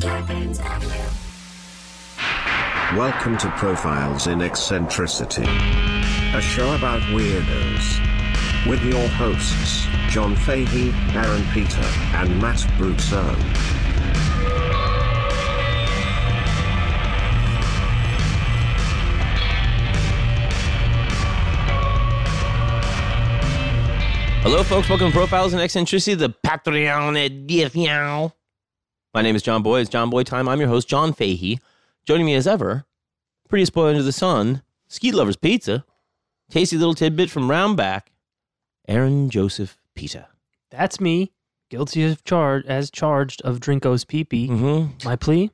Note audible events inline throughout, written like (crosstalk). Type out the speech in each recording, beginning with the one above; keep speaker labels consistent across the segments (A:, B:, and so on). A: Scarpins Avenue.
B: Welcome to Profiles in Eccentricity, a show about weirdos. With your hosts, John Fahey, Aaron Peter, and Matt Bruton.
C: Hello, folks. Welcome to Profiles and Eccentricity, the Patreon edition. My name is John Boy. It's John Boy time. I'm your host, John Fahey. Joining me as ever, prettiest boy under the sun, Ski Lovers Pizza, tasty little tidbit from Roundback, Aaron Joseph Pita.
D: That's me, guilty of charge as charged of Drinko's pee-pee.
C: Mm-hmm.
D: My plea?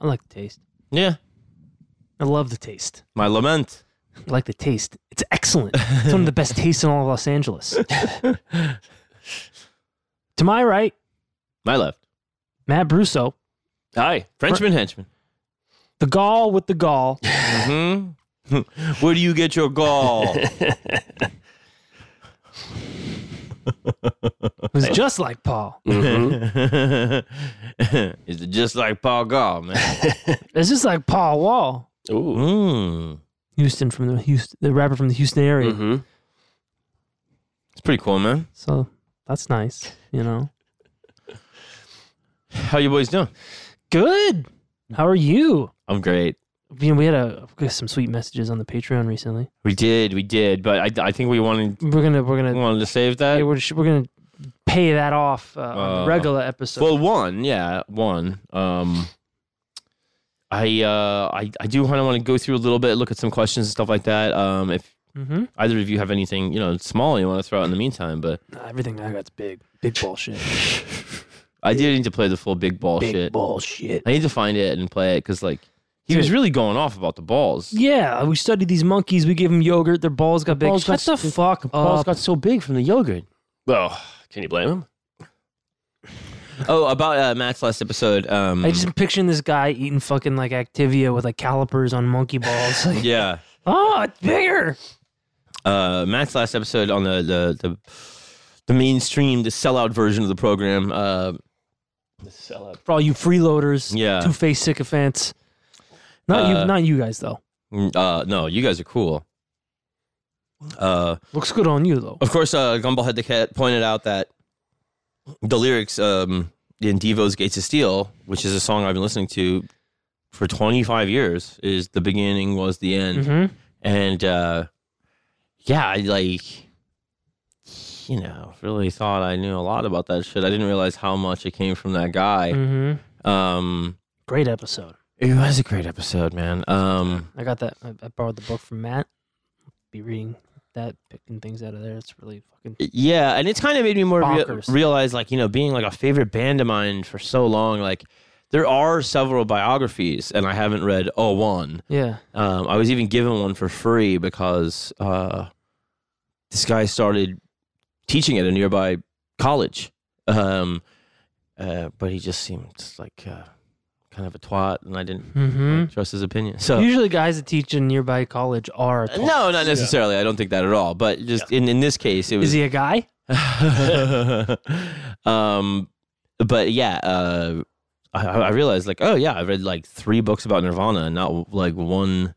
D: I like the taste.
C: Yeah,
D: I love the taste.
C: my lament.
D: I like the taste. It's excellent. It's one of the best tastes in all of Los Angeles. to my right,
C: My left.
D: Matt Brusso,
C: Hi. Frenchman henchman.
D: the gall with the gall.
C: Mm-hmm. (laughs) Where do you get your gall?
D: who's just like Paul.
C: (laughs) Is it just like Paul Gall, man?
D: It's just like Paul Wall,
E: Ooh.
C: Mm.
D: Houston from the Houston, the rapper from the Houston area.
E: Mm-hmm.
C: It's pretty cool, man.
D: So that's nice, you know.
C: How you boys doing?
D: Good. How are you?
C: I'm great.
D: You know, we had a we got some sweet messages on the Patreon recently.
C: We did, we did, but I, I think we wanted
D: We're gonna we're
C: we
D: gonna
C: wanted to save that.
D: yeah, we're sh- we're gonna pay that off uh, on
C: Uh,
D: the regular episode.
C: well, one, yeah, one. Um, I uh, I I do kind of want to go through a little bit, look at some questions and stuff like that. Um, if
D: mm-hmm.
C: either of you have anything, you know, small you want to throw out in the meantime, but
D: everything I got's big, big bullshit,
C: I did need to play the full big ball
D: big
C: shit.
D: bullshit.
C: I need to find it and play it because like he was
D: Dude.
C: really going off about the balls.
D: Yeah, we studied these monkeys. We give them yogurt. Their balls got big.
C: balls
D: Shut
C: got
D: the
C: st-
D: fuck
C: Balls
D: up.
C: got so big from the yogurt.
E: Oh. Well, can you blame him?
C: (laughs) Oh, about uh, Matt's last episode. Um,
D: I just am picturing this guy eating fucking like Activia with like calipers on monkey balls.
C: (laughs)
D: Like,
C: yeah.
D: oh, it's bigger.
C: uh, Matt's last episode on the the the, the mainstream, the sellout version of the program. Uh,
E: The sellout.
D: For all you freeloaders,
C: Yeah.
D: two faced sycophants. Not
C: Uh,
D: you, not you guys though.
C: mm, uh, no, you guys are cool. Uh,
D: Looks good on you though.
C: of course, uh, Gumball had the cat pointed out that the lyrics um, in Devo's "Gates of Steel," which is a song I've been listening to for 25 years, is the beginning was the end.
D: Mm-hmm.
C: and uh yeah i like you know really thought i knew a lot about that shit i didn't realize how much it came from that guy
D: Mm-hmm.
C: um
D: Great episode.
C: it was a great episode man um
D: I got that. I, I borrowed the book from Matt. Be reading that, picking things out of there. It's really fucking.
C: yeah and it's kind of made me more rea-
D: Bonkers.
C: realize like you know being like a favorite band of mine for so long like there are several biographies and i haven't read all one
D: Yeah.
C: Um, I was even given one for free because uh, this guy started teaching at a nearby college. Um, uh, but he just seemed like uh, kind of a twat, and I didn't
D: Mm-hmm.
C: like, trust his opinion. (laughs) So
D: Usually, guys that teach in nearby college are. tall.
C: no, not necessarily. I don't think that at all. But just in, in this case, it was
D: Is he a guy?
C: (laughs) um, but yeah, uh, I, I realized like, oh yeah, I read like three books about Nirvana and not like one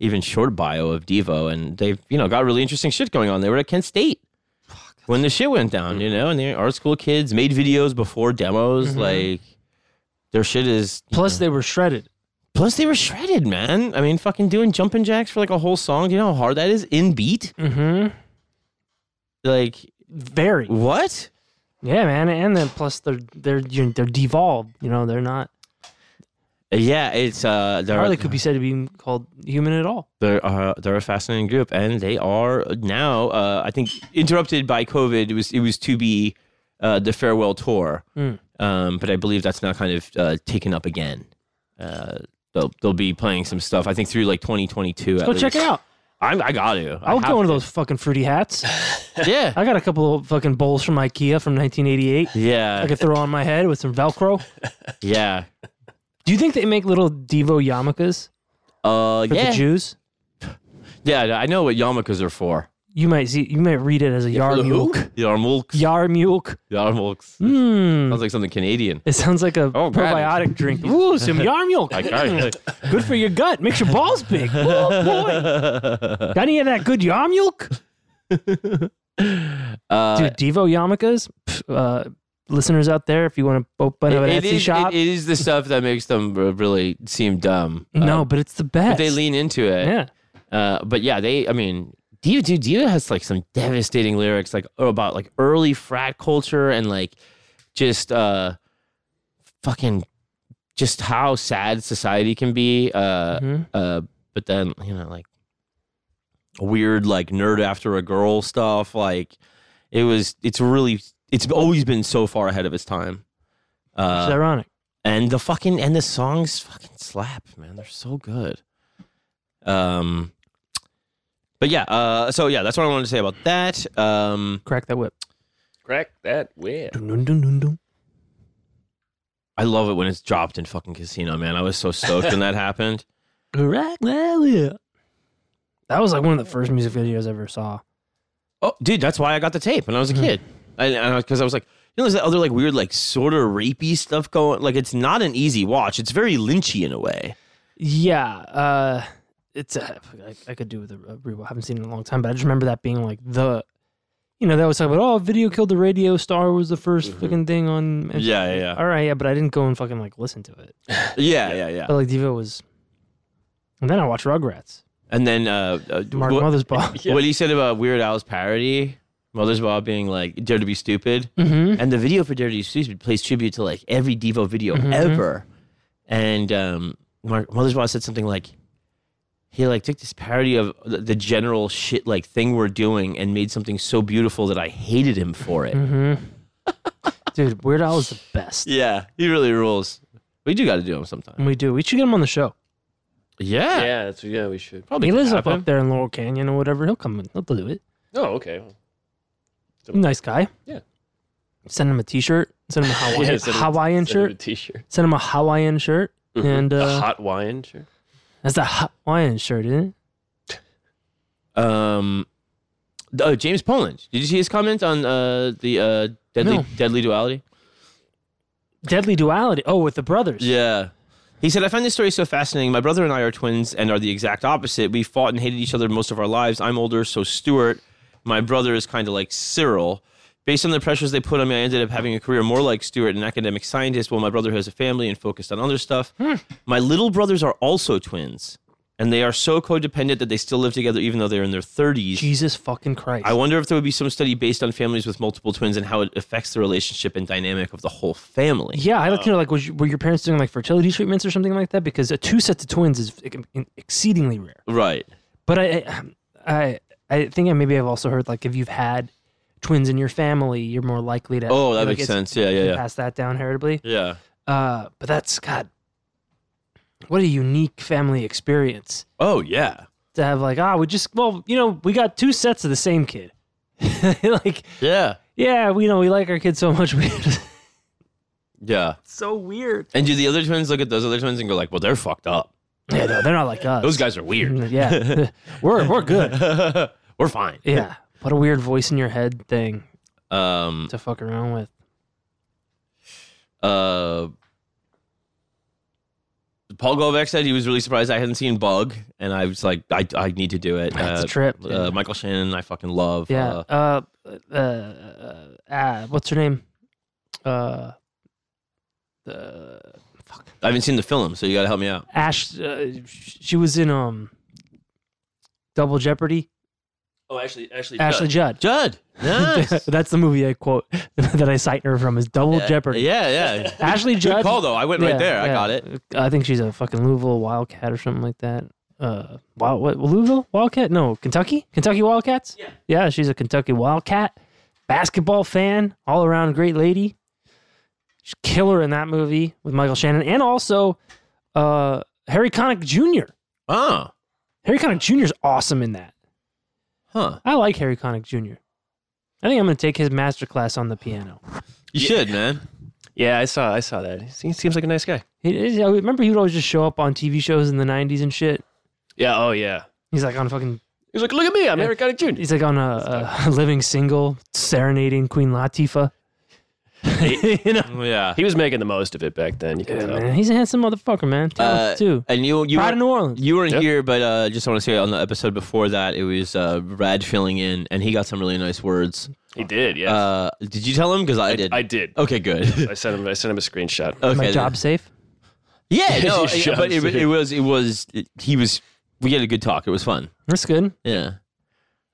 C: even short bio of Devo, and they've you know got really interesting shit going on. They were at Kent State when the shit went down, you know, and the art school kids made videos before demos, like. Their shit is
D: Plus, they were shredded.
C: plus they were shredded, man. I mean, fucking doing jumping jacks for like a whole song. Do you know how hard that is in beat?
D: Mm-hmm.
C: Like
D: Very.
C: what?
D: Yeah, man. And then plus, they're they're you're, they're devolved. You know, they're not.
C: Yeah, it's uh. there
D: Or
C: are
D: they could be said to be called human at all.
C: they're uh, they're a fascinating group, and they are now. Uh, I think interrupted by COVID, it was it was to be uh, the farewell tour,
D: Mm.
C: um, but I believe that's now kind of uh, taken up again. Uh, they'll they'll be playing some stuff. I think through like 2022.
D: Go check it out.
C: I'm, I got to.
D: I'll get one of those fucking fruity hats.
C: Yeah,
D: I got a couple of fucking bowls from IKEA from 1988.
C: yeah,
D: I could throw on my head with some Velcro.
C: yeah.
D: Do you think they make little Devo yarmulkes
C: Uh,
D: for the
C: yeah,
D: Jews?
C: yeah. I know what yarmulkes are for.
D: you might see you might read it as a Yarmulke.
C: Yarmulks.
D: Yarmulke.
C: Yarmulks.
D: Hmm.
C: Sounds like something Canadian. (laughs)
D: It sounds like a
C: Oh, God.
D: probiotic drink. Ooh, some
C: (laughs)
D: Yarmulke.
C: Like, all right.
D: (laughs) Good for your gut. Makes your balls
C: (laughs)
D: big. Oh, boy. Got any of that good
C: (laughs)
D: Yarmulke?
C: Uh,
D: Dude, Devo Yarmulkes, pff, uh, listeners out there, if you want to open up an
C: it- it
D: Etsy
C: is-
D: shop.
C: It is the stuff that makes them r- really seem dumb. Uh,
D: no, but it's the
C: but
D: best.
C: they lean into it.
D: Yeah.
C: Uh, but yeah, they. I mean, Diva, dude, Diva has like some devastating lyrics, like about like early frat culture and like just uh, fucking just how sad society can be. Uh,
D: Mhm.
C: uh, but then you know, like weird, like nerd after a girl stuff. Like it was. It's really. It's always been so far ahead of its time.
D: It's
C: Uh,
D: ironic.
C: and the fucking and the songs fucking slap, man. They're so good. Um, but yeah. Uh, so yeah, that's what I wanted to say about that. Um,
D: Crack that whip.
E: Crack that whip.
D: Dun, dun, dun, dun, dun.
C: I love it when it's dropped in fucking casino, man. I was so stoked when that happened.
D: Crack that whip. That was like one of the first music videos I ever saw.
C: Oh, dude, that's why I got the tape when I was a
D: Mhm.
C: kid. And because I was like, you know, there's that other like weird, like sort of rapey stuff going. Like it's not an easy watch. It's very Lynchy in a way.
D: Yeah, uh, it's a, I, I could do with a, a rewatch. I haven't seen it in a long time, but I just remember that being like the, you know, they always talk about oh, video killed the radio. Star was the 1st
E: Mhm.
D: fucking thing on. and-
C: Mm-hmm. Yeah, yeah, yeah.
D: All right, yeah, but I didn't go and fucking like listen to it.
C: Yeah, yeah, yeah.
D: But like Diva was, and then I watched Rugrats.
C: And then uh, uh,
D: Mark
C: what, (laughs)
D: Mother's Ball.
C: what he said about Weird Al's parody, Mother's Ball being like Dare to Be Stupid,
D: Mm-hmm.
C: and the video for Dare to Be Stupid plays tribute to like every Devo video
D: Mhm.
C: ever. And um, Mark Mother's Ball said something like. He like took this parody of the the general shit like thing we're doing and made something so beautiful that I hated him for it.
D: Mm-hmm. Dude, Weird Al is the best.
C: Yeah, he really rules. We do got to do him sometime.
D: And we do. We should get him on the show.
C: Yeah,
E: Yeah, that's yeah. We should.
C: probably.
D: he
C: could
D: lives up,
C: happen.
D: up there in Laurel Canyon or whatever. He'll come. and He'll do it.
E: Oh, okay.
D: Nice guy.
E: Yeah.
D: Send him a T-shirt. Send him a
C: (laughs)
D: Hawaiian,
E: send him-
D: Hawaiian
E: Send him
D: shirt.
E: a T-shirt.
D: Send him a Hawaiian shirt.
C: Mm-hmm.
D: And
E: a
D: uh,
E: hot wine shirt.
D: that's the Hawaiian shirt, isn't it?
C: Um, th- oh, James Poland. Did you see his comment on uh, the uh, deadly
D: No.
C: deadly duality?
D: Deadly Duality. Oh, with the brothers.
C: Yeah. He said, I find this story so fascinating. My brother and I are twins and are the exact opposite. We fought and hated each other most of our lives. I'm older, so Stuart. My brother is kind of like Cyril. Based on the pressures they put on me, I ended up having a career more like Stuart, an academic scientist, while my brother has a family and focused on other stuff. My little brothers are also twins, and they are so codependent that they still live together even though they're in their 30s.
D: Jesus fucking Christ.
C: I wonder if there would be some study based on families with multiple twins and how it affects the relationship and dynamic of the whole family.
D: yeah, I don't know. Like, was you, were your parents doing like fertility treatments or something like that? Because uh, two sets of twins is e- e- exceedingly rare.
C: Right.
D: But I, I, I think I maybe I've also heard like if you've had twins in your family, you're more likely to.
C: Oh, that
D: like,
C: makes
D: it's-
C: sense. Yeah,
D: you
C: yeah, yeah.
D: Pass that down heritably.
C: Yeah.
D: Uh, but that's God. What a unique family experience.
C: Oh, yeah.
D: to have like ah we just well you know we got two sets of the same kid (laughs) like
C: Yeah.
D: yeah we know we like our kids so much (laughs) we
C: Yeah.
D: so weird
C: And do the other twins look at those other twins and go like, well, they're fucked up.
D: yeah no, they're not like us
C: Those guys are weird.
D: (laughs) yeah we're we're good
C: (laughs) We're fine.
D: yeah what a weird voice in your head thing
C: Um,
D: to fuck around with
C: uh, Paul Govek said he was really surprised I hadn't seen Bug, and I was like, I, I need to do it.
D: That's
C: uh,
D: a trip
C: Uh, Michael Shannon, I fucking love.
D: yeah
C: Uh,
D: uh uh, uh, ah, what's her name uh the fuck
C: I haven't seen the film, so you got to help me out.
D: Ash uh, sh- she was in um Double Jeopardy
E: Oh, actually, actually,
D: Ashley Judd
C: Judd. Nice.
D: (laughs) That's the movie I quote (laughs) that I cite her from is Double Jeopardy.
C: Yeah,
D: (laughs)
C: yeah.
D: Ashley
C: Good
D: Judd.
C: call though. I went
D: Yeah,
C: right there. I
D: yeah.
C: got it.
D: I think she's a fucking Louisville Wildcat or something like that. Uh, Wild, what, Louisville Wildcat? No, Kentucky. Kentucky Wildcats. Yeah. Yeah, she's a Kentucky Wildcat. Basketball fan, all around great lady. She's killer in that movie with Michael Shannon and also uh, Harry Connick Jr.
E: Ah.
C: Oh,
D: Harry Connick Jr. is awesome in that.
C: huh.
D: I like Harry Connick Jr. I think I'm going to take his master class on the piano.
C: You should, man.
E: Yeah, I saw, I saw that. He se- seems like a nice guy.
D: He, he- I remember he would always just show up on TV shows in the '90s and shit.
E: Yeah. Oh, yeah.
D: He's like on fucking
E: He's like, look at me, I'm Eric Connick Jr.
D: He's like on a, (laughs) a living single serenading Queen Latifah. (laughs) you know,
C: Yeah.
E: He was making the most of it back then. You can
D: yeah,
E: tell.
D: man, he's a handsome motherfucker, man.
C: Uh,
D: Talented, too.
C: And you you
D: Proud of
C: were,
D: New Orleans.
C: you weren't
E: Yeah.
C: here, but uh, just want to say on the episode before that, it was uh, Rad filling in, and he got some really nice words.
E: He did, yes.
C: Uh, did you tell him? Because I, did.
E: I did. Uh,
C: okay, good.
E: (laughs) I sent him. I sent him a screenshot.
C: (laughs) okay.
D: My job safe.
E: (laughs)
C: Yeah, no,
E: Just
C: yeah, but it,
E: shoves it.
C: it was it was it- he was we had a good talk. It was fun.
D: That's good.
C: Yeah.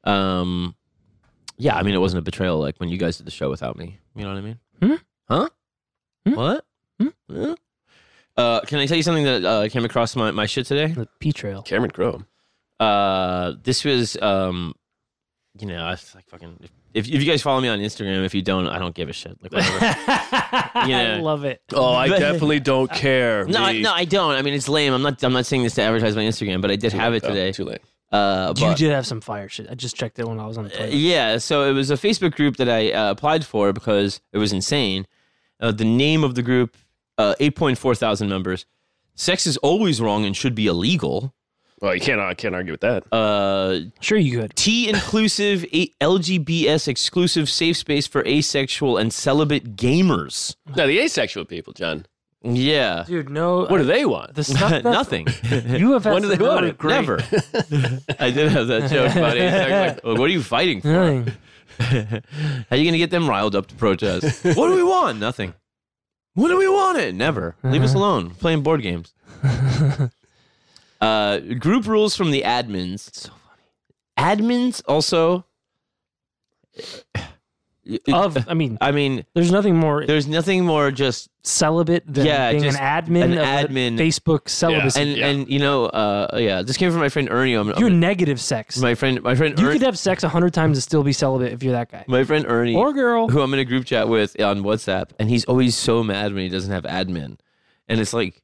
C: Um yeah, I mean it wasn't a betrayal like when you guys did the show without me. You know what I mean?
D: Hmm?
C: Huh?
D: Hmm?
C: What?
D: Hmm?
C: Huh? Uh, can I tell you something that uh, came across my, my shit today?
D: The P trail.
E: Cameron Crowe.
C: Uh, this was, um, you know, I was like fucking. If, if you guys follow me on Instagram, if you don't, I don't give a shit. Like whatever.
D: I
C: (laughs) Yeah.
D: love it.
E: Oh, (laughs) I
C: But-
E: definitely don't care.
C: (laughs) no, I,
E: Me.
C: no, I don't. I mean, it's lame. I'm not. I'm not saying this to advertise my Instagram, but I did
E: Oh, Too
C: have it
E: late, though.
C: today.
E: Too late.
C: Uh, but,
D: You did have some fire shit. I just checked it when I was on the
C: Uh,
D: toilet.
C: yeah, so it was a Facebook group that I uh, applied for because it was insane. Uh, the name of the group, uh, 8.4 thousand members. Sex is always wrong and should be illegal.
E: Well, you can't. I can't argue with that.
C: Uh,
D: Sure, you could.
C: T inclusive, a- LGBS exclusive safe space for asexual and celibate gamers.
E: Now the asexual people, John.
C: (laughs) Yeah.
D: Dude, no.
C: uh,
E: What do they want?
D: the (laughs) stuff
C: (laughs)
D: that
C: Nothing.
E: (laughs)
D: you have had
E: When do
D: some
E: they want
D: really
E: it?
D: great-
C: (laughs) Never. I did have that joke about asexual. Like, what are you fighting for?
D: Nothing.
E: (laughs)
C: How you going to get them riled up to protest? what do we want? Nothing. What do we want? It never. Leave us alone. Playing board (laughs) games. uh, group rules from the admins. so funny. Admins also. Uh,
D: Of, I mean,
C: I mean,
D: there's nothing more
C: there's nothing more just
D: celibate than
C: Yeah,
D: being an
C: just
D: admin
C: an
D: of a
C: admin.
D: Facebook celibacy.
C: and
E: Yeah.
C: and you know uh yeah this came from my friend Ernie. I'm, I'm-
D: you're negative sex.
C: my friend my friend
D: you
C: Ern-
D: could have sex a hundred times and still be celibate if you're that guy
C: my friend Ernie
D: or girl.
C: who I'm in a group chat with on WhatsApp, and he's always so mad when he doesn't have admin. And it's like,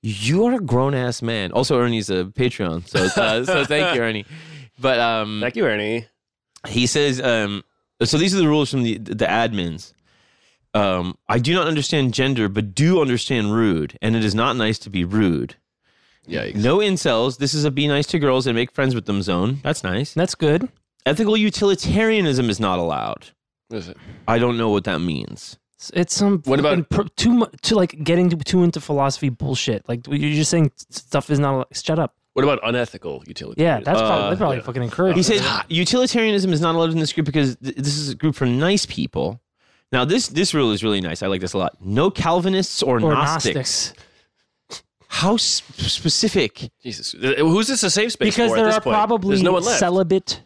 C: you're a grown ass man. Also, Ernie's a Patreon, so uh, so thank you, Ernie. But um,
E: Thank you, Ernie.
C: he says, um, so these are the rules from the the admins. Um, I do not understand gender, but do understand rude, and it is not nice to be rude.
E: Yikes.
C: No incels. This is a be nice to girls and make friends with them zone. That's nice.
D: That's good.
C: Ethical utilitarianism is not allowed.
E: What is it?
C: I don't know what that means.
D: It's- It's some
E: What about-
D: fucking pro- too much to like getting too into philosophy bullshit. Like you're just saying stuff is not. al- Shut up.
E: What about unethical utility?
D: Yeah, that's probably,
C: Uh,
D: they probably
E: yeah.
D: fucking encourage.
C: He
D: it.
C: says utilitarianism is not allowed in this group because th- this is a group for nice people. Now this this rule is really nice. I like this a lot. No Calvinists or,
D: or
C: Gnostics.
D: Gnostics.
C: How s- specific?
E: Jesus. Th- Who's this a safe space
D: because
E: for
D: there
E: at this
D: are
E: point?
D: probably
E: There's no one left.
D: celibate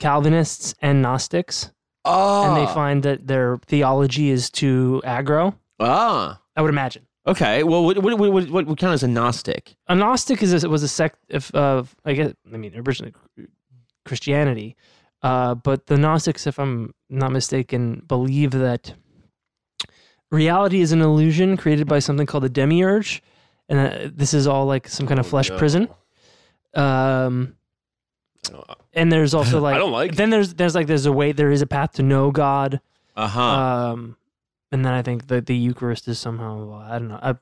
D: Calvinists and Gnostics,
C: Ah,
D: and they find that their theology is too aggro.
C: ah,
D: I would imagine
C: okay. Well, what what what what, what counts as a Gnostic?
D: a Gnostic is a, was a sect of, of I guess I mean originally Christianity, uh, but the Gnostics, if I'm not mistaken, believe that reality is an illusion created by something called the demiurge, and uh, this is all like some kind of
E: Oh,
D: flesh
E: no.
D: prison. Um, and there's also like
E: (laughs) I don't like it.
D: then there's there's like there's a way there is a path to know God.
C: Uh-huh.
D: Um, and then I think that the Eucharist is somehow well, I don't know. I,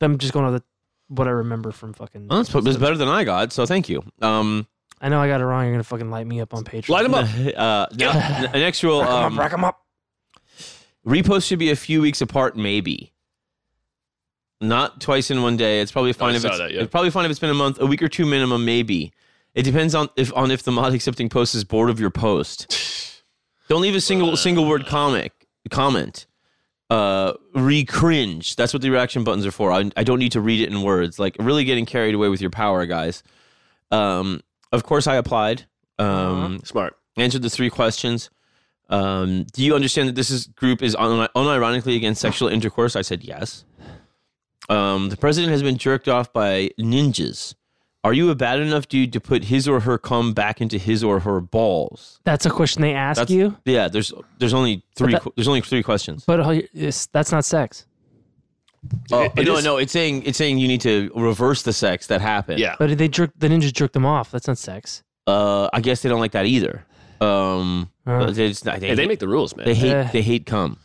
D: I'm just going off the what I remember from fucking.
C: Well, that's, that's better than I got, so thank you. Um,
D: I know I got it wrong. You're gonna fucking light me up on Patreon.
E: Light 'em up.
C: (laughs) uh, no, n- an actual um,
D: rack 'em up.
C: repost should be a few weeks apart, maybe. Not twice in one day. It's probably fine
E: Oh, I
C: if
E: saw
C: it's,
E: that, yeah.
C: it's probably fine if it's been a month, a week or two minimum, maybe. It depends on if on if the mod accepting post is bored of your post.
E: (sighs)
C: Don't leave a single
E: Uh.
C: single word comic comment. Uh, re cringe. That's what the reaction buttons are for. I, I don't need to read it in words. Like really getting carried away with your power, guys. Um, of course I applied.
D: Uh-huh.
C: Um,
E: Smart.
C: answered the three questions. Um, do you understand that this is, group is un- unironically against sexual intercourse? I said yes. Um, the president has been jerked off by ninjas. Are you a bad enough dude to put his or her cum back into his or her balls?
D: That's a question they ask
C: That's-
D: you,
C: Yeah, there's there's only three
D: that-
C: que- there's only three questions.
D: but how- it's, that's not sex.
C: Uh,
E: it
C: no,
E: is-
C: no, it's saying it's saying you need to reverse the sex that happened.
E: Yeah.
D: But they jerk the ninjas jerk them off. That's not sex.
C: Uh, I guess they don't like that either. Um,
D: Uh.
C: but they, just- they,
E: Hey, they make the rules, man.
C: they hate
D: Eh.
C: they hate cum.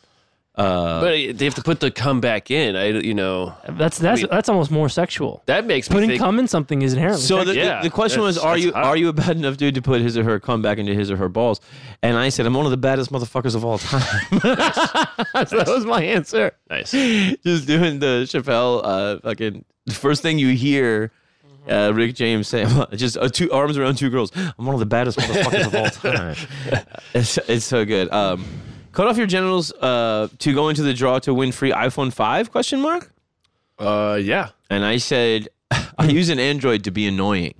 C: Uh,
E: but they have to put the comeback in. I, you know,
D: That's that's
E: I mean-
D: that's almost more sexual.
E: that makes me
D: Putting
E: think. (laughs)
D: cum in something is inherently
C: so the,
D: sexual.
C: the-
E: Yeah,
C: the question was,
E: that's-
C: are
E: that's
C: you
E: hot.
C: are you a bad enough dude to put his or her come back into his or her balls? And I said, I'm one of the baddest motherfuckers of all time. (laughs) so that was my answer.
E: nice.
C: Just doing the Chappelle uh, fucking the first thing you hear.
E: Mm-hmm.
C: Uh, Rick James saying, (laughs) just uh, two arms around two girls. I'm one of the baddest motherfuckers of all
E: (laughs)
C: time. It's, it's so good. Um, cut off your genitals uh, to go into the draw to win free iPhone 5? Question mark.
E: Uh, yeah.
C: and I said, (laughs) I use an Android to be annoying.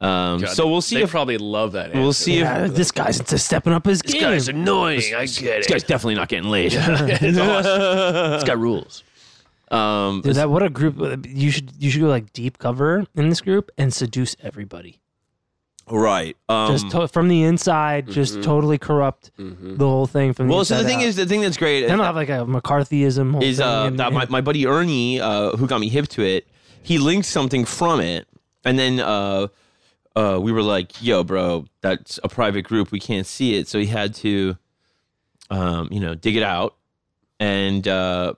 C: Um,
E: God,
C: so we'll see
E: They
C: if
E: probably love that.
C: we'll
E: answer.
C: see if
D: Yeah, this guy's into stepping up his
E: This
D: game.
E: guy's annoying. I get
C: this
E: it.
C: guy's definitely not getting laid. (laughs)
E: it's awesome. It's got rules.
C: um,
D: Dude, that what a group! You should you should go like deep cover in this group and seduce everybody.
C: right. Um, mm-hmm.
D: Just to- from the inside, just totally corrupt the whole thing from.
C: well,
D: the
C: so the
D: inside
C: thing
D: out.
C: is, the thing that's great
D: then I'll have like a McCarthyism. Whole
C: is
D: thing
C: uh,
D: and-
C: that my, my buddy Ernie, uh, who got me hip to it, he linked something from it, and then uh, uh, we were like, "Yo, bro, that's a private group. We can't see it." So he had to, um, you know, dig it out, and uh,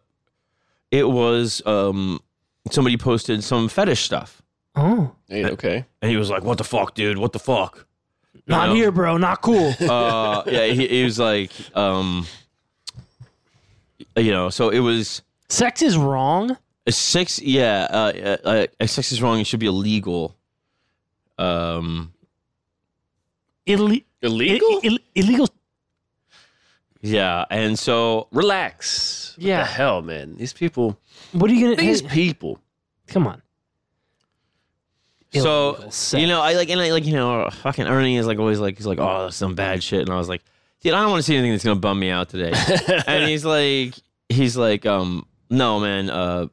C: it was um, somebody posted some fetish stuff,
D: oh,
E: Hey, okay.
C: and he was like, "What the fuck, dude? What the fuck?" You
D: not
C: know?
D: here, bro.
C: (laughs)
D: Not cool.
C: uh, yeah, he, he was like, um, you know, so it was.
D: Sex is wrong.
C: A Sex, yeah, uh, uh, uh, sex is wrong. It should be illegal. Um,
D: Ille-
E: Illegal.
D: Ill- illegal.
C: yeah, and so
E: Relax. What
D: Yeah.
E: The hell, man. These people.
D: What are you gonna? (laughs)
E: These
D: hey,
E: people.
D: come on.
C: so
D: Illegal sex.
C: you know, I like and I like you know, fucking Ernie is like always like he's like, oh, that's some bad shit, and I was like, dude, I don't want to see anything that's gonna bum me out today.
D: (laughs)
C: and he's like, he's like, um, no, man, uh,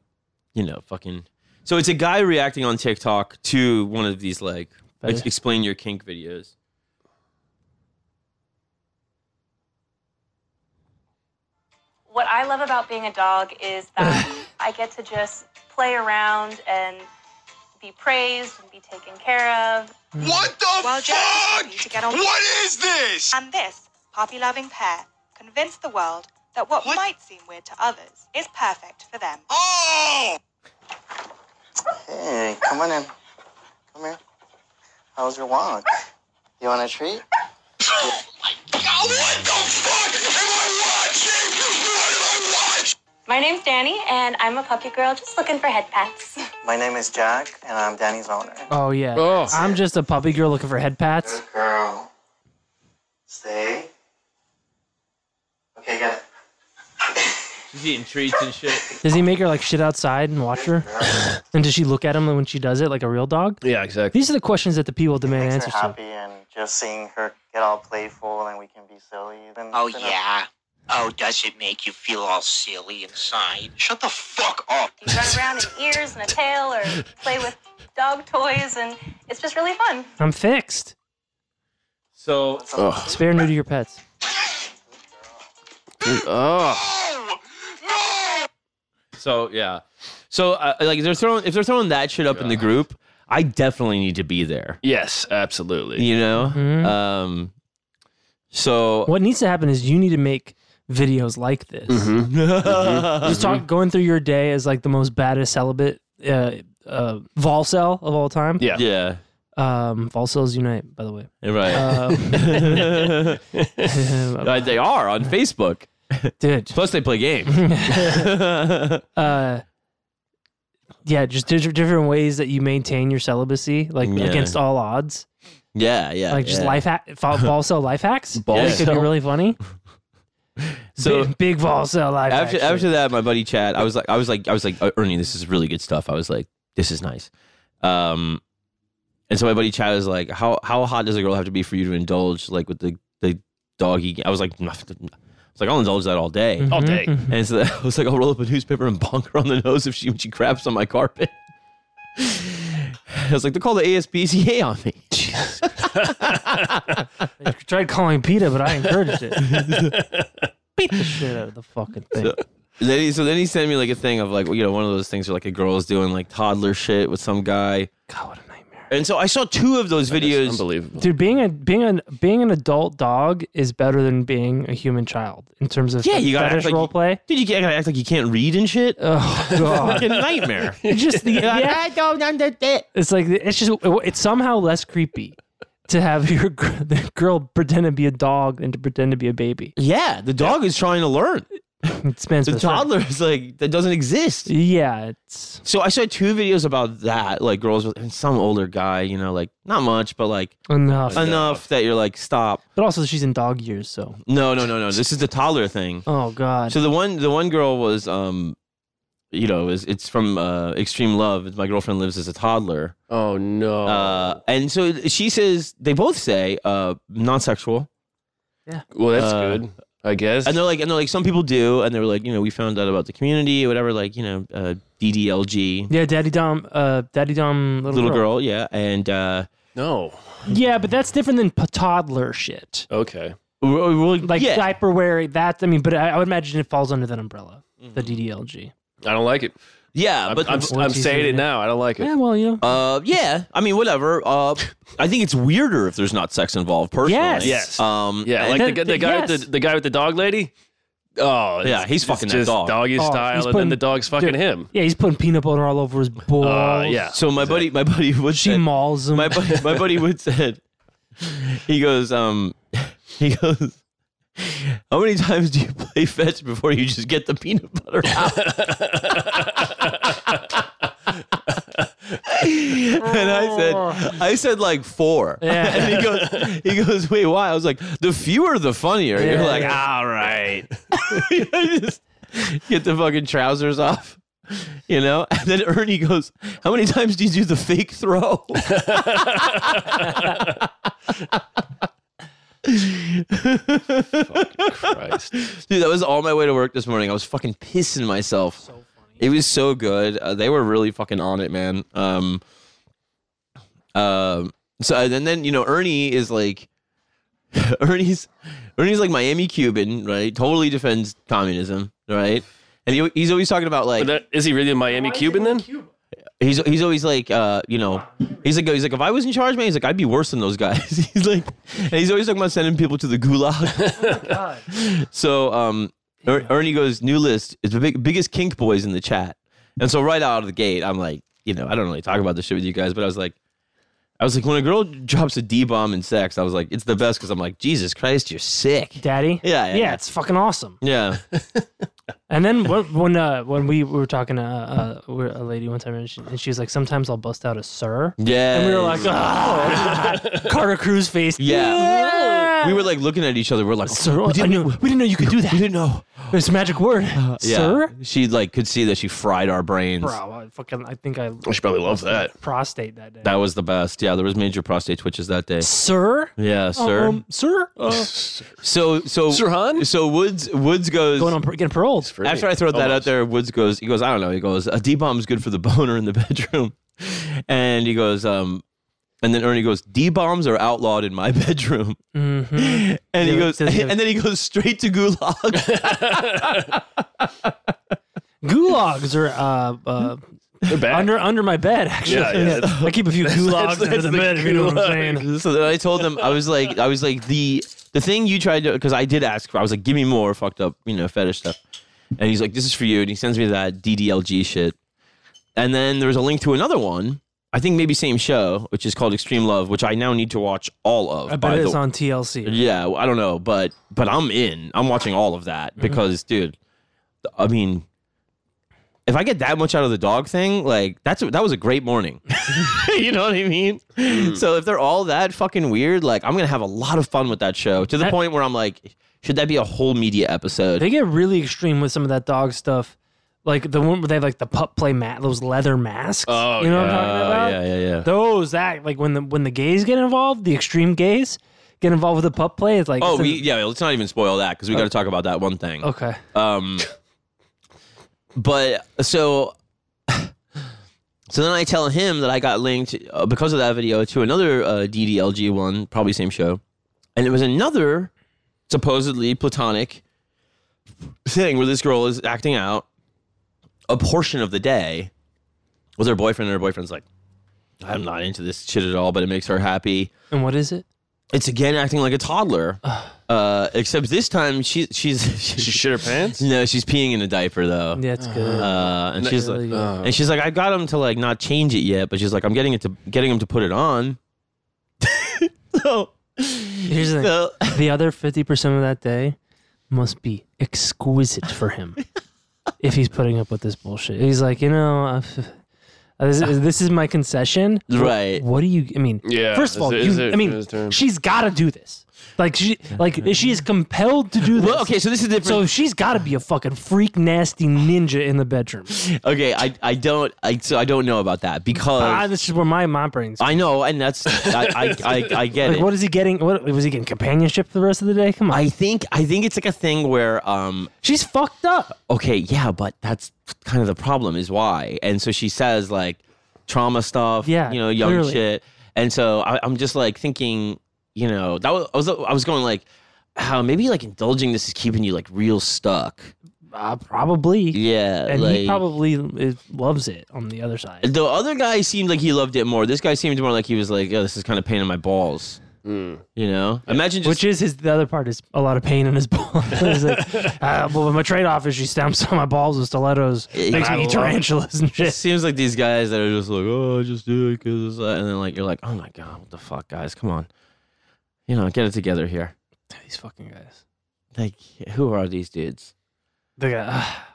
C: you know, fucking. So it's a guy reacting on TikTok to one of these like ex-
D: Fetish.
C: explain your kink videos.
A: what I love about being a dog is that I get to just play around and be praised and be taken care of.
F: What the
A: Well, Jack,
F: fuck?
A: you should get on-
F: What is this?
A: And this puppy loving pair convinced the world that what,
F: What?
A: might seem weird to others is perfect for them.
F: Oh!
G: Hey, come on in. Come here. How was your walk? You want a treat?
F: Oh, what the fuck am I watching? What am I watching?
A: My name's Danny, and I'm a puppy girl just looking for head (laughs) pats.
G: My name is Jack, and I'm Danny's owner.
D: Oh yeah.
E: Oh.
D: I'm just a puppy girl looking for head pats.
G: Good girl. Stay. Okay, got it.
C: He's eating treats and shit.
D: Does he make her like shit outside and watch
C: (laughs)
D: her? and does she look at him when she does it like a real dog?
E: Yeah. Exactly.
D: These are the questions that the people
G: Makes
D: demand
G: her
D: answers to.
G: happy, and just seeing her get all playful, and we can be silly. then-
F: Oh,
G: then-
F: yeah. Oh, does it make you feel all silly inside? Shut the fuck up.
A: You run around in ears and a tail, or play with dog toys, and it's just really fun.
D: I'm fixed.
C: So
D: Spare and neuter your pets.
E: Oh.
F: Oh! No!
C: So yeah, so uh, like they're throwing if they're throwing that shit up in the group, I definitely need to be there.
E: Yes. Absolutely.
C: You know.
D: Mhm.
C: Um. So (laughs)
D: What needs to happen is you need to make videos like this.
C: Mm-hmm.
E: Mm-hmm.
D: Just talk, going through your day as like the most baddest celibate uh, uh, Volcel of all time.
E: Yeah.
C: yeah,
D: Um, Volcels unite, by
C: (laughs)
D: the way. (laughs)
C: right.
D: Um.
C: (laughs) Uh, they are on Facebook.
D: Dude,
C: Plus, they play
D: (laughs)
C: games. (laughs)
D: uh, yeah, just di- different ways that you maintain your celibacy, like
C: Yeah.
D: against all odds.
C: yeah, yeah.
D: like just
C: yeah.
D: life hack,
C: (laughs)
D: vol- vol cell life hacks.
C: Vol
D: That could be
C: cell. (laughs)
D: really funny.
C: So-
D: big, big vol cell life
C: After
D: hacks.
C: after that, my buddy Chad, I was like, I was like, I was like, "Uh, Ernie, this is really good stuff. I was like, this is nice. Um, and so my buddy Chad is like, how how hot does a girl have to be for you to indulge like with the the doggy? I was like, nothing. I was like, I'll indulge that all day.
E: All
D: Mm-hmm.
E: day.
C: And so I was like, (laughs) I'll roll up a newspaper and bonk her on the nose if she when she craps on my carpet. (sighs) I was like, they call the ASPCA on me.
D: I tried calling PETA, but I encouraged it.
C: (laughs)
D: Beat the shit out of the fucking thing.
C: (laughs) Then he, so then he sent me like a thing of like you know one of those things where like a girl is doing like toddler shit with some guy.
D: God, what a nightmare.
C: And so I saw two of those
E: That's
C: videos.
E: unbelievable.
D: Dude, being a being an being an adult dog is better than being a human child in terms of
C: Yeah, you gotta act
D: fetish
C: like you-
D: role play.
C: Dude, you gotta act like you can't read and shit. (laughs)
D: Oh god,
C: Fucking (laughs) nightmare.
D: It's just the, yeah,
C: I don't understand.
D: it's like it's just it's somehow less creepy to have (laughs) your gr- the girl pretend to be a dog than to pretend to be a baby.
C: Yeah, the dog is trying to learn.
D: It spans
C: The toddler is like that doesn't exist.
D: Yeah, it's
C: So I saw two videos about that, like girls with and some older guy, you know, like not much, but like
D: enough.
C: enough that you're like, stop.
D: But also, she's in dog years, so
C: No, no, no, no. This is the toddler thing.
D: oh god.
C: So the one, the one girl was, um, you know, is it's from uh, Extreme Love. My girlfriend lives as a toddler,
E: Oh no.
C: uh, and so she says they both say uh, non-sexual,
E: well, that's
C: uh,
E: good. I guess.
C: and they're like, and they're like, some people do, and they were like, you know, we found out about the community, or whatever, like, you know, uh, DDLG,
D: yeah, Daddy Dom, uh, Daddy Dom, little,
C: little girl, yeah, and uh,
E: no.
D: Yeah, but that's different than p- toddler shit.
E: Okay.
C: we're- we're
D: Like
C: yeah.
D: diaper wearing. That I mean, but I, I would imagine it falls under that umbrella,
C: Mm-hmm.
D: the DDLG.
E: I don't like it.
C: yeah,
E: I'm,
C: Uh, but
E: I'm, I'm
D: What you
E: saying
D: saying?
E: it now. I don't like it.
D: Yeah, well, you know,
C: Uh, yeah. I mean, whatever. Uh, I think it's weirder if there's not sex involved. Personally,
D: Yes.
E: Yes.
C: Um,
E: Yeah, like
C: and-
E: the,
D: then-
E: gu- the guy with
D: yes.
E: the, the guy with the dog lady. Oh
C: Yeah,
E: it's-
C: he's
E: it's
C: fucking that
E: just
C: dog.
E: doggy
D: Oh,
E: style,
D: he's
E: and
D: putting-
E: then the dog's fucking
D: dude. Oh,
E: him.
D: yeah, he's putting peanut butter all over his balls.
E: Uh, yeah.
C: so my buddy, my buddy Wood
D: she
C: said,
D: mauls him.
C: Uh, my buddy, my buddy Wood (laughs) said, he goes, um, he goes, how many times do you play fetch before you just get the peanut butter out? (laughs) and I said, I said like four.
D: Oh. Yeah.
C: (laughs) And he goes, he goes, wait, why? I was like, the fewer, the funnier. You're
D: Yeah.
C: like, all right. I just (laughs) get the fucking trousers off. You know, (laughs) and then Ernie goes, "How many times do you do the fake throw?" (laughs)
E: (laughs) Christ.
C: Dude, that was all my way to work this morning. I was fucking pissing myself. It was so good. Uh, they were really fucking on it, man. Um, um, so and then you know Ernie is like, (laughs) Ernie's, Ernie's like Miami Cuban, right? Totally defends communism, right? And he, he's always talking about like
E: But that, is he really a Miami Cuban then?
C: he's he's always like uh you know he's like he's like if I was in charge man he's like I'd be worse than those guys (laughs) he's like and he's always talking about sending people to the
D: (laughs)
C: gulag
D: Oh
C: (laughs) so um er- Ernie goes new list it's the big, biggest kink boys in the chat and so right out of the gate I'm like you know I don't really talk about this shit with you guys but I was like I was like when a girl drops a D bomb in sex I was like it's the best because I'm like Jesus Christ you're sick
D: Daddy.
C: Yeah, yeah,
D: yeah,
C: yeah.
D: it's fucking awesome. (laughs)
C: yeah (laughs)
D: And then when when, uh, when we, we were talking to uh, uh, we- a lady one time, and she, and she was like, "Sometimes I'll bust out a sir,"
C: yeah
D: and we were like,
C: (laughs)
D: "Oh, God." Carter Cruz face."
C: yeah we were like looking at each other we're like
D: sir. We didn't, know, we didn't know you could do that. We didn't know. It's a magic word,
C: Uh, Yeah.
D: sir.
C: She like could see that she fried our brains.
D: Bro, I fucking, I think I
E: I should probably love that.
D: prostate that day.
C: That was the best. Yeah, there was major prostate twitches that day.
D: sir,
C: Yeah, sir.
D: um, sir,
C: (laughs)
D: uh,
C: so so
E: Sir Han?
C: so Woods Woods goes
D: going on par- getting paroled.
C: after I throw that out there. Woods goes. He goes. I don't know. He goes. A D bomb's good for the (laughs) boner in the bedroom, and he goes. Um, and then Ernie goes. D bombs are outlawed in my (laughs) bedroom,
D: Mhm.
C: and he
D: Yeah,
C: goes.
D: does he
C: (laughs)
D: have-
C: And then he goes straight to gulag.
D: (laughs) Gulags are uh, uh,
E: They're back.
D: under under my bed. Actually,
E: Yeah, yeah,
D: (laughs)
E: that's-
D: I keep a few gulags
E: that's-
D: under the,
E: that's the
D: bed. If you know what I'm saying?
C: so then I told him I was like I was like the the thing you tried to because I did ask for I was like give me more fucked up you know fetish stuff and he's like this is for you and he sends me that DDLG shit and then there was a link to another one I think maybe same show which is called Extreme Love which I now need to watch all of
D: I
C: by
D: bet it's
C: the-
D: on TLC.
C: yeah I don't know but but I'm in I'm watching all of that because dude I mean if I get that much out of the dog thing like that's that was a great morning (laughs) you know what I mean? So if they're all that fucking weird, like I'm gonna have a lot of fun with that show to the
D: That-
C: point where I'm like, should that be a whole media episode?
D: They get really extreme with some of that dog stuff. Like the one where they have, like the pup play mat, those leather masks.
E: Oh,
D: you know what
C: Oh
D: I'm talking about?
C: yeah, yeah, yeah.
D: Those that like when the when the gays get involved, the extreme gays get involved with the pup play. It's like
C: Oh,
D: it's an-
C: we, yeah. Let's not even spoil that because we got to talk about that one thing.
D: okay.
C: Um, but so, so then I tell him that I got linked uh, because of that video to another uh, DDLG one, probably same show, and it was another supposedly platonic thing where this girl is acting out a portion of the day with her boyfriend, and her boyfriend's like, I'm not into this shit at all, but it makes her happy.
D: And what is it?
C: It's again acting like a
D: (sighs)
C: toddler, uh, except this time she she's
E: She shit her
C: (laughs)
E: pants.
C: no she's peeing in a diaper though.
D: Yeah, it's good.
C: Uh, and she's like,
D: Really good.
C: and she's like, I got him to like not change it yet, but she's like, I'm getting it to getting him to put it on. (laughs) so,
D: Here's the
C: (laughs)
D: thing. (laughs)
C: so
D: the other 50% of that day must be exquisite for him if he's putting up with this bullshit. He's like, you know, I've-
C: (laughs)
D: uh, this, is- this is my concession. Wh-
C: Right.
D: What do you, I mean,
E: Yeah,
D: first of all,
E: is it- is
D: you-
E: it-
D: I mean,
E: is it-
D: she's got to do this. Like, she, like she is compelled to do this.
C: well, okay, so this is different.
D: So she's got to be a fucking freak, nasty ninja in the bedroom.
C: okay, I I don't I so I don't know about that because
D: Ah, this is where my my brain's.
C: I know, and that's I I, I, I get
D: (laughs) Like,
C: it.
D: what is he getting? What was he getting companionship for the rest of the day? Come on,
C: I think I think it's like a thing where um
D: she's fucked up.
C: okay, yeah, but that's kind of the problem is why. And so she says like trauma stuff,
D: Yeah,
C: you know, young
D: clearly.
C: shit. And so I, I'm just like thinking, you know, that was I was I was going like how maybe like indulging this is keeping you like real stuck.
D: Uh, probably.
C: Yeah,
D: and
C: like,
D: he probably is, loves it on the other side.
C: the other guy seemed like he loved it more. This guy seemed more like he was like, oh, this is kind of pain in my balls. You know, imagine just (laughs)
D: Which is his. The other part is a lot of pain in his (laughs) balls. He's like,
C: (laughs)
D: uh, well, my trade-off is she stamps on my balls with stilettos,
C: Yeah,
D: makes
C: I
D: me
C: love-
D: tarantulas and
C: It (laughs)
D: shit.
C: seems like these guys that are just like, oh, I just do it because, and then like you're like, oh my god, what the fuck, guys, come on, you know, get it together here.
D: These fucking guys.
C: Like, who are these dudes?
D: The guy. ah.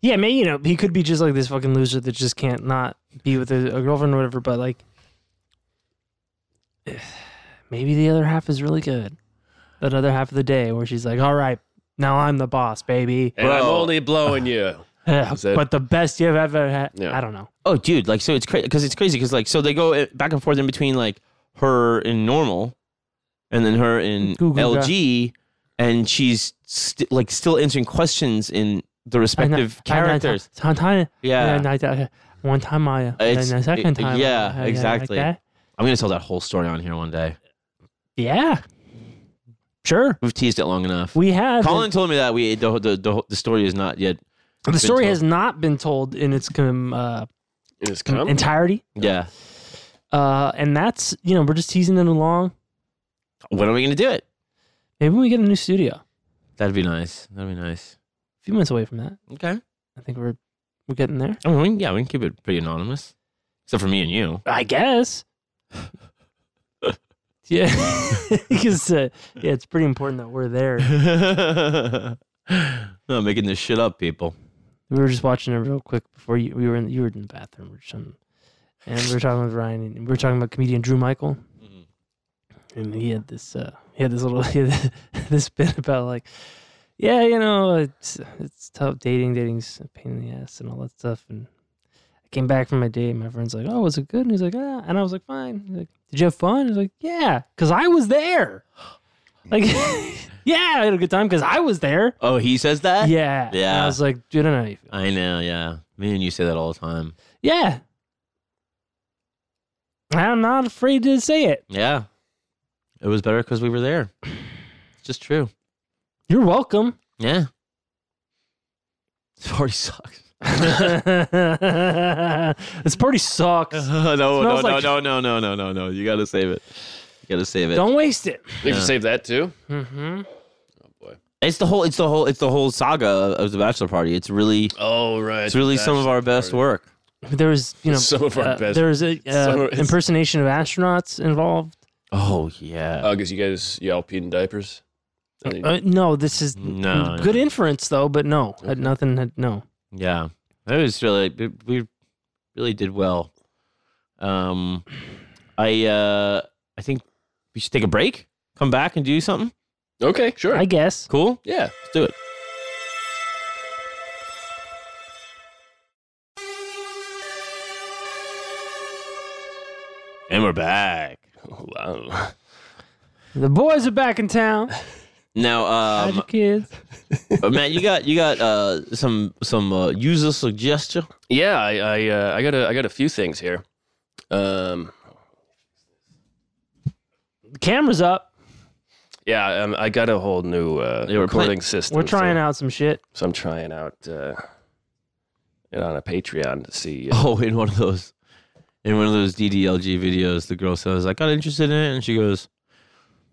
D: yeah, maybe you know he could be just like this fucking loser that just can't not be with a, a girlfriend or whatever. But like, (sighs) maybe the other half is really good. That other half of the day where she's like, "All right, now I'm the boss, baby."
E: And I'm
C: Bro.
E: only blowing you.
D: Yeah,
E: Is that-
D: but the best you've ever had.
E: Yeah.
D: I don't know.
C: Oh, dude, like, so it's crazy because it's crazy because like, so they go uh, back and forth in between like her in normal, and then her in
D: Goo goo
C: LG, and she's st- like still answering questions in the respective
D: I know- I know-
C: characters.
D: Some time-
C: Yeah.
D: and I- I- one time I, and
C: It's-
D: the second
C: it-
D: time. I-
C: yeah,
D: I- I like
C: exactly.
D: that.
C: I'm gonna tell that whole story on here one day.
D: yeah, sure.
C: We've teased it long enough.
D: We have
C: Colin told me that we the the, the, the story is not yet.
D: the story
C: told.
D: has not been told in its com, uh,
E: And it's come.
D: entirety,
C: Yeah.
D: uh, and that's you know we're just teasing it along.
C: When are we gonna do it?
D: Maybe when we get a new studio, a
C: That'd be nice. That'd be nice.
D: few minutes away from that.
C: Okay.
D: I think we're we're getting there.
C: I mean, we can- yeah, we can keep it pretty anonymous, except for me and you.
D: I guess. yeah, (laughs) because uh, yeah, it's pretty important that we're there.
C: (laughs) Not making this shit up, people.
D: we were just watching it real quick before you we were in you were in the bathroom or something, and we were talking with Ryan and we were talking about comedian Drew Michael, and he had this uh, he had this little (laughs) he had this bit about like, yeah, you know, it's it's tough dating, dating's a pain in the ass and all that stuff, and I came back from my date, and my friend's like, oh, was it good? And he's like, ah, and I was like, fine. He's like, did you have fun? He's like, yeah, because I was there, like, (laughs) yeah, I had a good time because I was there.
C: Oh, he says that.
D: Yeah. And
C: Yeah.
D: I was like, dude, I don't know. how you feel."
C: I know. Yeah, me and you say that all the time.
D: Yeah. I'm not afraid to say it.
C: Yeah, it was better because we were there. It's just true.
D: You're (laughs) welcome.
C: Yeah. This party (laughs) sucks.
D: this party sucks.
C: no, no,
D: Smells like-
C: no, no, no, no, no, no. You gotta save it. You gotta save it.
D: Don't waste it.
E: You can save that too.
D: Mm-hmm.
C: It's the whole. It's the whole. It's the whole saga of the bachelor party. It's really.
E: Oh right.
C: It's really
E: That's
C: some of our best
E: part
C: work.
D: There was, you know,
E: Some of our
D: uh,
E: best-
D: there was a
E: some
D: uh,
E: of-
D: impersonation of astronauts involved.
C: Oh
E: it.
C: yeah.
E: Oh, because you guys y'all peed in diapers. I mean,
D: Uh, no, this is
C: No,
D: good inference though, but no, had nothing. Had, no,
C: Yeah, it was really it- we really did well. Um, I uh, I think we should take a break, come back, and do something
E: okay, sure.
D: I guess.
C: cool.
E: yeah.
C: Let's do it. And we're back
E: Wow. (laughs)
D: The boys are back in town.
C: now.
D: How's
C: Um,
D: (laughs) your kids?
C: uh, Matt, you got you got uh some some uh, user suggestion.
E: Yeah, I I, uh, I got a I got a few things here. Um,
D: The camera's up.
E: yeah, um, I got a whole new uh,
C: Yeah, we're
E: recording
C: playing-
E: system.
D: We're trying
E: so,
D: out some shit.
E: so I'm trying out uh, it on a Patreon to see. Uh,
C: (laughs) Oh, in one of those, in in one of those DDLG videos, the girl says, I got interested in it. And she goes,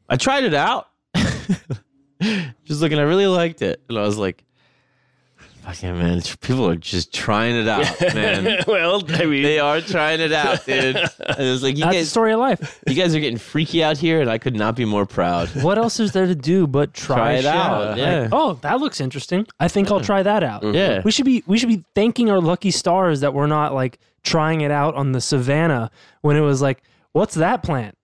C: I tried it out. (laughs) She's looking, I really liked it. And I was like, fucking man, people are just trying it out, man.
E: (laughs) well, I mean,
C: They are trying it out, dude. And it was like, you
D: That's the
C: guys,
D: story of life.
C: you guys are getting freaky out here, and I could not be more proud.
D: What else is there to do but try,
C: Try it
D: shit?
C: out,
D: Like,
C: yeah.
D: oh, that looks interesting. I think I'll try that out.
C: Yeah.
D: We should be we should be thanking our lucky stars that we're not like trying it out on the savannah when it was like, what's that plant?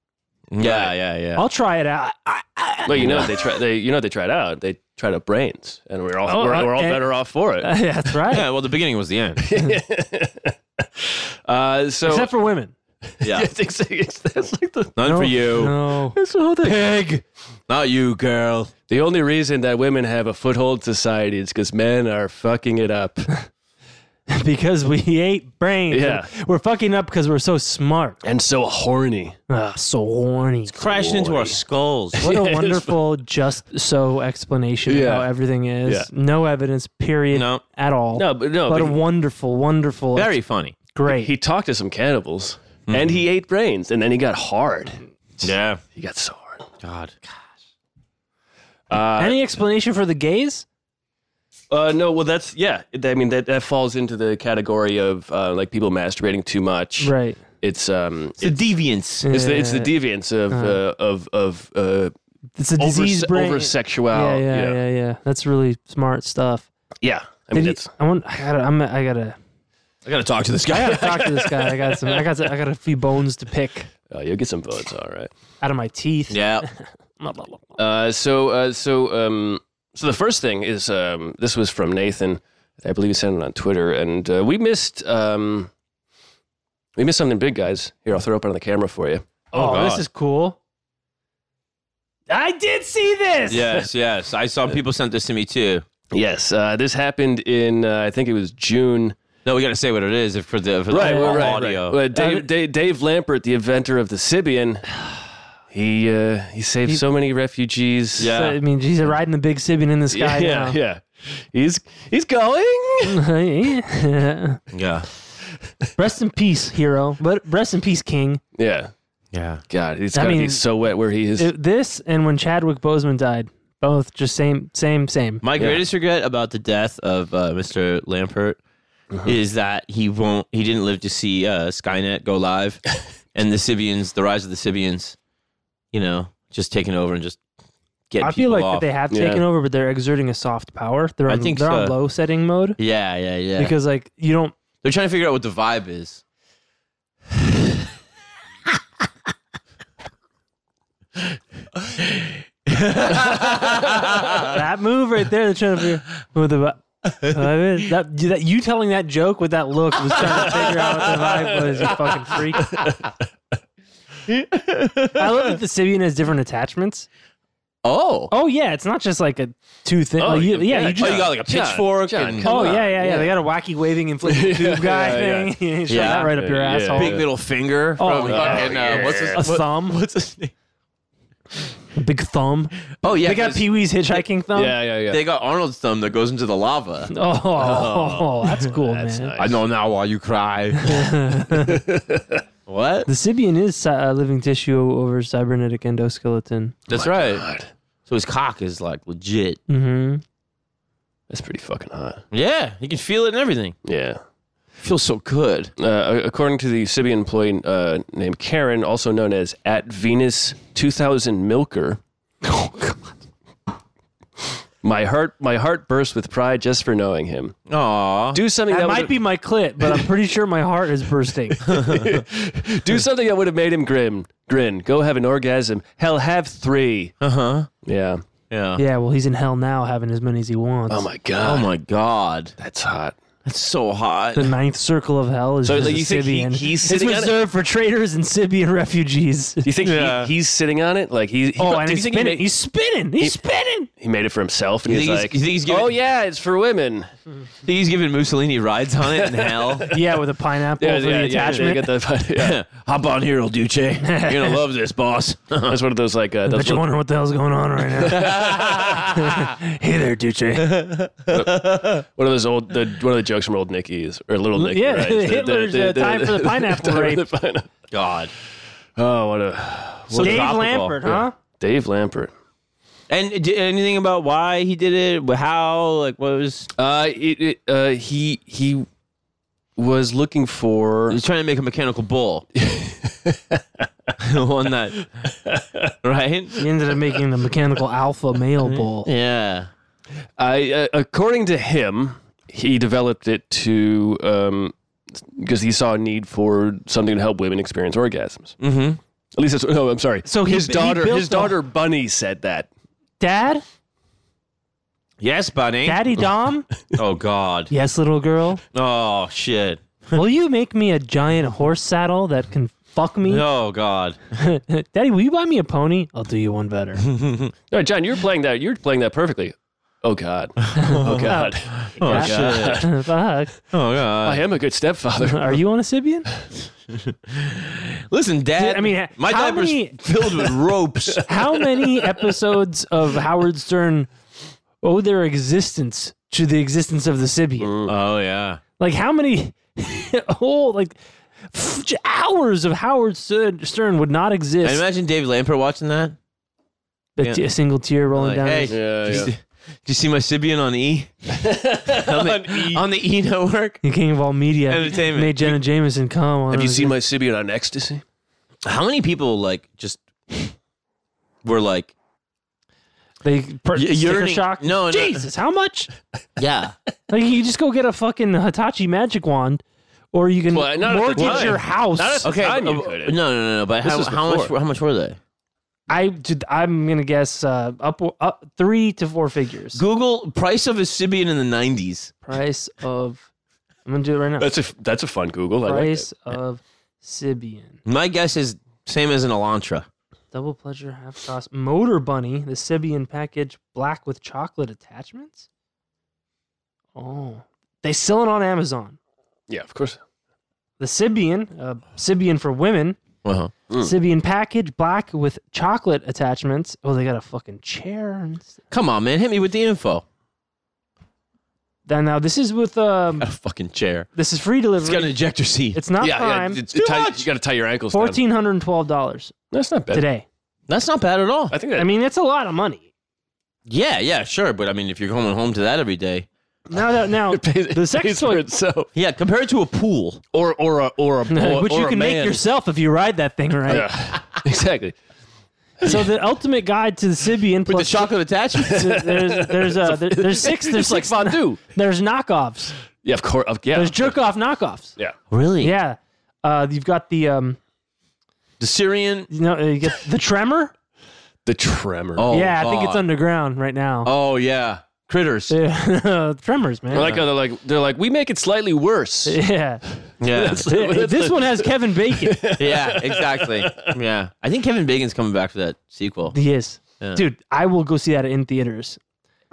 C: Yeah, yeah, yeah.
D: I'll try it out. I-
E: well, you know they try. They you know they tried out. They tried out brains, uh, and we're all
D: Oh,
E: we're, we're all
D: okay.
E: better off for
D: (laughs)
E: it. (laughs)
D: yeah, that's right.
C: Yeah, well, the beginning was the end.
E: Uh, so
D: Except
E: (laughs)
D: for women.
C: Yeah.
E: It's- it's- it's- that's like the,
C: None for you.
D: No.
E: that's the whole thing.
C: Not you, girl.
E: The only reason that women have a foothold in society is because men are fucking it up.
D: because we ate brains.
E: Yeah.
D: We're fucking up because we're so smart.
E: and so horny.
D: Ah, so horny.
C: Crashing into our skulls.
D: What a
E: Yeah, it's-
D: wonderful just so explanation
E: Yeah.
D: of how everything is.
E: Yeah.
D: No evidence, period,
C: No.
D: at all.
E: No, but no,
D: but,
E: Oh, but
D: a
E: he-
D: wonderful,
C: (laughs)
D: wonderful,
C: Very funny.
D: great.
E: He talked to some cannibals
C: Mm-hmm.
E: and he ate brains and then he got hard.
C: Yeah.
E: He got so hard.
C: God.
D: Any explanation for the gays?
E: Uh, no, well, that's, yeah. I mean, that, that falls into the category of uh, like people masturbating too much.
D: Right.
E: It's, um,
C: It's a deviance.
E: it's, the, it's the deviance of, uh, of, of, uh,
D: It's a disease Uh-huh.
E: over,
D: brain.
E: over
D: yeah, yeah,
E: sexual.
D: yeah, yeah, That's really smart stuff.
E: Yeah. I
D: Did
E: mean,
D: he-
E: it's,
D: I want. I gotta. I'm, I gotta.
C: I gotta talk to this
D: I
C: guy.
D: gotta talk to this guy. I got some. I got. Some, I got a few bones to pick
E: (laughs) oh, you'll get some votes. All right.
D: out of my teeth.
C: yeah.
D: Blah, blah, blah, blah.
E: Uh, so uh, so um, so the first thing is um, this was from Nathan. I believe he sent it on Twitter, and uh, we missed um, we missed something big, guys. Here, I'll throw it up on the camera for you.
D: Oh, this
C: God.
D: is cool. I did see this. (laughs)
C: Yes, yes. I saw people sent this to me too.
E: Yes, uh, this happened in uh, I think it was June.
C: No, we gotta say what it is if for the for the
E: well,
C: audio.
E: Well, Dave, Dave, Dave Lampert, the inventor of the Sibian, he uh, he saved so many refugees.
C: Yeah.
D: So, I mean, he's riding the big Sibian in the
E: yeah,
D: sky
E: yeah, yeah. He's he's going.
D: (laughs) now.
C: Yeah.
D: (laughs) rest in peace, hero. But rest in peace, King.
E: Yeah,
C: Yeah.
E: God, he's
D: I
E: gotta be
D: mean,
E: so wet where he is.
D: It- this and when Chadwick Boseman died, both just same, same, same.
C: My greatest regret about the death of uh, Mr. Lampert
D: Uh-huh.
C: is that he won't. He didn't live to see uh, Skynet go live,
D: (laughs)
C: and the Sibians, the rise of the Sibians, you know, just taking over and just getting.
D: I feel
C: people
D: like
C: off.
D: that they have
E: Yeah.
D: taken over, but they're exerting a soft power. They're
C: I
D: on,
C: think
D: they're on
C: so.
D: low setting mode
C: Yeah, yeah, yeah.
D: because like you
C: (laughs)
D: don't.
C: they're trying to figure out what the vibe is.
D: that move right there, they're trying to figure with the. vi-
C: (laughs)
D: Uh, that, that you telling that joke with that look was trying to figure out what the vibe was. You fucking freak.
C: (laughs)
D: I love that the Sibian has different attachments.
C: Oh,
D: Oh yeah, it's not just like a two thing. Oh, you, yeah, you
C: Oh,
D: just.
C: you got like a
E: John,
C: pitchfork
E: John,
C: and
E: come
D: Oh
E: on.
D: yeah, yeah, yeah. They got a wacky waving
E: (laughs)
D: inflatable tube guy
E: yeah, yeah.
D: thing. (laughs) Shove
C: Yeah.
D: that right up your
E: Yeah,
D: asshole.
C: big middle finger.
D: Oh,
C: from
D: yeah.
C: fucking, uh, what's his,
E: (laughs)
D: a thumb,
C: what's his name?
D: big thumb.
C: Oh yeah,
D: they got
C: 'cause
D: Pee Wee's hitchhiking thumb.
E: yeah, yeah, yeah.
C: they got Arnold's thumb that goes into the lava.
D: (laughs) Oh, that's cool, man.
E: Oh, nice.
C: (laughs) I know now why you cry. (laughs) what?
D: The Sibian is cy- uh, living tissue over cybernetic endoskeleton.
C: That's right. Oh So his cock is like legit.
D: Mm-hmm.
E: That's pretty fucking hot.
C: Yeah, you can feel it and everything.
E: Yeah.
C: feels so good.
E: Uh, according to the Sibian employee uh, named Karen, also known as at Venus 2000 Milker. My heart, my heart burst with pride just for knowing him.
C: Aw.
E: Do something that,
D: That might
E: would
D: be my clit, but I'm pretty sure my heart is
E: (laughs)
D: bursting.
E: do something that would have made him grin. Grin. Go have an orgasm. Hell, have three.
C: Uh huh.
E: Yeah.
C: Yeah.
D: yeah, well, he's in hell now, having as many as he wants.
E: Oh my
C: Oh
E: god.
C: my god,
E: That's hot.
C: that's so hot.
D: The ninth circle of hell is
E: So,
D: just
E: like,
D: a
E: you think he-
D: Sibian.
E: he's
D: it's
E: sitting on it?
D: reserved for traitors and Sibian
E: (laughs)
D: refugees.
E: Do you think
C: Yeah.
E: he, he's sitting on it? Like he? he
D: Oh,
E: do
D: and
E: you
D: he's
E: think he
D: spinning.
E: made-
D: he's spinning. He's spinning.
E: he made it for himself, and
C: You
E: he's
C: think he's-
E: like,
C: you think he's giving-
E: "Oh yeah, it's for women."
C: Think he's giving Mussolini rides on it in hell.
D: (laughs) Yeah, with a pineapple for the attachment.
E: they got the- yeah.
C: Hop on here, old Duce. You're gonna love this, boss.
E: (laughs) That's one of those like uh,
D: Bet
E: those
D: you're
E: little,
D: wondering what the hell's going on right (laughs) now. hey there, Duce.
E: one of those old the, one of the jokes from old Nicky's or little Nicky.
D: yeah,
E: right?
D: Hitler's, uh, time for the pineapple
E: time for
D: rape.
E: the pine-
C: (laughs) God.
E: Oh, what a
C: So
D: Dave
C: topical.
D: Lampert, huh?
E: Dave Lampert.
C: And d- anything about why he did it? wh- How? Like, what was?
E: Uh, it, it, uh, he he was looking for.
C: He was trying to make a mechanical (laughs) bull. One that, right?
D: He ended up making the mechanical alpha (laughs) male bull.
C: Yeah.
E: I uh, according to him, he developed it to um because he saw a need for something to help women experience orgasms.
C: Mm-hmm.
E: At least that's no. I'm sorry.
C: So he-
E: his
C: he
E: daughter,
C: built
E: his
C: the-
E: daughter Bunny said that.
D: Dad,
C: Yes, bunny.
D: Daddy (laughs) Dom,
C: Oh God.
D: yes, little girl,
C: Oh shit.
D: will you make me a giant horse saddle that can fuck me?
C: Oh God.
D: (laughs) Daddy, will you buy me a pony? I'll do you one (laughs) better.
E: No, John, you're playing that. You're playing that perfectly. Oh God. Oh God.
C: Oh
D: Yeah.
C: shit.
D: (laughs) Fuck.
C: Oh God.
E: I am a good stepfather.
D: Are you on a Sibian?
C: Listen, Dad.
D: I mean,
C: my
D: how
C: diaper's
D: many-
C: filled
D: (laughs)
C: with ropes.
D: How many episodes of Howard Stern owe their existence to the existence of the Sibian?
C: oh yeah.
D: Like how many (laughs) whole like f- hours of Howard Stern Stern would not
C: And
D: exist?
C: imagine Dave Lampert watching that.
D: a, t- a single tear rolling
C: Like,
D: down.
C: hey,
D: his-
E: Yeah,
C: do, you
E: yeah.
C: see, do you see my Sibian on (laughs) E? on, the, E. on the E network.
D: The king of all media
C: Entertainment.
D: made Jenna Jameson come on.
E: Have you
D: his-
E: seen my Sibian on ecstasy?
C: How many people like just were like
D: they per-
C: Y-
D: sticker
C: yearning-
D: shock?
C: No, no.
D: Jesus, how much?
C: yeah
D: Like you just go get a fucking Hitachi magic wand, or you can
E: Well, not at the
D: mortgage
E: time.
D: your house.
E: Not at the
C: okay
E: Time
C: but-
E: you
D: uh,
C: but-
E: couldn't.
C: no no no no but
E: This
C: how,
E: was
C: how much
E: before.
C: how much were they
D: I did- I'm gonna guess uh, up up three to four figures.
C: Google price of a Sibian in the 90s
D: Price of I'm gonna do it right now.
E: That's a that's a fun Google. I like it.
D: Price of Sibian.
C: my guess is same as an Elantra
D: Double pleasure, half cost. Motor Bunny, the Sibian package, black with chocolate attachments. Oh, they sell it on Amazon.
E: Yeah, of course.
D: The Sibian, uh, Sibian for women,
C: uh-huh.
E: Mm.
D: Sibian package, black with chocolate attachments. Oh, they got a fucking chair. And s-
C: come on man hit me with the info
D: then now this is with um,
E: (laughs)
C: a fucking chair
D: this is free
C: it's
D: delivery.
C: got an
D: It's,
C: ejector seat
D: not
E: yeah,
D: prime.
E: yeah. it- it tie- you got to tie your ankles. down.
D: Fourteen hundred and twelve dollars
E: That's not bad.
D: today.
C: that's not bad at all
E: I think that.
D: I
E: (laughs)
D: mean, it's a lot of money.
C: yeah yeah sure but I mean if you're going home to that every day
D: Now that now
E: (laughs) it pays,
D: the
E: it
D: sex
E: pays for
D: toy,
E: itself.
C: yeah compared to a pool
E: or or a
C: (laughs)
E: or a
D: (laughs)
E: or,
D: which
E: or
D: you
E: a
D: can make
E: man.
D: yourself if you ride that thing right.
E: Yeah, (laughs) exactly.
D: So the ultimate guide to the Sibian
C: with the
D: plus
C: chocolate attachments
D: (laughs) there's there's uh, there- there's
E: (laughs)
D: six there's
E: It's like
D: six
E: fondue.
D: there's knockoffs.
E: Yeah, of course. Of, yeah,
D: There's jerk off knockoffs.
E: yeah.
C: (laughs) really
D: Yeah. Uh, you've got the um
C: the Syrian
D: you know you get the
E: (laughs)
D: tremor.
E: The tremor.
C: oh
D: yeah, I think it's
C: God.
D: underground right now.
C: oh yeah critters
D: (laughs) Yeah. (laughs) tremors, man.
E: I like how they're like they're like we make it slightly worse.
D: (laughs)
E: (laughs)
D: yeah. (laughs)
C: yeah
D: Th- this one has Kevin Bacon.
C: yeah, exactly. Yeah, I think Kevin Bacon's coming back for that sequel.
D: he is.
C: Yeah.
D: Dude, I will go see that in theaters.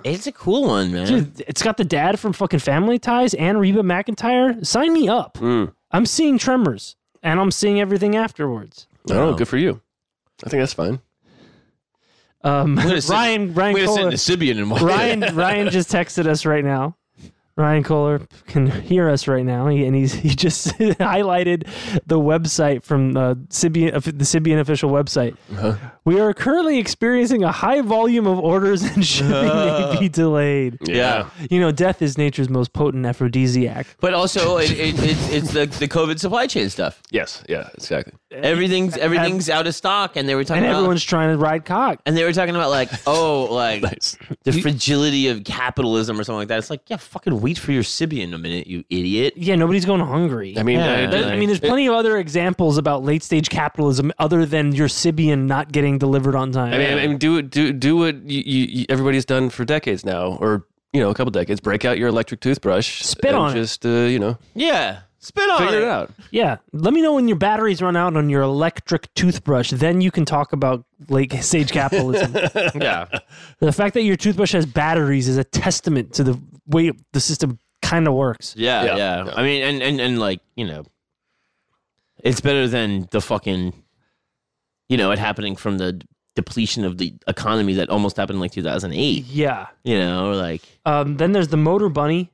C: It's a cool one, man.
D: Dude, it's got the dad from fucking Family Ties and Reba McIntyre. Sign me up. I'm seeing Tremors and I'm seeing everything afterwards.
E: Oh, good for you. I think that's fine.
D: Um,
C: gonna sit-
D: Ryan Ryan
C: Way to
D: Kohler,
C: send Sibian and watch
D: Ryan Ryan just texted us right now. Ryan Kohler can hear us right now, he- and he's he just (laughs) highlighted the website from uh, Sibian, of- the Sibian official website. We are currently experiencing a high volume of orders, and shipping may be delayed.
C: Yeah.
D: You know, death is nature's most potent aphrodisiac.
C: But also, it, it, it's it's the, the COVID supply chain stuff.
E: Yes. Yeah. Exactly.
C: (laughs) Everything's everything's out of stock, and they were talking
D: And
C: about
D: everyone's trying to ride cock.
C: and they were talking about like oh like
E: Nice.
C: the fragility of capitalism or something like that. It's like yeah, fucking wait for your Sibian a minute, you idiot.
D: Yeah, nobody's going hungry.
E: I mean,
C: Yeah.
E: I-
D: There- I mean, there's plenty of other examples about late stage capitalism other than your Sibian not getting delivered on time.
E: I mean, I mean, do it- do do what you, you, you, everybody's done for decades now, or you know, a couple decades. Break out your electric toothbrush.
D: Spit
E: and
D: on it.
E: Just uh, you know,
C: Yeah, spit on
E: figure it out.
D: yeah, let me know when your batteries run out on your electric toothbrush. Then you can talk about late stage
E: (laughs)
D: capitalism.
C: Yeah,
D: the fact that your toothbrush has batteries is a testament to the way the system kind of works.
C: Yeah, yeah.
E: Yeah.
C: I mean, and, and and like you know, it's better than the fucking, you know, it happening from the depletion of the economy that almost happened in like 2008.
D: Yeah.
C: You know, or like
D: Um, then there's the motor bunny.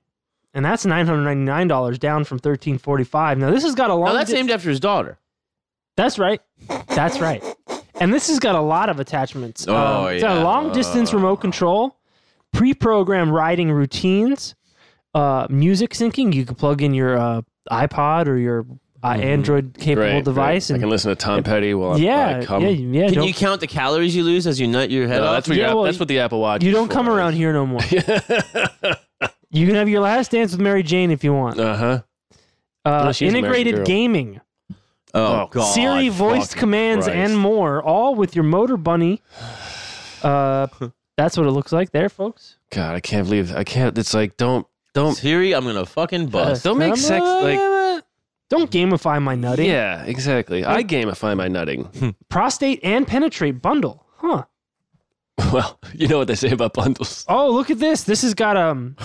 D: and that's nine hundred ninety nine dollars down from thirteen forty five. Now this has got a long.
H: Now that's
D: di-
H: named after his daughter.
D: That's right. That's right. And this has got a lot of attachments. Um,
H: Oh,
D: it's
H: yeah.
D: a long distance remote control, pre programmed riding routines, uh, music syncing. You can plug in your uh, iPod or your uh, Android capable
E: Right,
D: device.
E: right. Mm-hmm. I can listen to Tom Petty while
D: And,
E: I,
D: yeah,
E: I come.
D: yeah, yeah.
C: Can
D: don't-
C: you count the calories you lose as you nut your head
E: No,
C: off?
E: that's what your
D: Yeah,
E: app-
D: well,
E: that's
D: you-
E: what the Apple Watch.
D: you
E: is
D: don't
E: for.
D: come
E: (laughs)
D: around here no more. you can have your last dance with Mary Jane if you want.
E: Uh huh.
D: Uh,
E: no, she's an American
D: integrated
E: girl.
D: gaming,
C: oh, God.
D: Siri voiced
E: fucking
D: commands
E: Christ.
D: and more, all with your motor bunny.
E: (sighs)
D: Uh, that's what it looks like there, folks.
E: God, I can't believe I can't. It's like don't don't
C: Siri, I'm gonna fucking bust.
E: don't make sex like.
D: Don't gamify my nutting.
E: Yeah, exactly. I gamify
C: (laughs)
E: my nutting.
D: Prostate and penetrate bundle. Huh.
E: well, you know what they say about bundles.
D: Oh, look at this. This has got um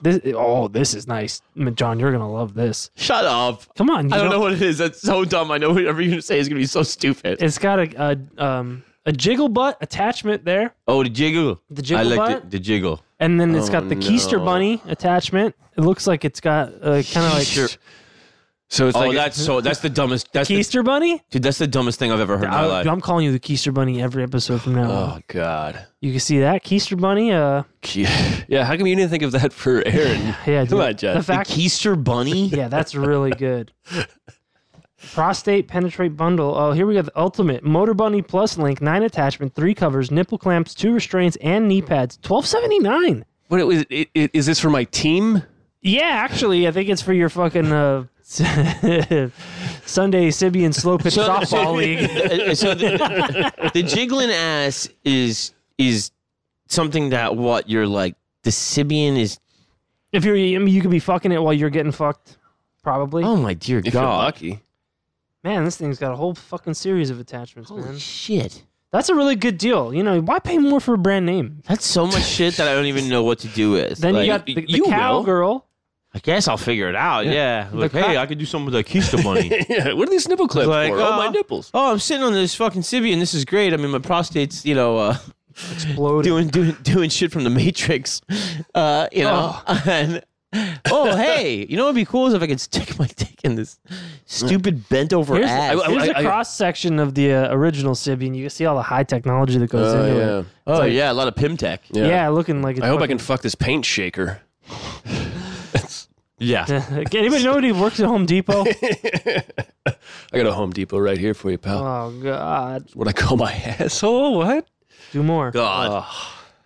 D: this oh, this is nice. I mean, John, you're gonna love this.
H: Shut up.
D: Come on. you
H: I don't know what it is. That's so dumb. I know whatever you're gonna say is gonna be so stupid.
D: It's got a, a um a jiggle butt attachment there.
C: Oh, the jiggle.
D: The jiggle
C: I like
D: butt.
C: The, the jiggle.
D: And then it's got
E: Oh,
D: the keister
E: no.
D: bunny attachment. It looks like it's got uh, kind of like
E: So it's
C: oh,
E: like
C: that's so. That's the dumbest. That's the,
D: keister bunny.
C: dude, that's the dumbest thing I've e-, ever heard in my
D: I,
C: life.
D: am calling you the keister bunny every episode from now. on.
E: oh god.
D: You can see that keister bunny. Uh,
E: (laughs) Yeah, how come you didn't think of
C: (laughs)
E: that for Aaron?
D: yeah.
E: Come
D: dude.
E: on, John.
D: The fact
C: Keister bunny.
D: (laughs) yeah, that's really good. Prostate penetrate bundle. Oh, here we got the ultimate motor bunny plus link nine attachment, three covers, nipple clamps, two restraints, and knee pads. Twelve seventy nine.
E: What it was? It, it, is this for my team?
D: Yeah, actually, I think it's for your fucking uh, (laughs) Sunday Sibian slow pitch softball league.
C: (laughs) Uh, so the, the jiggling ass is is something that what you're like. The Sibian is.
D: If you're, I mean, you could be fucking it while you're getting fucked. Probably.
C: Oh my dear
E: If you're
C: God.
E: lucky.
D: Man, this thing's got a whole fucking series of attachments, man.
C: shit.
D: That's a really good deal. You know, why pay more for a brand name?
C: That's so much shit that I don't even know what to do with.
D: Then
C: Like,
D: you got the, the
C: you will.
D: cowgirl.
C: I guess I'll figure it out. Yeah. Like,
D: cra-
C: hey, I could do something with the Keister
E: (laughs)
C: bunny.
E: (laughs) yeah. What are these nipple clips
C: Like,
E: for? oh, my
C: uh,
E: nipples.
C: oh, I'm sitting on this fucking Sibian. This is great. I mean, my prostate's, you know, uh,
D: Exploded.
C: doing doing doing shit from the Matrix, uh, you know. (laughs) And, oh hey, you know what'd be cool is if I could stick my dick in this stupid bent over
D: Here's,
C: ass.
E: I-
D: here's
E: I-
D: a
E: I-
D: cross section of the uh, original Sibian. You can see all the high technology that goes
E: Oh,
D: into
E: yeah.
D: it.
C: oh yeah, a lot of Pimtech.
E: Yeah.
D: Yeah. looking like it's
E: I hope I can fuck this paint shaker.
C: Yeah,
D: fucking- (laughs) Anybody know anybody who works at Home
E: (laughs)
D: Depot?
E: I got a Home Depot right here for you, pal.
D: oh God,
E: what I call my (laughs) asshole? What?
D: do more.
C: God.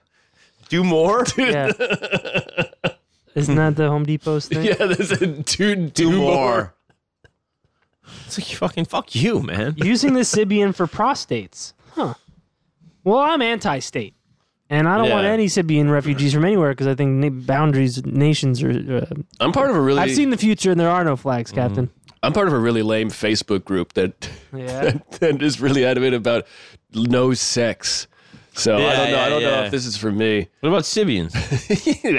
C: (laughs) Do more.
E: (laughs)
D: Yeah. Isn't that the Home Depot's thing?
E: Yeah, that's a dude.
C: Do more. It's like fucking fuck you, man.
D: Using the Sibian for prostates. Huh. Well, I'm anti-state, and I don't want
E: Yeah.
D: any Sibian refugees from anywhere because I think na- boundaries, nations are. Uh,
E: I'm part of a really.
D: I've seen the future, and there are no flags, Captain.
E: I'm part of a really lame Facebook group that
D: Yeah.
E: that, (laughs) that is really adamant about no sex. So I
C: Yeah,
E: don't know. I
C: yeah,
E: don't know
C: yeah.
E: if this is for me. (laughs)
C: What about (laughs) Sibians?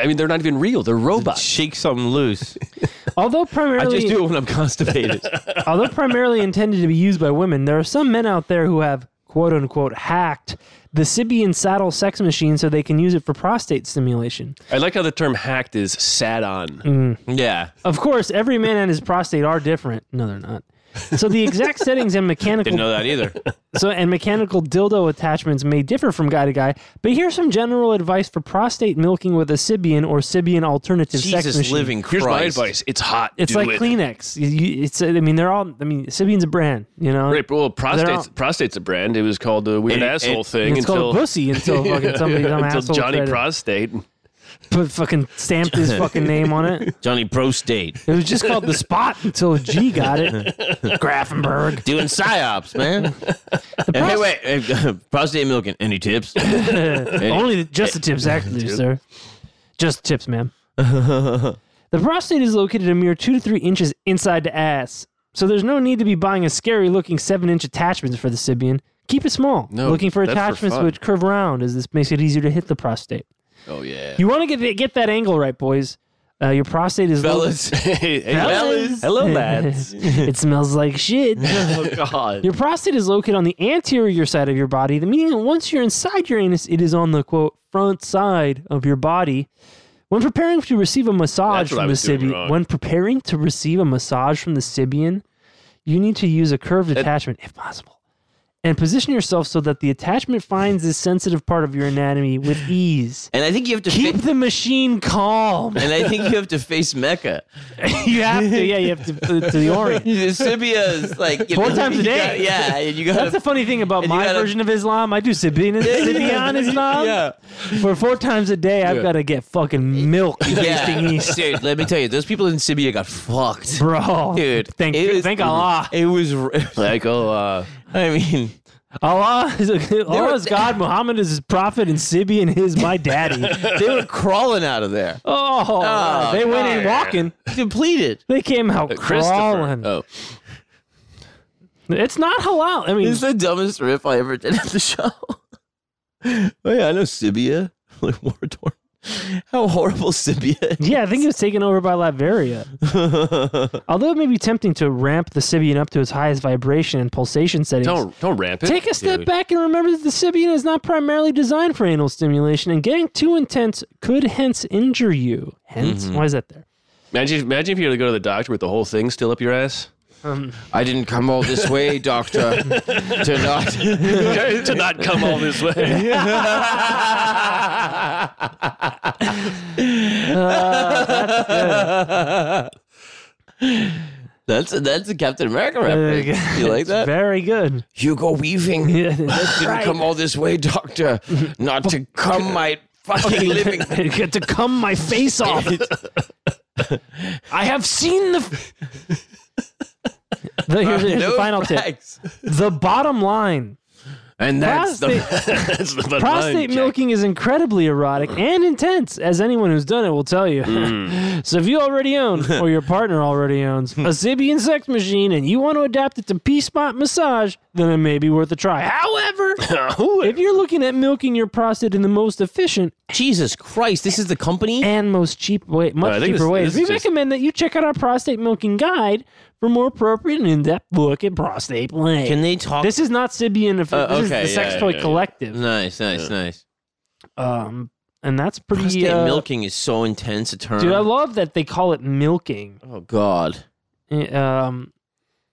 E: I mean, they're not even real. They're robots.
C: Shake something loose.
D: Although
C: I
D: primarily,
C: just do it when I'm (laughs) constipated.
D: Although primarily intended to be used by women, there are some men out there who have quote unquote hacked the Sibian saddle sex machine so they can use it for prostate stimulation.
E: I like how the term hacked is sat on.
D: Mm.
C: yeah.
D: Of course, every man and his prostate are different. No, they're not. So the exact settings and
C: Didn't know
D: mechanical
C: that either.
D: so and mechanical dildo attachments may differ from guy to guy, but here's some general advice for prostate milking with a Sibian or Sibian alternative sex
C: Jesus
D: machine.
C: living
E: Here's
C: Christ.
E: my advice. It's hot.
D: It's
E: Do
D: like
E: it.
D: Kleenex. You- you- it's I mean they're all I mean Sibian's a brand, you know.
E: Right, well, prostate's
D: all-
E: prostate's a brand. It was called the weird
C: It-
E: asshole
C: it-
E: thing
D: And it's
E: until
D: called a pussy until
E: (laughs)
D: fucking somebody dumb
E: until
D: asshole
E: Johnny
D: tried to-
E: Prostate.
D: put fucking stamped his fucking name on it.
C: Johnny Prostate.
D: It was just called the spot until G got it.
E: (laughs)
D: Grafenberg.
C: doing psyops, (laughs) man. And hey, wait, hey, (laughs) prostate milking. Any (laughs) tips?
D: (laughs) Only the, just the tips, actually, sir. Just the tips,
E: (laughs)
D: ma'am. the prostate is located a mere two to three inches inside the ass, so there's no need to be buying a scary-looking seven-inch attachments for the Sibian. Keep it small.
E: No,
D: Looking for
E: that's for
D: attachments
E: fun.
D: which curve round, as this makes it easier to hit the prostate.
E: Oh yeah.
D: You want to get the- get that angle right, boys. Uh, your prostate is low-
C: (laughs) Fellas.
E: Hey, hey,
C: Fellas.
D: (laughs)
E: Hello,
C: (laughs)
E: lads.
D: it smells like
E: (laughs)
D: shit.
C: oh God.
D: Your prostate is located on the anterior side of your body, the meaning that once you're inside your anus, it is on the quote front side of your body, When preparing to receive a massage
E: That's what I
D: from the
E: was doing
D: Sibian,
E: wrong.
D: when preparing to receive a massage from the Sibian, you need to use a curved attachment if possible, and position yourself so that the attachment finds this sensitive part of your anatomy with
E: (laughs)
D: ease.
C: And I think you have to
D: Keep
C: fa-
D: the machine
E: (laughs)
D: calm.
C: and I think you have to face Mecca.
D: you have to, yeah, you have to to the orient.
C: Sibia is like
D: Four times a
C: you
D: day.
C: got- yeah, and you got
D: That's the funny thing about
C: and you
D: my
C: gotta-
D: version of Islam. I do
E: (laughs)
D: Sibian, Sibian Islam.
C: Yeah.
D: For four times a day, I've
E: Yeah.
D: got to get fucking milk facing
C: Yeah,
D: east,
C: dude. Let me tell you, those people in Sibia got fucked,
D: bro.
C: dude.
D: thank
C: it was-
D: thank Allah.
C: It was. (laughs) Like, oh, I mean,
D: Allah is, Allah is
C: were-
D: God. Muhammad is his prophet, and Sibian is my daddy.
C: they were crawling out of there,
D: oh, they went in walking.
C: depleted.
D: They came out
E: Christopher.
D: crawling.
E: Oh,
D: It's not halal. I mean,
C: It's the dumbest riff I ever did at the show. (laughs) oh yeah, I know Sibia, (laughs) like war torn. How horrible Sibia!
D: yeah, I think it was taken over by Latveria.
C: is.
D: Although it may be tempting to ramp the Sibian up to its highest vibration and pulsation settings.
E: don't don't ramp it.
D: Take a step back and remember that the Sibian is not primarily designed for anal stimulation, and getting too intense could hence injure you. Hence,
C: Mm-hmm.
D: why is that there?
E: Imagine imagine if you were to go to the doctor with the whole thing still up your ass.
C: I didn't come all this way, (laughs) doctor, to not.
E: (laughs) to not come all
D: (laughs)
E: this way.
C: That's that's a Captain America reference. you like that? (laughs)
D: Very good.
C: Hugo Weaving
D: Yeah, that's
C: didn't
D: right.
C: come all this way, Doctor, not to come my fucking (laughs) living.
D: (laughs) Get to come my
C: (laughs)
D: face off. I have seen the.
C: (laughs)
D: The- here's here's the
C: No
D: final tip.
C: facts.
D: The bottom line.
C: And that's the
D: Prostate-
E: (laughs) That's the bottom line,
D: prostate
E: Jack.
D: milking is incredibly erotic and intense, as anyone who's done it will tell you. (laughs)
E: Mm.
D: so if you already own, or your partner already owns, a Zibian sex machine and you want to adapt it to P-spot massage, then it may be worth a try.
E: (laughs)
D: However, if you're looking at milking your prostate in the most efficient
C: Jesus Christ. This is the company.
D: and most cheap way,
E: I
D: much
E: think
D: cheaper
E: this-
D: ways,
E: this
D: we
E: is just-
D: recommend that you check out our prostate milking guide for more appropriate and in-depth look at prostate play.
C: Can they talk?
D: this is not Sibian. This
C: Uh,
D: is the
C: okay, yeah,
D: Sex
E: yeah,
D: Toy
E: yeah.
D: Collective.
C: nice, nice, nice.
D: Um, and that's pretty.
C: Prostate
D: uh,
C: milking is so intense a term.
D: Dude, I love that they call it milking.
C: oh God.
D: Eh, Um,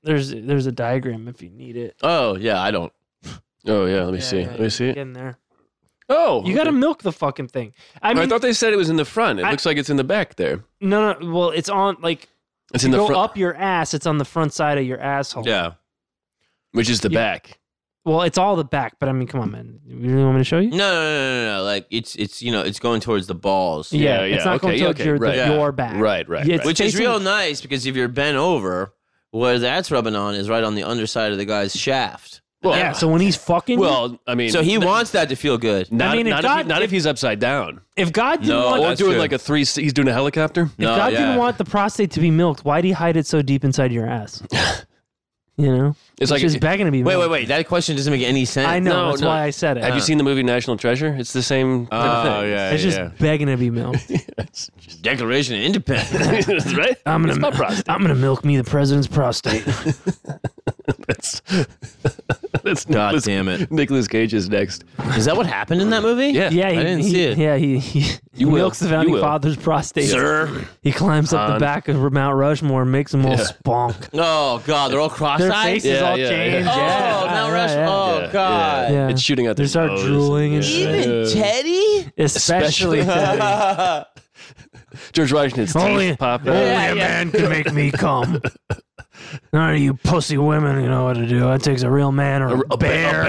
D: there's there's a diagram if you need it.
C: Oh yeah, I don't.
E: Oh yeah, let me see.
D: Yeah,
E: Let me see.
D: Get in there.
E: Oh,
D: You got to milk the fucking thing. I
E: I,
D: mean,
E: thought they said it was in the front. It
D: I-
E: looks like it's in the back there.
D: no, no. Well, it's on like
E: It's
D: you
E: in the
D: go
E: front,
D: up your ass. It's on the front side of your asshole.
C: Yeah.
E: which is the
D: Yeah.
E: back.
D: Well, it's all the back. But I mean, come on, man. You really want me to show you?
C: No, no, no, no, no. Like it's it's you know it's going towards the balls,
E: Yeah,
D: It's
E: yeah,
D: not going
E: okay,
D: to
E: okay,
D: your, the-
E: right.
C: Yeah.
D: your back.
E: Right, right,
D: Yeah,
E: right.
C: which is
D: facing-
C: real nice because if you're bent over, where that's rubbing on is right on the underside of the guy's shaft.
E: Well,
D: Yeah. So when he's fucking, well,
E: well, I mean,
C: So he wants that to feel good.
E: Not,
D: I mean, if
E: not, if,
D: God-
E: he- not if
D: if-
E: he's upside down
D: if God didn't
C: No,
D: want,
E: or
C: that's
E: doing
C: true.
E: like a three. He's doing a helicopter.
D: if
C: No,
D: God
C: yeah.
D: didn't want the prostate to be milked, why'd he hide it so deep inside your
E: (laughs)
D: ass? you know,
E: It's like-
D: just back to be.
C: Wait,
D: milked.
C: wait, wait. That question doesn't make any sense.
D: I know.
E: No,
D: that's
E: no.
D: why I said it.
E: Have you seen the movie National Treasure? It's the same.
D: Oh,
E: Type of thing.
D: it's just begging to be
E: (laughs)
D: milked.
C: Declaration of Independence.
D: (laughs)
E: That's (laughs) right.
D: I'm gonna, (laughs)
E: it's my prostate.
D: I'm gonna milk me the president's
E: (laughs)
D: prostate.
E: That's (laughs) that's
C: God
E: Nicolas,
C: damn it.
E: Nicolas Cage is next.
C: Is that what happened in that movie?
E: Yeah.
D: yeah, he,
C: I didn't
D: he-
C: see it.
D: Yeah, he, he, he
E: will.
D: milks the
E: You
D: founding
E: will.
D: father's prostate.
E: Sir,
D: He climbs up
E: Han.
D: the back of Mount Rushmore and makes them all spunk.
C: Oh God, they're all
D: Their
C: cross-eyed.
D: faces
E: Yeah,
D: all
E: yeah,
D: change.
E: yeah.
D: Yeah.
C: Oh, Mount
D: yeah,
C: Rushmore.
D: yeah.
C: Oh
E: Yeah,
C: God.
D: Yeah.
E: it's shooting out.
D: They
E: their
D: start
E: nose.
D: drooling and shit.
C: Even
E: Yeah.
C: Teddy.
E: (laughs)
D: Especially, Teddy.
E: George Washington's
D: Only,
E: teeth pop out.
D: only a man can make me come. (laughs) None of you pussy women you know what to do. That takes a real man or a, bear.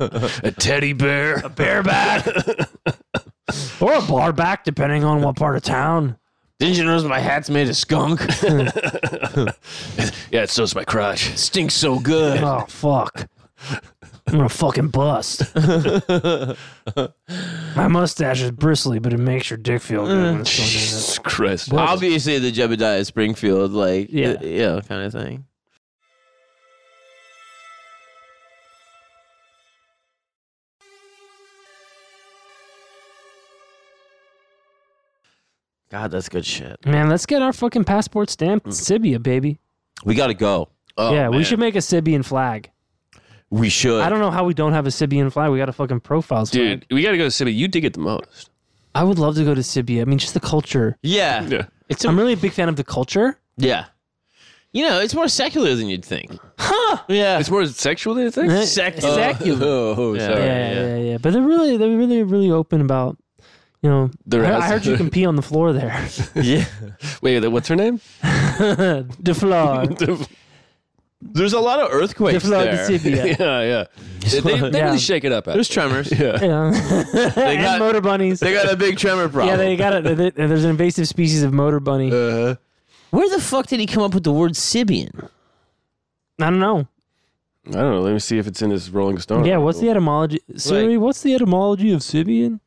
E: A teddy bear. A
D: bareback or a barback, depending on what part of town.
C: Didn't you notice my hat's made of skunk? (laughs)
E: Yeah, it so's my crotch.
C: Stinks so good.
D: Oh fuck! I'm gonna fucking bust. (laughs) My mustache is bristly, but it makes your dick feel good. When it's done in it.
E: Jesus Christ.
C: Obviously, the Jebediah Springfield, like,
D: Yeah.
C: yeah, yeah kind of thing. God, that's good shit.
D: Man, let's get our fucking passport stamped, Sibia, baby.
C: We got to go.
E: Oh,
D: yeah, we
E: man.
D: should make a Sibian flag.
C: We should.
D: I don't know how we don't have a Sibian flag. We got a fucking profiles
E: Dude,
D: flag.
E: we got to go to Sibby. You dig it the most.
D: I would love to go to Sibia. I mean, just the culture.
C: Yeah.
E: Yeah.
C: It's
D: I'm
C: a,
D: really a big fan of the culture.
C: yeah. You know, it's more secular than you'd think. Huh? Yeah. Uh,
E: It's more sexual than you think.
D: Eh,
C: secular. (laughs)
D: secular.
E: Oh, oh,
C: Yeah.
E: sorry.
D: yeah,
C: yeah.
D: yeah, yeah. But they're really, they're really, really open about, you know.
E: There
D: I, I
E: has-
D: heard you can pee on the floor there.
C: yeah.
E: Wait, the- what's her name?
D: the floor,
C: There's a lot of
D: the
C: earthquakes
D: floor of
C: there.
E: (laughs) yeah,
D: Sibia. (laughs)
E: yeah. They, they, they
D: Yeah.
E: really shake it up. Out
H: There's tremors.
E: there. yeah.
D: Yeah. and
C: got-
D: motor bunnies.
H: They got a big tremor problem.
D: yeah, they got it. They- they- There's an invasive species of motor bunny.
E: Uh,
C: Where the fuck did he come up with the word Sibian?
D: I don't know.
E: I don't know. Let me see if it's in this Rolling Stone.
D: Yeah, what's the etymology? Siri, what's the etymology of Sibian?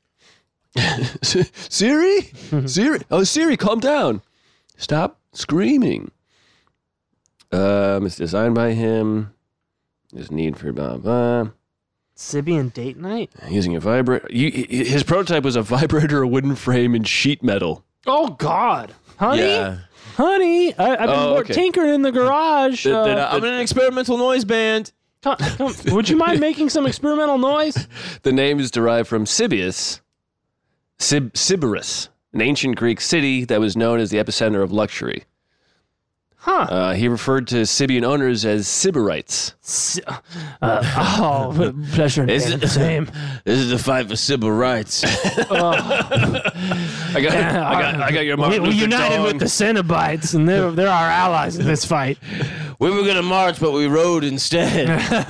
E: the (laughs)
D: (laughs)
E: Siri? Siri? Oh, Siri, calm down. Stop screaming. Um, it's designed by him. There's need for blah blah.
D: Sibian date night?
E: Using a vibrator. His prototype was a (laughs) vibrator, a wooden frame, and sheet metal.
D: Oh God, honey, honey, I, I've been
E: Oh,
D: wor-
E: okay.
D: tinkering in the garage.
E: They're- they're
D: Uh,
E: not-
C: I'm in an experimental noise band.
D: come- come- would you mind making some experimental noise?
E: The name is derived from Sibius, Sib- Sybaris, an ancient Greek city that was known as the epicenter of luxury.
D: Huh?
E: Uh, he referred to Sibian owners as Sybarites.
D: S- Uh, (laughs) oh, but pleasure and
C: Is
D: pain
C: it-
D: the same.
C: This is the fight for civil rights.
E: I
D: (laughs)
E: got, I got, I got your
D: We,
E: Martin
D: we
E: Luther
D: united with
E: Dong.
D: the Cenobites, and they're they're our allies in this fight.
C: we were gonna march, but we rode instead.
D: (laughs)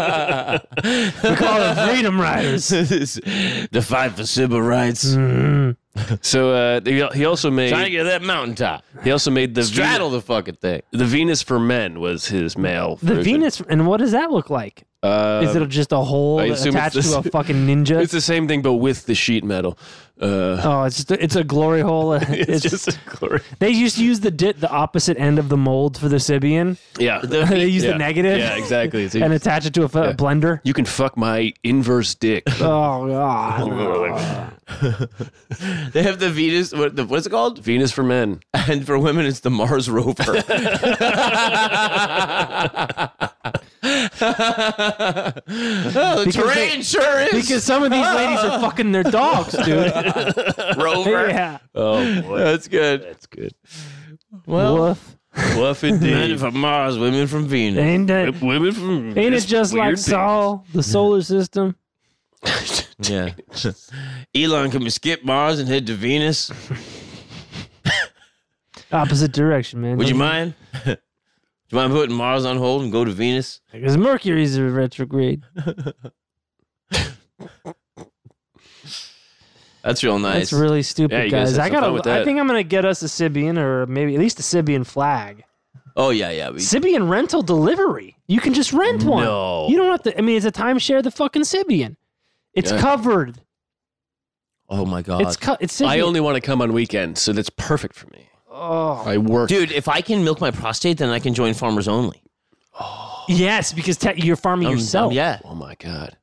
D: We call
E: (laughs)
D: them Freedom Riders.
C: the fight for civil rights.
D: Mm.
E: So uh, they- he also
C: Trying to
E: made
C: get to that mountaintop.
E: he also made the
C: Straddle the fucking thing.
E: Venus, the Venus for men was his male.
D: The
E: version.
D: Venus, and what does that look like?
E: Uh,
D: Is it just a hole
E: I assume
D: attached
E: it's
D: to a
E: this-
D: fucking ninja?
E: (laughs) it's the same thing, but with the sheet metal. Uh,
D: oh, it's just, it's a glory
E: (laughs)
D: hole. Uh,
E: it's,
D: It's,
E: just a glory.
D: (laughs) they used to use the di- the opposite end of the mold for the Sibian.
E: Yeah,
D: (laughs) they use the negative.
E: Yeah, exactly. It's-
D: (laughs) and attach it to a, f- a blender.
E: you can fuck my inverse
D: (laughs)
E: dick.
D: Oh
E: (laughs)
D: god.
C: They have the Venus. What, the, what's it called? (laughs)
E: Venus for men.
C: And for women, it's the Mars rover. (laughs) oh, the
D: Because they-
C: terrain sure is
D: Because some of these ladies are fucking their dogs,
E: (laughs)
D: dude.
C: rover.
D: (laughs) yeah.
E: Oh boy,
C: That's good.
E: that's good.
D: Woof.
E: Bluff
C: Men
E: indeed.
C: from Mars, women from
D: (laughs)
C: Venus.
D: Ain't it,
E: Women from
D: ain't it just like
E: weird
D: Saul, the solar system?
C: Yeah. Elon, can we skip Mars and head to Venus?
D: Opposite direction, man.
C: Would you mind? (laughs) Do you mind putting Mars on hold and go to Venus?
D: Because Mercury's a retrograde.
C: That's real nice.
D: That's really
E: Yeah,
D: stupid,
E: you guys
D: guys.
E: had
D: I
E: some fun
D: gotta.
E: with
D: I
E: that.
D: think I'm gonna get us a Sibian, or maybe at least a Sibian flag.
C: oh yeah, yeah. We,
D: Sibian rental delivery. You can just rent one.
E: No.
D: You don't have to. I mean, it's a timeshare. The fucking Sibian. It's
E: Yeah. Uh,
D: covered.
C: oh my god.
D: It's co- it's. Sibian.
E: I only want to come on weekends, so that's perfect for me.
D: Oh.
E: I work.
C: Dude, if I can milk my prostate, then I can join Farmers Only.
D: Yes, because te- you're farming
C: Um,
D: yourself.
C: um, yeah.
E: Oh my god,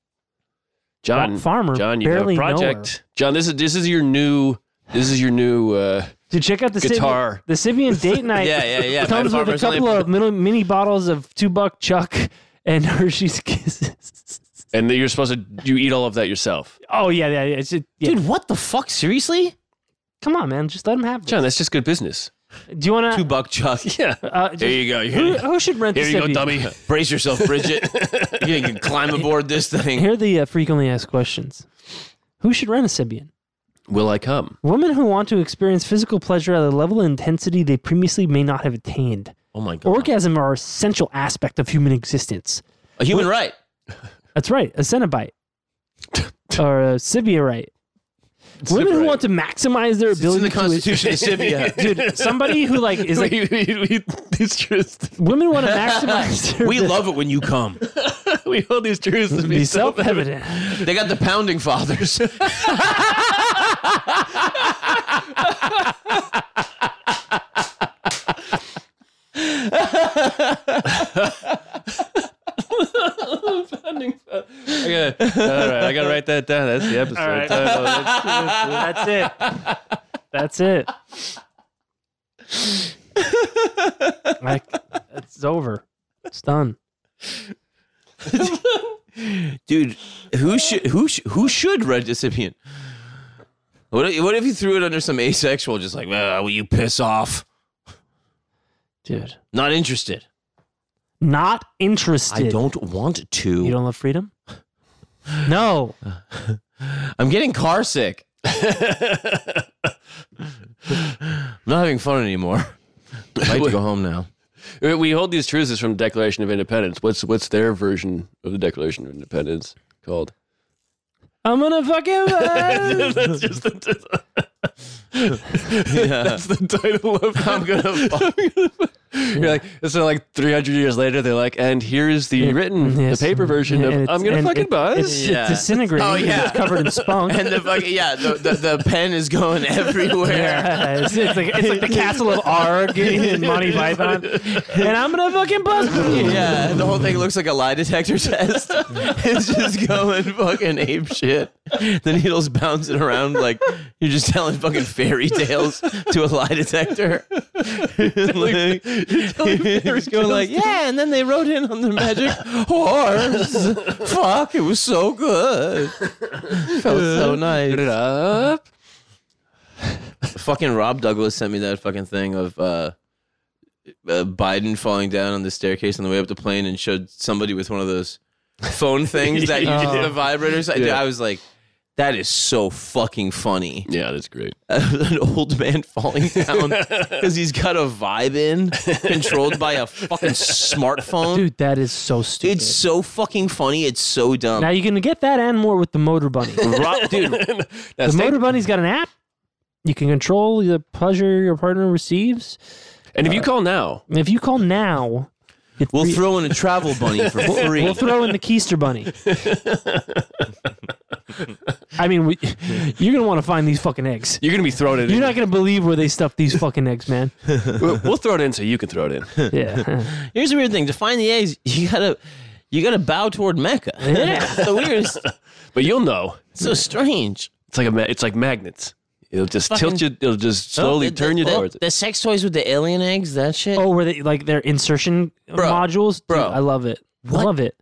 E: John
D: farmer,
E: John, you have
D: barely
E: a
D: know her.
E: project. John, this is this is your new this is your new uh,
D: Dude, check out the Sibian-
E: Guitar.
C: (laughs)
D: the Sibian date night.
C: Yeah, yeah, yeah.
D: Comes
C: By
D: with a
C: Farmers Only.
D: couple of little mini bottles of two buck Chuck and (laughs) Hershey's Kisses.
E: and that you're supposed to you eat all of that yourself.
D: Oh yeah, yeah, yeah. It's just, yeah.
C: Dude, what the fuck? Seriously?
D: come on, man, just let him have.
E: John, that's just good business.
D: it. Do you want
C: Two
D: to?
C: buck chuck.
E: (laughs) Yeah,
D: Uh,
C: There
D: just-
C: you
E: (laughs)
C: go. You're
D: who,
C: gonna-
D: who should rent
E: here
D: the
E: you go,
D: Sibian?
E: dummy.
C: brace yourself, Bridget. you can climb
E: (laughs)
C: aboard this thing.
D: Here are the uh, frequently asked questions. Who should rent a Sibian?
E: Will I come?
D: Women who want to experience physical pleasure at a level of intensity they previously may not have attained.
C: Oh my god.
D: Orgasm are essential aspect of human existence.
C: a human right.
D: That's right,
C: (laughs)
D: a Cenobite or a Sybiorite. Women who want to maximize their
C: It's in
D: ability
C: the
D: (laughs)
C: Constitution of (laughs) Sibia.
D: to dude, somebody who like is
C: (laughs)
D: like
E: we, we, we, these truths,
D: women want to maximize their
C: We love it when you come.
E: we hold these truths
C: (laughs)
E: to
D: be
E: be so
D: self-evident.
C: They got the pounding fathers. (laughs)
E: I gotta, all right, I gotta write that down. That's the episode. title. That's-
D: That's it. That's it. Like it's over. It's done.
C: Dude, who should who sh- who should rent a Sibian? What if, what if you threw it under some asexual, just like, "Ah, will you piss off?
D: dude.
C: Not interested.
D: Not interested.
I: I don't want to.
D: You don't love freedom? No.
C: I'm getting car (laughs) sick. I'm not having fun (laughs) anymore. I'd like to go home now.
E: We Uh, we hold these truths from Declaration of Independence. What's what's their version of the Declaration of Independence called?
D: I'm gonna
C: (laughs)
D: fucking.
E: that's just the
C: Yeah.
E: that's the title of
C: I'm
E: (laughs)
C: gonna fuck.
E: You're like so like 300 years later they're like and here's the written
D: Mm-hmm. Yes.
E: the paper version
D: And
E: of
D: it's-
E: I'm gonna
D: and
E: fucking
D: it- It's,
E: buzz.
D: it's
C: Yeah.
D: disintegrating.
C: Oh, yeah.
D: It's covered in spunk.
C: (laughs)
D: (laughs)
C: And the fucking yeah, the, the, the pen is (laughs) going everywhere.
D: Yeah, it's, it's like, it's like the castle of
C: (laughs)
D: Arg in Monty Python. And I'm gonna fucking bust (laughs)
E: (laughs)
D: you.
C: Yeah, the whole thing looks like a lie detector (laughs) test. it's just going fucking ape shit. The needle's bouncing around like you're just telling fucking fairy tales to a lie detector. like, (laughs) it's going like, yeah, and then they wrote in on the magic horse. Fuck, it was so good. Felt so nice.
E: Put it up.
C: fucking Rob Douglas sent me that fucking thing of uh, uh, Biden falling down on the staircase on the way up the plane and showed somebody with one of those
D: (laughs)
C: phone things that you
D: Yeah.
C: the vibrators. I, dude, I was like, that is so fucking funny. (laughs)
E: Yeah, that's great.
C: An old man falling
D: (laughs)
C: down because he's got a vibe in controlled by a fucking smartphone.
D: Dude, that is so stupid.
C: it's so fucking funny. It's so dumb.
D: now you're gonna get that and more with the Motor
C: (laughs)
D: Bunny.
E: (laughs)
C: Rob, dude,
D: the Motor Bunny's got an app. You can control the pleasure your partner receives.
E: And if you call now,
D: And if you call now, it's
C: we'll
D: free-
C: throw in a travel bunny
D: (laughs)
C: for free.
D: We'll throw in the Keister
C: (laughs)
D: Bunny. I mean, we, (laughs) you're gonna want to find these fucking eggs.
E: you're gonna be thrown it
D: You're
E: in.
D: not gonna believe where they stuff these fucking eggs, man.
E: We'll we'll throw it in so you can throw it in.
D: Yeah,
C: Here's the weird thing: to find the eggs, you gotta you gotta bow toward Mecca.
D: Yeah. (laughs)
C: so weird. It's
E: But you'll know.
C: so strange.
E: It's like a ma- it's like magnets. It'll just tilt you. It'll just slowly
C: Oh, the-
E: turn you
C: the,
E: towards
C: the,
E: it.
C: the sex toys with the alien eggs. That shit.
D: Oh, where they like their insertion modules? Dude,
C: bro.
D: I love it. I
C: What?
D: love it.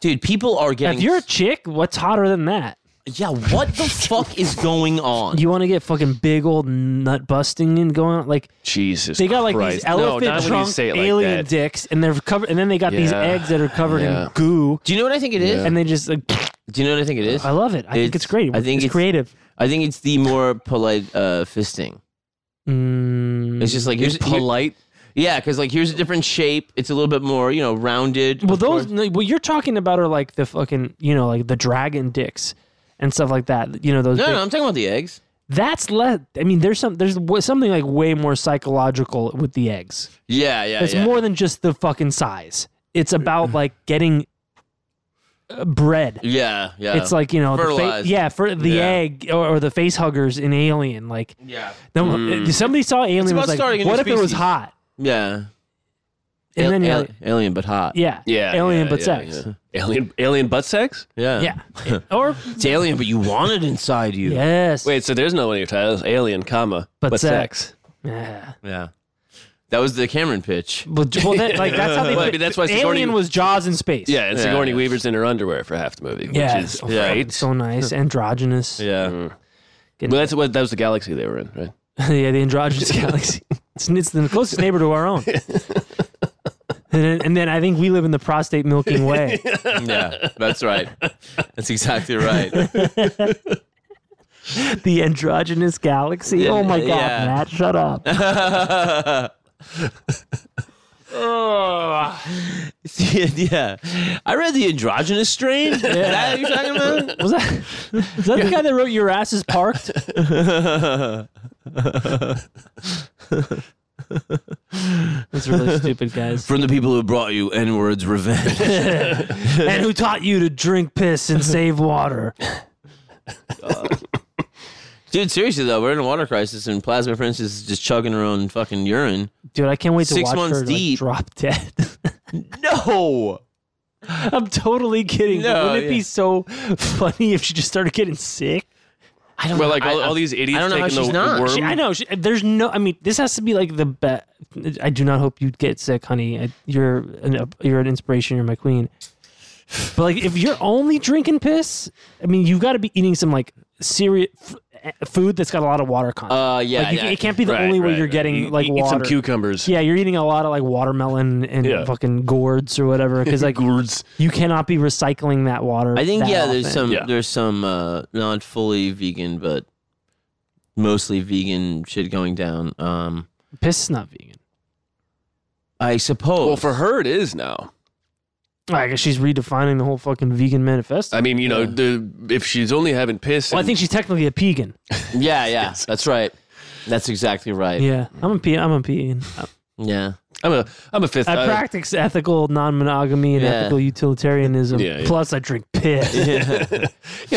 C: dude, people are getting.
D: If you're a chick, what's hotter than that?
C: yeah, what
D: (laughs)
C: the fuck is going on?
D: You want to get fucking big old nut busting and going on? Like
E: Jesus,
D: they got like
E: Christ.
D: these
E: No,
D: elephant
E: not when you
D: trunk
E: say it like
D: alien
E: that.
D: dicks, and they're covered, and then they got these
E: Yeah.
D: eggs that are covered
E: Yeah.
D: in goo,
C: Do you know what I think it is?
D: and they just like
C: Do you know what I think it is?
D: I love it. I think
C: It's-
D: it's great.
C: I think
D: it's,
C: it's-
D: creative.
C: I think it's the more polite uh, fisting.
D: Mm,
C: It's just like here's polite. yeah, because like here's a different shape. It's a little bit more you know rounded.
D: well,
C: of
D: those
C: course.
D: no, what you're talking about are like the fucking you know like the dragon dicks and stuff like that. You know those.
C: No,
D: big-
C: no, I'm talking about the eggs.
D: That's less. I mean, there's some there's wa- something like way more psychological with the eggs.
C: Yeah, yeah,
D: It's
C: Uh, yeah.
D: more than just the fucking size.
C: (clears throat)
D: It's about like getting uh, bread.
C: Yeah, yeah.
D: It's like you know, the fa-
C: Fertilized.
D: yeah, for the
C: Yeah.
D: egg or, or the face huggers in Alien. Like,
C: yeah,
D: no, uh, somebody saw Alien
C: Mm. about
D: was like,
C: starting a new
D: what if it was
C: species."
D: hot?
C: yeah.
D: And
C: Al-
D: then you're
C: al-
D: like,
C: alien but hot.
D: yeah,
E: Yeah,
D: Alien
E: yeah,
D: but
E: yeah,
D: sex.
E: yeah. Alien, alien butt sex.
C: Yeah.
D: Yeah. or
C: (laughs) It's alien, but you want it inside you.
D: yes.
E: Wait, so there's no one of your titles. Alien, comma,
D: But
E: but,
D: sex.
E: sex.
D: Yeah.
C: Yeah. That was the Cameron pitch.
D: Well, j- well that, like that's
E: (laughs)
D: how they.
E: Well, I
D: put-
E: mean, that's why
D: Alien
E: Sigourney-
D: was Jaws in space.
E: Yeah, and Sigourney
C: yeah.
E: Weaver's in her underwear for half the movie, which
D: Yeah.
E: is
D: Oh,
C: yeah.
D: fucking So nice, androgynous.
C: Yeah.
E: Well, that's what that was the galaxy they were in, right?
D: (laughs) yeah, the
E: (laughs)
D: androgynous galaxy. It's, it's the closest neighbor to our own. and, then, and then I think we live in the prostate milking
E: (laughs)
D: way.
C: Yeah. That's right. (laughs) That's exactly right.
D: the androgynous galaxy. oh my god,
C: yeah.
D: Matt, shut up.
C: (laughs)
D: (laughs)
E: (laughs)
D: Oh,
C: yeah. I read the androgynous (laughs) strain. Is that what you're talking about?
D: Was that is that the guy that wrote Your Ass
C: (laughs)
D: is Parked? That's really stupid,
C: (laughs)
D: guys.
C: From the people who brought you N words revenge.
D: and who taught you to drink piss and save water?
C: (laughs) Dude, seriously though, we're in a water crisis and Plasma Princess is just chugging her own fucking urine.
D: Dude, I can't wait to
C: Six
D: watch
C: months
D: her like,
C: deep.
D: drop dead. (laughs)
C: No.
D: I'm totally kidding. but
C: No,
D: Wouldn't it be
C: yeah.
D: so funny if she just started getting sick?
C: I don't
E: Well,
C: know.
E: like all,
C: I-
E: all these idiots
C: I don't know how
E: taking
C: she's
E: the,
C: not.
E: the worm.
D: She, I know. She, there's no. I mean, this has to be like the best. I do not hope you get sick, honey. I, you're an you're an inspiration. You're my queen. But like, if you're only drinking piss, I mean, you got to be eating some like serious. eh, food that's got a lot of water content.
C: Uh, yeah,
D: Like, you-
C: yeah.
D: it can't be the
E: Right,
D: only way
E: right,
D: you're
E: right.
D: getting
E: You-
D: like
E: you Eat
D: water.
E: some cucumbers.
D: Yeah, you're eating a lot of like watermelon and
E: Yeah.
D: fucking gourds or whatever because
E: (laughs)
D: like
E: Gourds.
D: you cannot be recycling that water.
C: I think
D: that
C: yeah, there's
D: often.
C: some
E: Yeah.
C: there's some uh, not fully vegan, but mostly vegan shit going down. Um,
D: piss is not vegan.
C: I suppose.
E: Well, for her it is now.
D: I guess she's redefining the whole fucking vegan manifesto.
E: I mean, you know, the if she's only having piss.
D: well, I
E: and-
D: think she's technically a pegan.
C: yeah, yeah, that's right. That's exactly right. Yeah,
D: Yeah, I'm a pe- I'm a E pegan.
E: I'm a I'm a fifth. uh,
D: I
E: I-
D: practice ethical non-monogamy and
C: Yeah.
D: ethical utilitarianism.
E: Yeah, yeah.
D: Plus, I drink
C: (laughs)
D: piss.
E: yeah,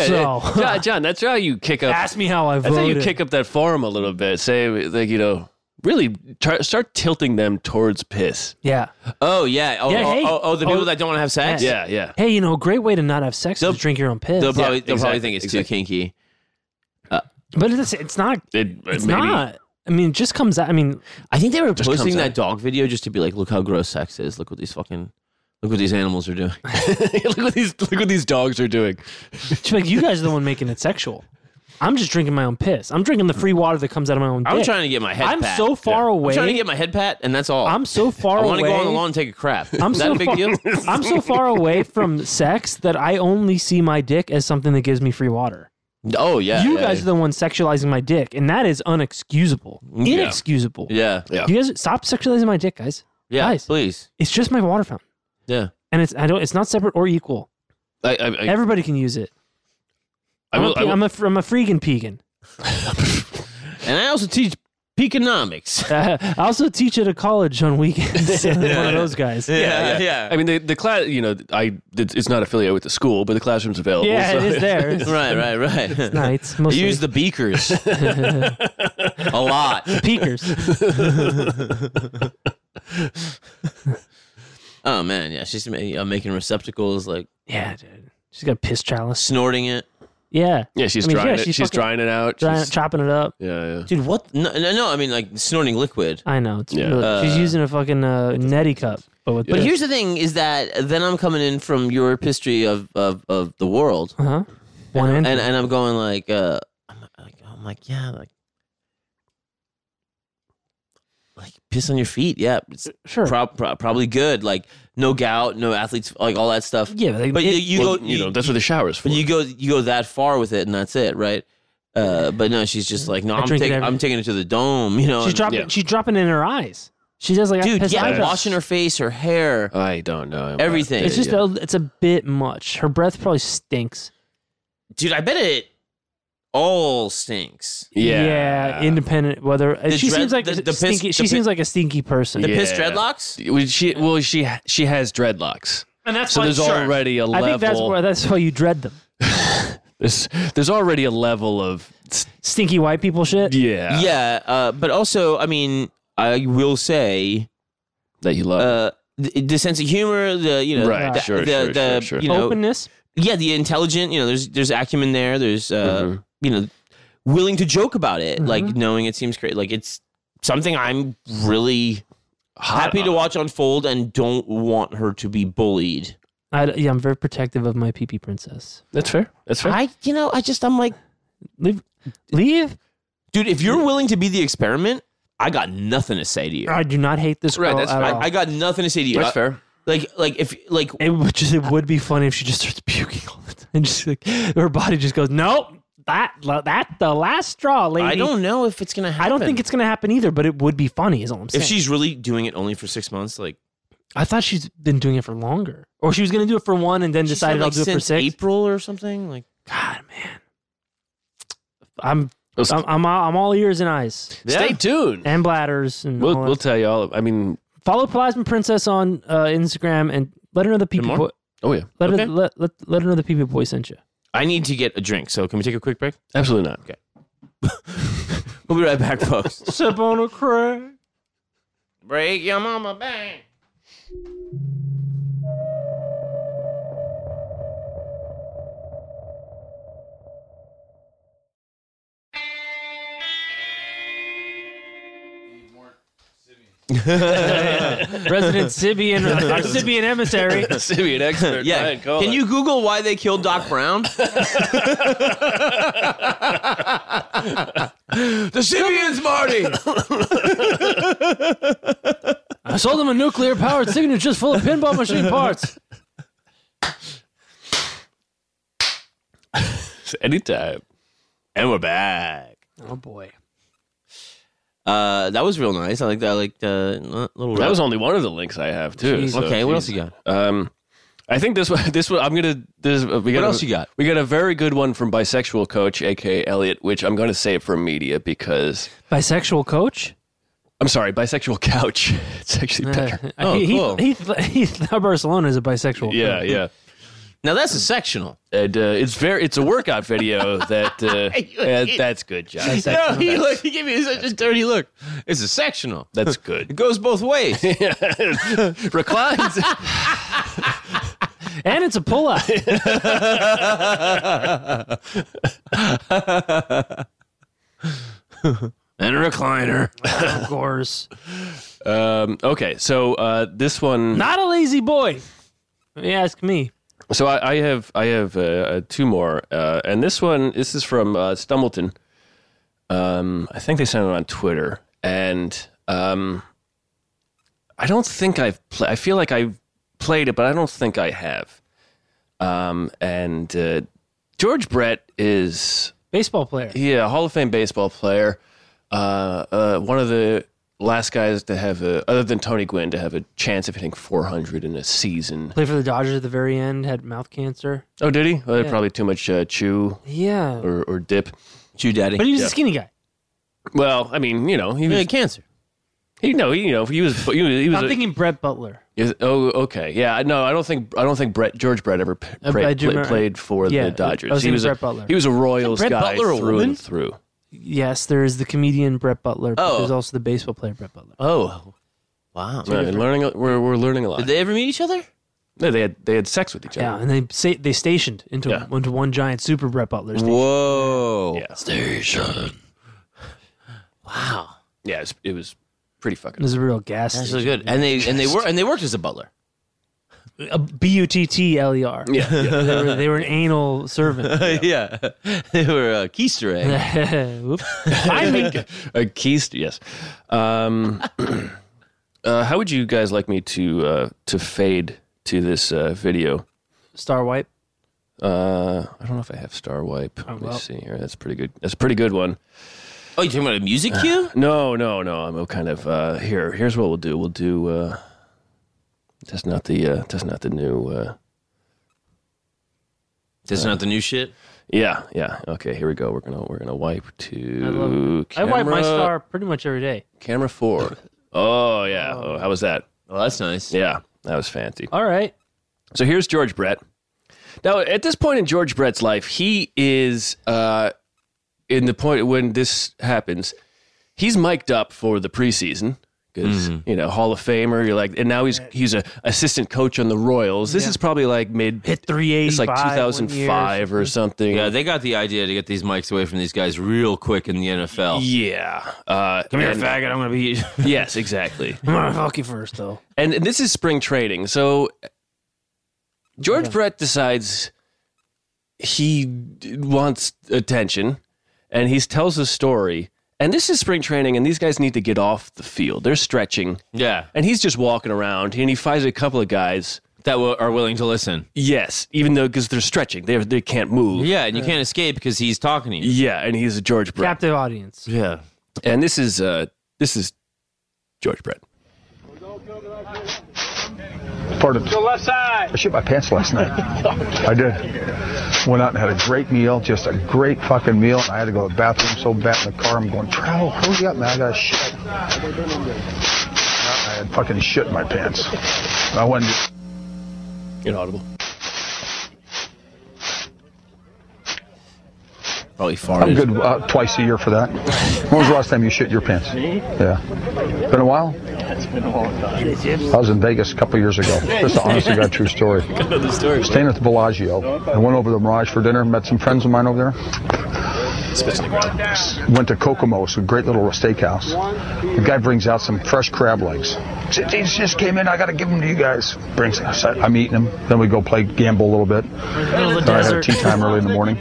D: so-
E: yeah. John, John, that's how you
D: (laughs)
E: kick up.
D: Ask me how I
E: That's how
D: voted.
E: you kick up that forum a little bit. Say like you know, really try, start tilting them towards piss.
D: yeah.
C: Oh yeah. Oh,
D: Yeah,
C: oh,
D: hey.
C: oh, oh, the people
D: Oh,
C: that don't want to have sex.
E: Yeah, yeah.
D: Hey, you know, a great way to not have sex is
C: They'll-
D: to drink your own piss.
C: They'll probably they'll
E: exactly,
C: probably think it's
E: exactly.
C: too kinky.
D: but it's it's not.
E: It,
D: It's
E: maybe-
D: not. I mean, it just comes out. I mean,
C: I think they were
E: Just comes
C: posting that
E: out.
C: dog video just to be like, look how gross sex is. Look what these fucking look what these animals are doing.
E: (laughs) look what these look what these dogs are doing.
D: she's (laughs) like, you guys are the one making it sexual. I'm just drinking my own piss. I'm drinking the free water that comes out of my own.
C: I'm
D: dick.
C: trying to get my head.
D: I'm
C: pat.
D: so far away.
C: I'm trying to get my head pat, and that's all.
D: I'm so far
C: I
D: away.
C: want to go on the lawn and take a crap.
D: I'm
C: is that
D: so
C: a big
D: far,
C: deal?
D: I'm so far away from sex that I only see my dick as something that gives me free water.
C: Oh yeah.
D: you
C: yeah,
D: guys are the ones sexualizing my dick, and that is unexcusable. Inexcusable.
C: Mm, Yeah.
E: Yeah.
D: You guys stop sexualizing my dick, guys.
C: Yeah.
D: Guys.
C: Please.
D: It's just my water fountain.
C: Yeah.
D: And it's I don't it's not separate or equal.
E: I, I, I,
D: Everybody can use it.
E: I
D: I'm,
E: will,
D: a,
E: I will-
D: am a fr- I'm a freaking pegan.
C: And I also teach peconomics.
D: Uh, (laughs) I also teach at a college on weekends. I'm (laughs) one of those
C: (laughs)
D: guys.
C: yeah.
D: (laughs)
E: I mean, the, the class, you know, I it's it's not affiliated with the school, but the classroom's available.
D: Yeah,
E: so-
D: it
C: (laughs)
D: is there. It's
C: Right, right, right.
D: nights.
C: I
D: Mostly.
C: use the
D: (laughs)
C: beakers a lot.
D: peakers.
C: Oh man, yeah, she's ma- uh, making receptacles, like
D: Yeah, dude. She's got a piss chalice.
C: snorting it.
D: Yeah.
E: (laughs) Yeah, she's
D: I mean,
E: drying
D: yeah,
E: it.
D: she's
E: She's,
D: fucking
E: drying it out.
D: Drying,
E: She's-
D: chopping it up.
E: yeah, yeah.
C: Dude, what? No, no, no, I mean like snorting liquid.
D: I know. It's
E: Yeah.
D: really, she's
C: Uh,
D: using a fucking uh, neti cup, but with
C: But
D: piss.
C: here's the thing: is that then I'm coming in from your history of of, of the world,
D: uh-huh. one end.
C: and and I'm going like, uh, I'm like, I'm like, yeah, like, like piss on your feet, yeah, it's
D: Uh, sure.
C: prob- pro- probably good, like no gout, no athletes, like all that stuff.
D: yeah, but, like,
C: But you,
D: it-
C: you
E: Well,
C: go,
E: you know, that's what the shower's for.
C: But you go you go that far with it, and that's it, right? Uh, but no, she's just like, no,
D: I
C: I'm
D: drink it
C: taking
D: every-
C: I'm taking it to the dome, you know.
D: she's
C: and-
D: dropping.
E: yeah.
D: She's dropping it in her eyes. She does like
C: dude,
D: piss
C: yeah,
D: eyes.
C: washing her face, her hair,
E: I don't know. I'm-
C: everything.
D: It's just
C: Yeah.
D: a, it's a bit much. Her breath probably stinks.
C: dude, I bet it all stinks.
E: Yeah.
D: yeah independent. Whether uh,
C: The
D: she
C: dread-
D: seems like
C: the-
D: a
C: the piss-
D: stinky, she
C: the pi-
D: seems like a stinky person,
C: The piss
E: Yeah.
C: dreadlocks.
E: Well, she well she she has dreadlocks,
D: and that's
E: so
D: why
E: there's already a
D: I
E: level.
D: think that's why that's why you dread them.
E: there's there's already a level of
D: Stinky white people shit.
E: yeah,
C: Yeah, uh, but also, I mean, I will say,
E: that you love.
C: uh, the, the sense of humor, the you know,
E: Right,
C: the, the,
E: sure, sure,
C: the,
E: sure, sure.
C: you know,
D: Openness.
C: yeah, the intelligent. You know, there's there's acumen there. There's uh, you know, willing to joke about it, like
D: Mm-hmm.
C: knowing it seems crazy. Like it's something I'm really happy to watch unfold, and don't want her to be bullied.
D: I, yeah, I'm very protective of my pee pee princess.
E: that's fair. That's fair.
C: I, you know, I just I'm like,
D: Leave, leave.
C: dude, if you're willing to be the experiment, I got nothing to say to you.
D: I do not hate this
E: Right,
D: girl
E: that's
D: at
E: fine.
D: all.
C: I, I got nothing to say to you.
E: that's
C: I-
E: fair.
C: Like, like if like
D: It would just it would be funny if she just starts puking all the time. (laughs) Just like her body just goes, nope, that that the last straw, lady.
C: I don't know if it's gonna happen.
D: I don't think it's gonna happen either. But it would be funny, is all I'm saying.
C: if she's really doing it only for six months, like
D: I thought she's been doing it for longer, or she was gonna do it for one and then
C: she
D: decided
C: said, like,
D: I'll do it for
C: since
D: six.
C: April or something. Like
D: God, man, I'm
E: Let's-
C: Um,
D: I'm, I'm all- I'm all ears and eyes
E: Stay tuned.
D: and bladders and
E: We'll
D: all that.
E: we'll tell you all. I mean,
D: follow Plasma Princess on uh, Instagram and let her know the pee
C: more?
D: boy.
E: oh yeah,
D: Let,
C: Okay.
D: her, let, let, let her know the pee boy sent you.
C: I need to get a drink, so can we take a quick break?
E: absolutely not.
C: We'll be right back, folks.
D: Sip on a crack.
C: Break your mama back.
D: (laughs) Resident Sibian, our Sibian emissary.
C: (laughs)
E: Sibian expert.
H: Yeah.
E: Ryan Kohler.
H: Can you Google why they killed Doc Brown? the Sibians,
C: (laughs)
H: Marty.
D: I sold him a nuclear powered signature just full of pinball machine parts.
E: anytime?
H: and we're back.
D: Oh boy.
H: Uh, that was real nice. I like that. I like the uh, little.
E: That was only one of the links I have too.
D: Jeez.
E: so-
H: okay. What else you got?
E: Um, I think this one. (laughs) This one. I'm gonna. This. uh, We got
H: What
E: a-
H: else you got?
E: We got a very good one from bisexual coach, aka Elliot, which I'm gonna save for media because
D: Bisexual coach?
E: I'm sorry, bisexual couch. (laughs) It's actually better.
H: (laughs) Oh,
D: (laughs) he,
H: cool.
D: he, he, (laughs) Barcelona is a bisexual.
E: yeah, yeah.
H: Now that's a sectional.
E: And uh, it's very. It's a
H: (laughs)
E: workout video that. Uh, uh, that's good, Josh.
H: No, he looked. He gave me such a dirty look. It's a sectional.
E: (laughs) That's
H: It
E: good.
H: goes both
E: (laughs)
H: ways.
E: Reclines.
D: And it's a
E: (laughs)
D: pullout.
H: (laughs) and a recliner.
D: of course.
E: Um, (laughs) okay, so uh, this one.
D: Not a lazy boy. If you ask me.
E: So I, I have I have uh, uh, two more, uh, and this one this is from uh, Stumbleton. Um, I think they sent it on Twitter, and um, I don't think I've pla I feel like I've played it, but I don't think I have. Um, and uh, George Brett is
D: Baseball player.
E: yeah, Hall of Fame baseball player. Uh, uh, one of the last guys to have a other than Tony Gwynn to have a chance of hitting 400 in a season.
D: Played for the Dodgers at the very end, had mouth cancer.
E: Oh, did he? Well, Probably too much uh, chew
D: Yeah.
E: or, or dip.
H: Chew daddy.
D: But he was a skinny guy.
E: Well, I mean, you know, he
H: He
E: was.
H: had cancer.
E: He no, he, you know, he was. He was. He was
D: I'm
E: a-
D: thinking Brett Butler.
E: he was- oh, okay, yeah. I- No, I don't think. I don't think Brett George Brett ever p-
D: I-
E: play-
D: I do
E: play-
D: remember-
E: played for
D: yeah, I
E: the
D: was
E: Dodgers. he
D: thinking
E: was a,
D: Brett Butler.
E: He was a Royals
H: Brett
E: guy
H: Butler a
E: through
H: woman?
E: and through.
D: Yes, there is the comedian Brett Butler, but
H: Oh.
D: there's also the baseball player Brett Butler.
H: Oh, wow.
E: Yeah, and learning, a- we're, we're learning a lot.
H: Did they ever meet each other?
E: no, they had they had sex with each
D: Yeah,
E: other.
D: and they say they stationed into
E: Yeah.
D: into one giant super Brett Butler. station.
H: Whoa.
E: Yeah.
H: Station. Wow.
E: Yeah, it was, it was pretty
D: It
E: fucking.
D: was a real gas.
H: That's so
D: station.
H: good. And they and they were and they worked as a
E: (laughs)
H: butler.
D: A B U T T L E R.
E: Yeah, yeah.
D: (laughs) They were, they were an anal
E: (laughs)
D: servant. (laughs)
H: Yeah. (laughs) they were uh, a keister egg.
D: Whoop. I mean,
E: (laughs) a keys. Yes. Um, (clears throat) uh, how would you guys like me to uh, to fade to this uh, video?
D: Star Wipe.
E: Uh, I don't know if I have Star Wipe. Let me
D: Oh, well.
E: see here. That's pretty good. That's a pretty good one.
H: oh, you talking about a music cue?
E: No, no, no. I'm kind of uh, here. Here's what we'll do. We'll do. Uh, that's not the. Uh, that's not the new. Uh,
H: That's not the new shit.
E: yeah, yeah. Okay, here we go. We're gonna we're gonna wipe to.
D: I love I
E: Camera,
D: wipe my star pretty much every day. (laughs)
E: Camera four. oh yeah. Oh, how was that?
H: Oh, that's nice.
E: Yeah, that was fancy.
D: All right.
E: So here's George Brett. Now, at this point in George Brett's life, he is uh, in the point when this happens. He's mic'd up for the preseason because
D: Mm-hmm.
E: you know Hall of Famer. You're like, and now he's he's a assistant coach on the Royals. This is probably like mid.
D: Hit 385.
E: It's like
D: one year.
E: 2005 or something.
C: Yeah, they got the idea to get these mics away from these guys real quick in the NFL.
E: yeah. Uh, Come here,
D: Faggot, I'm gonna be. (laughs) I'm
E: (laughs) Yes, exactly.
D: gonna fuck you first, though.
E: and this is spring training. So George Brett decides he d- wants attention, and he tells a story. And this is spring training, and these guys need to get off the field. They're stretching,
C: Yeah.
E: and he's just walking around, and he finds a couple of guys.
C: That w- are willing to listen.
E: Yes, even though because they're stretching, they they can't move.
C: Yeah, and you can't escape because he's talking to you.
E: Yeah, and he's a George Brett,
D: Captive audience.
C: Yeah.
E: and this is uh this is George Brett.
J: Pardon.
K: left side.
J: I shit my pants last night. I did. Went out and had a great meal, just a great fucking meal. I had to go to the bathroom so bad in the car. I'm going, travel, hurry up, man. I got shit. I had fucking shit in my pants. I went and just
E: Inaudible.
H: Probably
J: I'm
H: farted.
J: good uh, twice a year for that. When was the last time you shit your pants? Me? Yeah. Been a while? It's been a long time. I was in Vegas a couple years ago. This is an honest to God true story. Staying at the Bellagio. I went over to the Mirage for dinner, met some friends of mine over there.
E: Spits on the ground.
J: Went to Kokomo's, a great little steakhouse. The guy brings out some fresh crab legs. Said, These just came in. I got to give them to you guys. Brings. I said, I'm eating them. Then we go play gamble a little bit.
D: Middle of the
J: I had a
D: desert.
J: tea time early in the morning.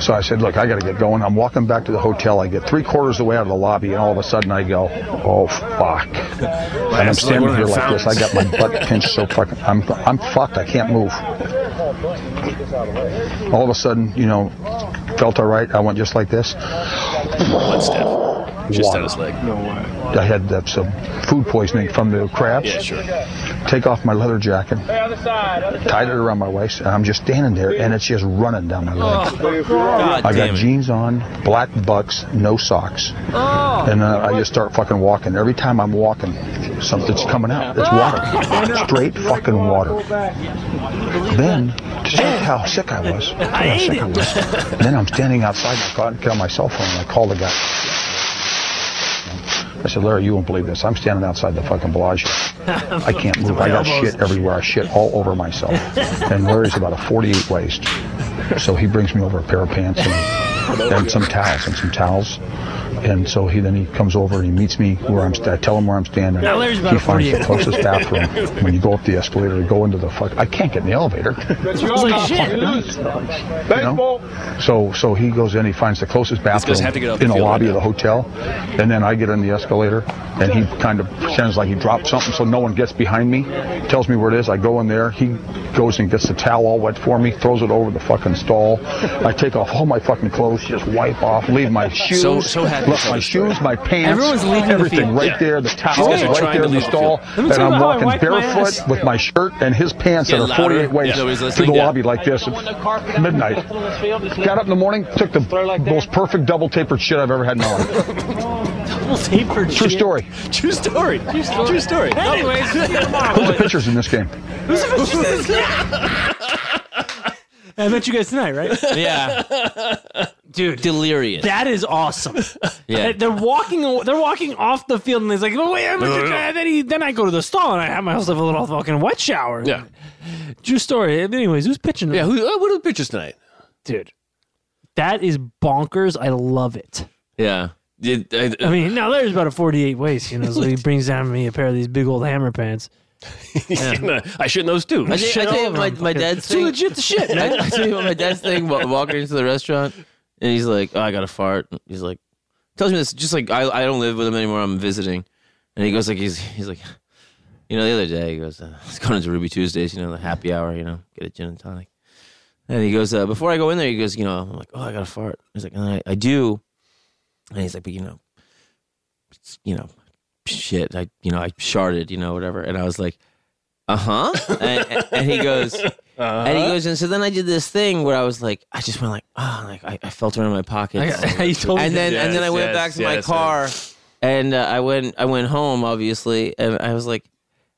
J: So I said, look, I got to get going. I'm walking back to the hotel. I get three quarters of the way out of the lobby, and all of a sudden I go, oh, fuck. And I'm
E: That's like
J: standing
E: one of
J: here
E: the
J: like this. I got my butt pinched so fucking. I'm, I'm fucked. I can't move. All of a sudden, you know, felt all right. I went just like this.
E: One step. Just
J: Water.
E: on his leg.
J: I had uh, some food poisoning from the crabs.
E: Yeah, sure.
J: Take off my leather jacket, tied it around my waist, and I'm just standing there, and it's just running down my leg.
L: God
J: I
L: damn
J: got
L: it.
J: jeans on, black bucks, no socks. And uh, I just start fucking walking. Every time I'm walking, something's coming out. It's water. Straight fucking water. Then, to show how sick (laughs) I was, how sick I was. then I'm standing outside my car, got my cell phone, and I call the guy. I said, Larry, you won't believe this. I'm standing outside the fucking Bellagio. I can't move. I got shit everywhere. I shit all over myself. And Larry's about a 48 waist. So he brings me over a pair of pants and, and some towels and some towels. And so he then he comes over and he meets me where I'm. st- I tell him where I'm standing.
D: Now Larry's about
J: he
D: a
J: finds
D: 48.
J: the closest bathroom. When you go up the escalator, you go into the fuck. I can't get in the elevator.
D: It's like shit.
J: You know? So so he goes in, he finds the closest bathroom
E: have to get out the
J: in the
E: field
J: lobby
E: right
J: of the hotel, and then I get in the escalator, and he kind of pretends like he dropped something, so no one gets behind me. Tells me where it is. I go in there. He goes and gets the towel all wet for me, throws it over the fucking stall. I take off all my fucking clothes, just wipe off, leave my shoes,
E: So- so happy to
J: left
E: tell
J: my
E: this story.
J: shoes, my pants,
D: Everyone's leaving the
J: everything
D: field.
J: right
E: Yeah.
J: there, the towel
E: guys are
J: right
E: trying
J: there
E: to
J: in the
E: leave the
J: stall,
D: Let me
J: and
D: tell you
J: I'm
D: how I
J: walking
D: wiped my ass.
J: barefoot with my shirt and his pants that
L: Yeah,
J: are 48
L: louder.
J: waist
L: Yeah. Nobody's
J: through
L: listening,
J: the
L: yeah.
J: lobby like this, midnight. Got up in the morning, took the most perfect double tapered shit I've ever had in my life.
D: Double tapered
J: True
D: shit.
J: story.
E: True story. True story. True story.
D: Anyways, come on.
J: Who's the pitchers in this game?
D: I met you guys tonight, right?
L: Yeah,
D: Dude,
L: delirious.
D: that is awesome.
L: yeah,
D: They- They're walking. aw- They're walking off the field, and he's like, "Oh wait, I'm gonna try." Then, he, then I go to the stall, and I have myself a little fucking wet shower.
E: Yeah.
D: True story. Anyways, who's pitching?
E: Yeah. Who? Uh, what are the pictures tonight? (laughs)
D: dude, that is bonkers. I love it.
L: yeah.
E: Did, I,
D: I mean, now there's about a 48 waist, you know.
C: (laughs)
D: So he brings down me a pair of these big old hammer pants.
E: I shouldn't those too.
C: I tell, I tell you my, my dad's
D: Too
C: thing.
D: legit to shit, man.
C: I, (laughs) I tell you what my dad's thing. wa- Walking into the restaurant, and he's like, "Oh, I got a fart." And He's like, tells me this just like I, I don't live with him anymore. I'm visiting, and he goes like he's he's like, you know, the other day he goes, uh, (laughs) "It's going into Ruby Tuesdays, you know, the happy hour, you know, get a gin and tonic." And he goes, uh, before I go in there, he goes, you know, I'm like, "Oh, I got a fart." He's like, and I, I do, and he's like, but you know, it's, you know, shit, I you know, I sharded, you know, whatever, and I was like. Uh huh. And, and he goes, and he goes, and so then I did this thing where I was like, I just went like, oh, like I, I felt around in my pockets.
D: you told me.
C: and then and then
E: Yes,
C: I went
E: yes,
C: back to
E: yes,
C: my car, and uh, I went I went home obviously, and I was like,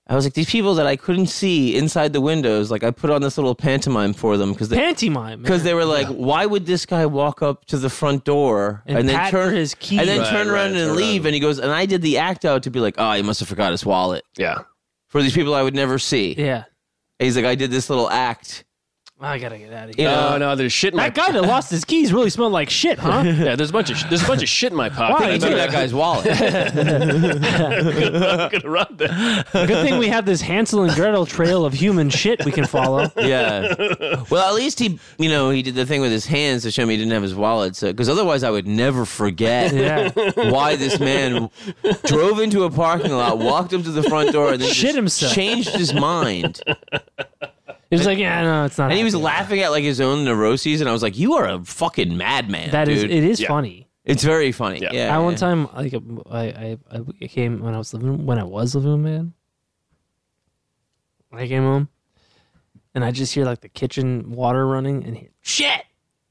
C: I was like these people that I couldn't see inside the windows, like I put on this little pantomime for them because they
D: panty mime.
C: because they were like, why would this guy walk up to the front door
D: And
C: and, then
D: pat
C: turn
D: his key.
C: and then
E: Right,
C: turn around
E: right,
C: and
E: turn
C: leave?
E: around.
C: And he goes, and I did the act out to be like, oh, he must have forgot his wallet
E: yeah.
C: for these people I would never see.
D: yeah.
C: He's like, I did this little act.
D: I gotta get out of
C: You
D: here.
E: No,
C: know?
E: no. There's shit in my.
D: That guy that lost his keys really smelled like shit, huh?
C: (laughs)
E: (laughs) yeah. There's a bunch of sh- there's a bunch of shit in my pocket.
D: Why?
E: I
C: He took
E: better-
C: that guy's wallet.
D: (laughs)
E: I'm (laughs) gonna rob that.
D: Good thing we have this Hansel and Gretel trail of human shit we can follow.
C: (laughs) Yeah. Well, at least he, you know, he did the thing with his hands to show me he didn't have his wallet. So, because otherwise, I would never forget
D: Yeah.
C: why this man drove into a parking lot, walked up to the front door, and then
D: Shit
C: just
D: himself.
C: changed his mind.
D: It was like, yeah, no, it's not.
C: And he was
D: happening.
C: laughing at like his own neuroses, and I was like, "You are a fucking madman,
D: That is,
C: dude."
D: it is
E: Yeah.
D: funny.
C: It's very funny.
E: Yeah.
C: Yeah.
D: I one
C: yeah.
D: time, like, I, I, I came when I was living when I was living with a man. I came home, and I just hear like the kitchen water running, and he, shit,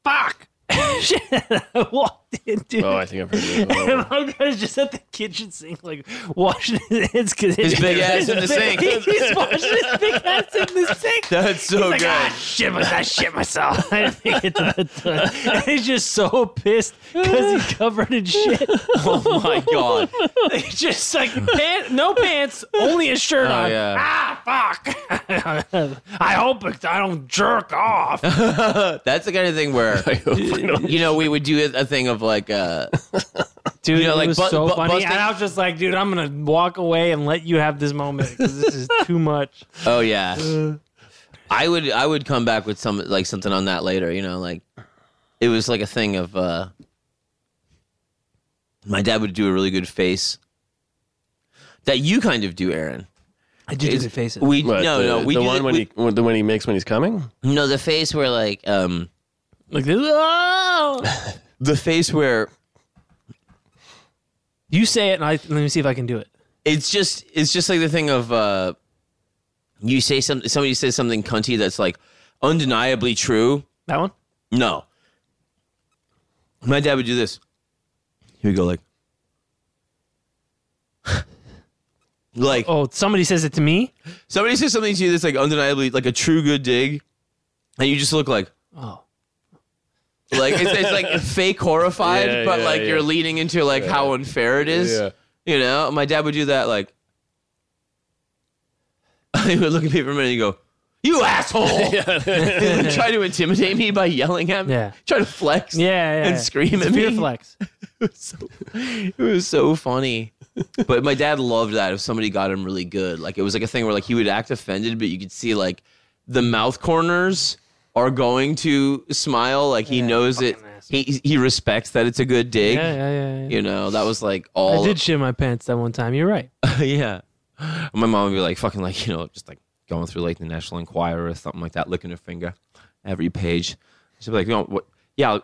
D: fuck, (laughs) shit. I walked in, dude. (laughs)
E: Oh, I think I've
C: (laughs)
E: heard that.
D: And my guy's just at the kitchen sink, like washing (laughs) his hands because his
C: big ass in the
D: big-
C: sink.
D: (laughs) He's washing his big ass in the sink.
C: (laughs) That's so
D: He's like,
C: good.
D: "Ah, shit, my- I shit myself. (laughs) I didn't make it to the toilet. And he's just so pissed because
C: (laughs)
D: he's covered in shit.
C: oh my god.
D: (laughs) He's just like, pant, no pants, only a shirt
C: Oh
D: on.
C: yeah.
D: Ah, fuck. (laughs) I hope it, I don't jerk
C: (laughs)
D: off.
C: That's the kind of thing
E: (laughs)
C: where you know we would do a thing of like uh
D: Dude,
C: You know,
D: it
C: like,
D: was
C: bu-
D: so
C: bu-
D: funny.
C: busting-
D: And I was just like, dude, I'm going to walk away and let you have this moment because
C: (laughs)
D: this is too much.
C: oh yeah. I would I would come back with some like something on that later, you know, like it was like a thing of uh my dad would do a really good face that you kind of do, Aaron.
D: I do
C: It's-
D: good faces.
C: We
E: What,
C: no
E: the,
C: no we
E: uh, the
C: do
E: one
C: the,
E: when
C: we-
E: he when- the one he makes when
C: (laughs)
E: he's coming.
C: no the face where like um
D: Like this. Oh!
C: the face where
D: You say it, and I let me see if I can do it.
C: it's just it's just like the thing of uh you say some somebody says something cunty that's like undeniably true.
D: That one?
C: No. My dad would do this. He would go like (laughs) like
D: Oh, somebody says it
C: (laughs)
D: to me.
C: somebody says something to you that's like undeniably like a true good dig and you just look like
D: Oh,
C: like it's, it's
D: (laughs)
C: like fake horrified
E: Yeah,
C: but
E: yeah,
C: like
E: yeah.
C: you're leaning into like how unfair it is.
E: Yeah.
C: You know, my dad would do that. Like, (laughs) he would look at me for a minute and go, "You
D: (laughs)
C: asshole!" He would (laughs) try to intimidate me by yelling at me.
D: Yeah.
C: Try to flex.
D: yeah, yeah.
C: And
D: yeah.
C: scream
D: It's
C: at me.
D: fear flex.
C: (laughs) It was so funny. but my dad loved that. If somebody got him really good, like it was like a thing where like he would act offended, but you could see like the mouth corners are going to smile. Like he knows it.
D: fucking asshole.
C: He he respects that it's a good dig.
D: Yeah, yeah, yeah. yeah.
C: You know, that was like
D: I
C: all.
D: did shit my pants that one time. You're right.
C: (laughs) yeah. My mom would be like, fucking, like, you know, just like going through like the National Enquirer or something like that, licking her finger every page. She'd be like, you know, what? Yeah.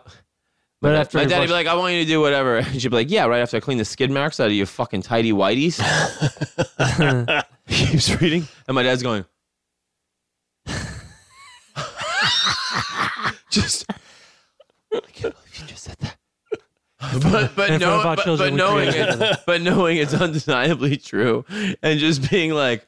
D: But after
C: my
D: I
C: dad'd be
D: brushed-
C: like, I want you to do whatever. (laughs) And she'd be like, yeah, right after I clean the skid marks out of your fucking tidy whiteys. keeps reading. And my dad's going, (laughs) just. I can't believe you just said that. (laughs) But but
D: In front
C: no
D: of our
C: but,
D: children,
C: but
D: we
C: knowing
D: create
C: it, but knowing it's undeniably true, and just being like,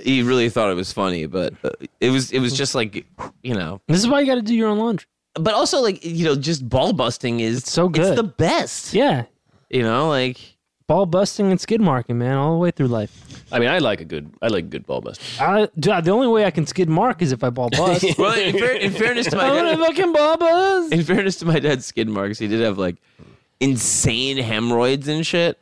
C: he really thought it was funny, but uh, it was it was just like you know,
D: this is why you got to do your own laundry.
C: but also like you know, just ball busting is
D: It's so good.
C: It's the best,
D: Yeah,
C: you know, like
D: ball busting and skid marking, man, all the way through life.
E: I mean, I like a good I like a good ball buster.
D: I, dude, the only way I can skid mark is if
C: (laughs)
D: I ball bust.
C: well, in, fair, in fairness to my
D: I want to
C: dad,
D: fucking ball bust.
C: in fairness to my dad's skid marks, he did have like insane hemorrhoids and shit,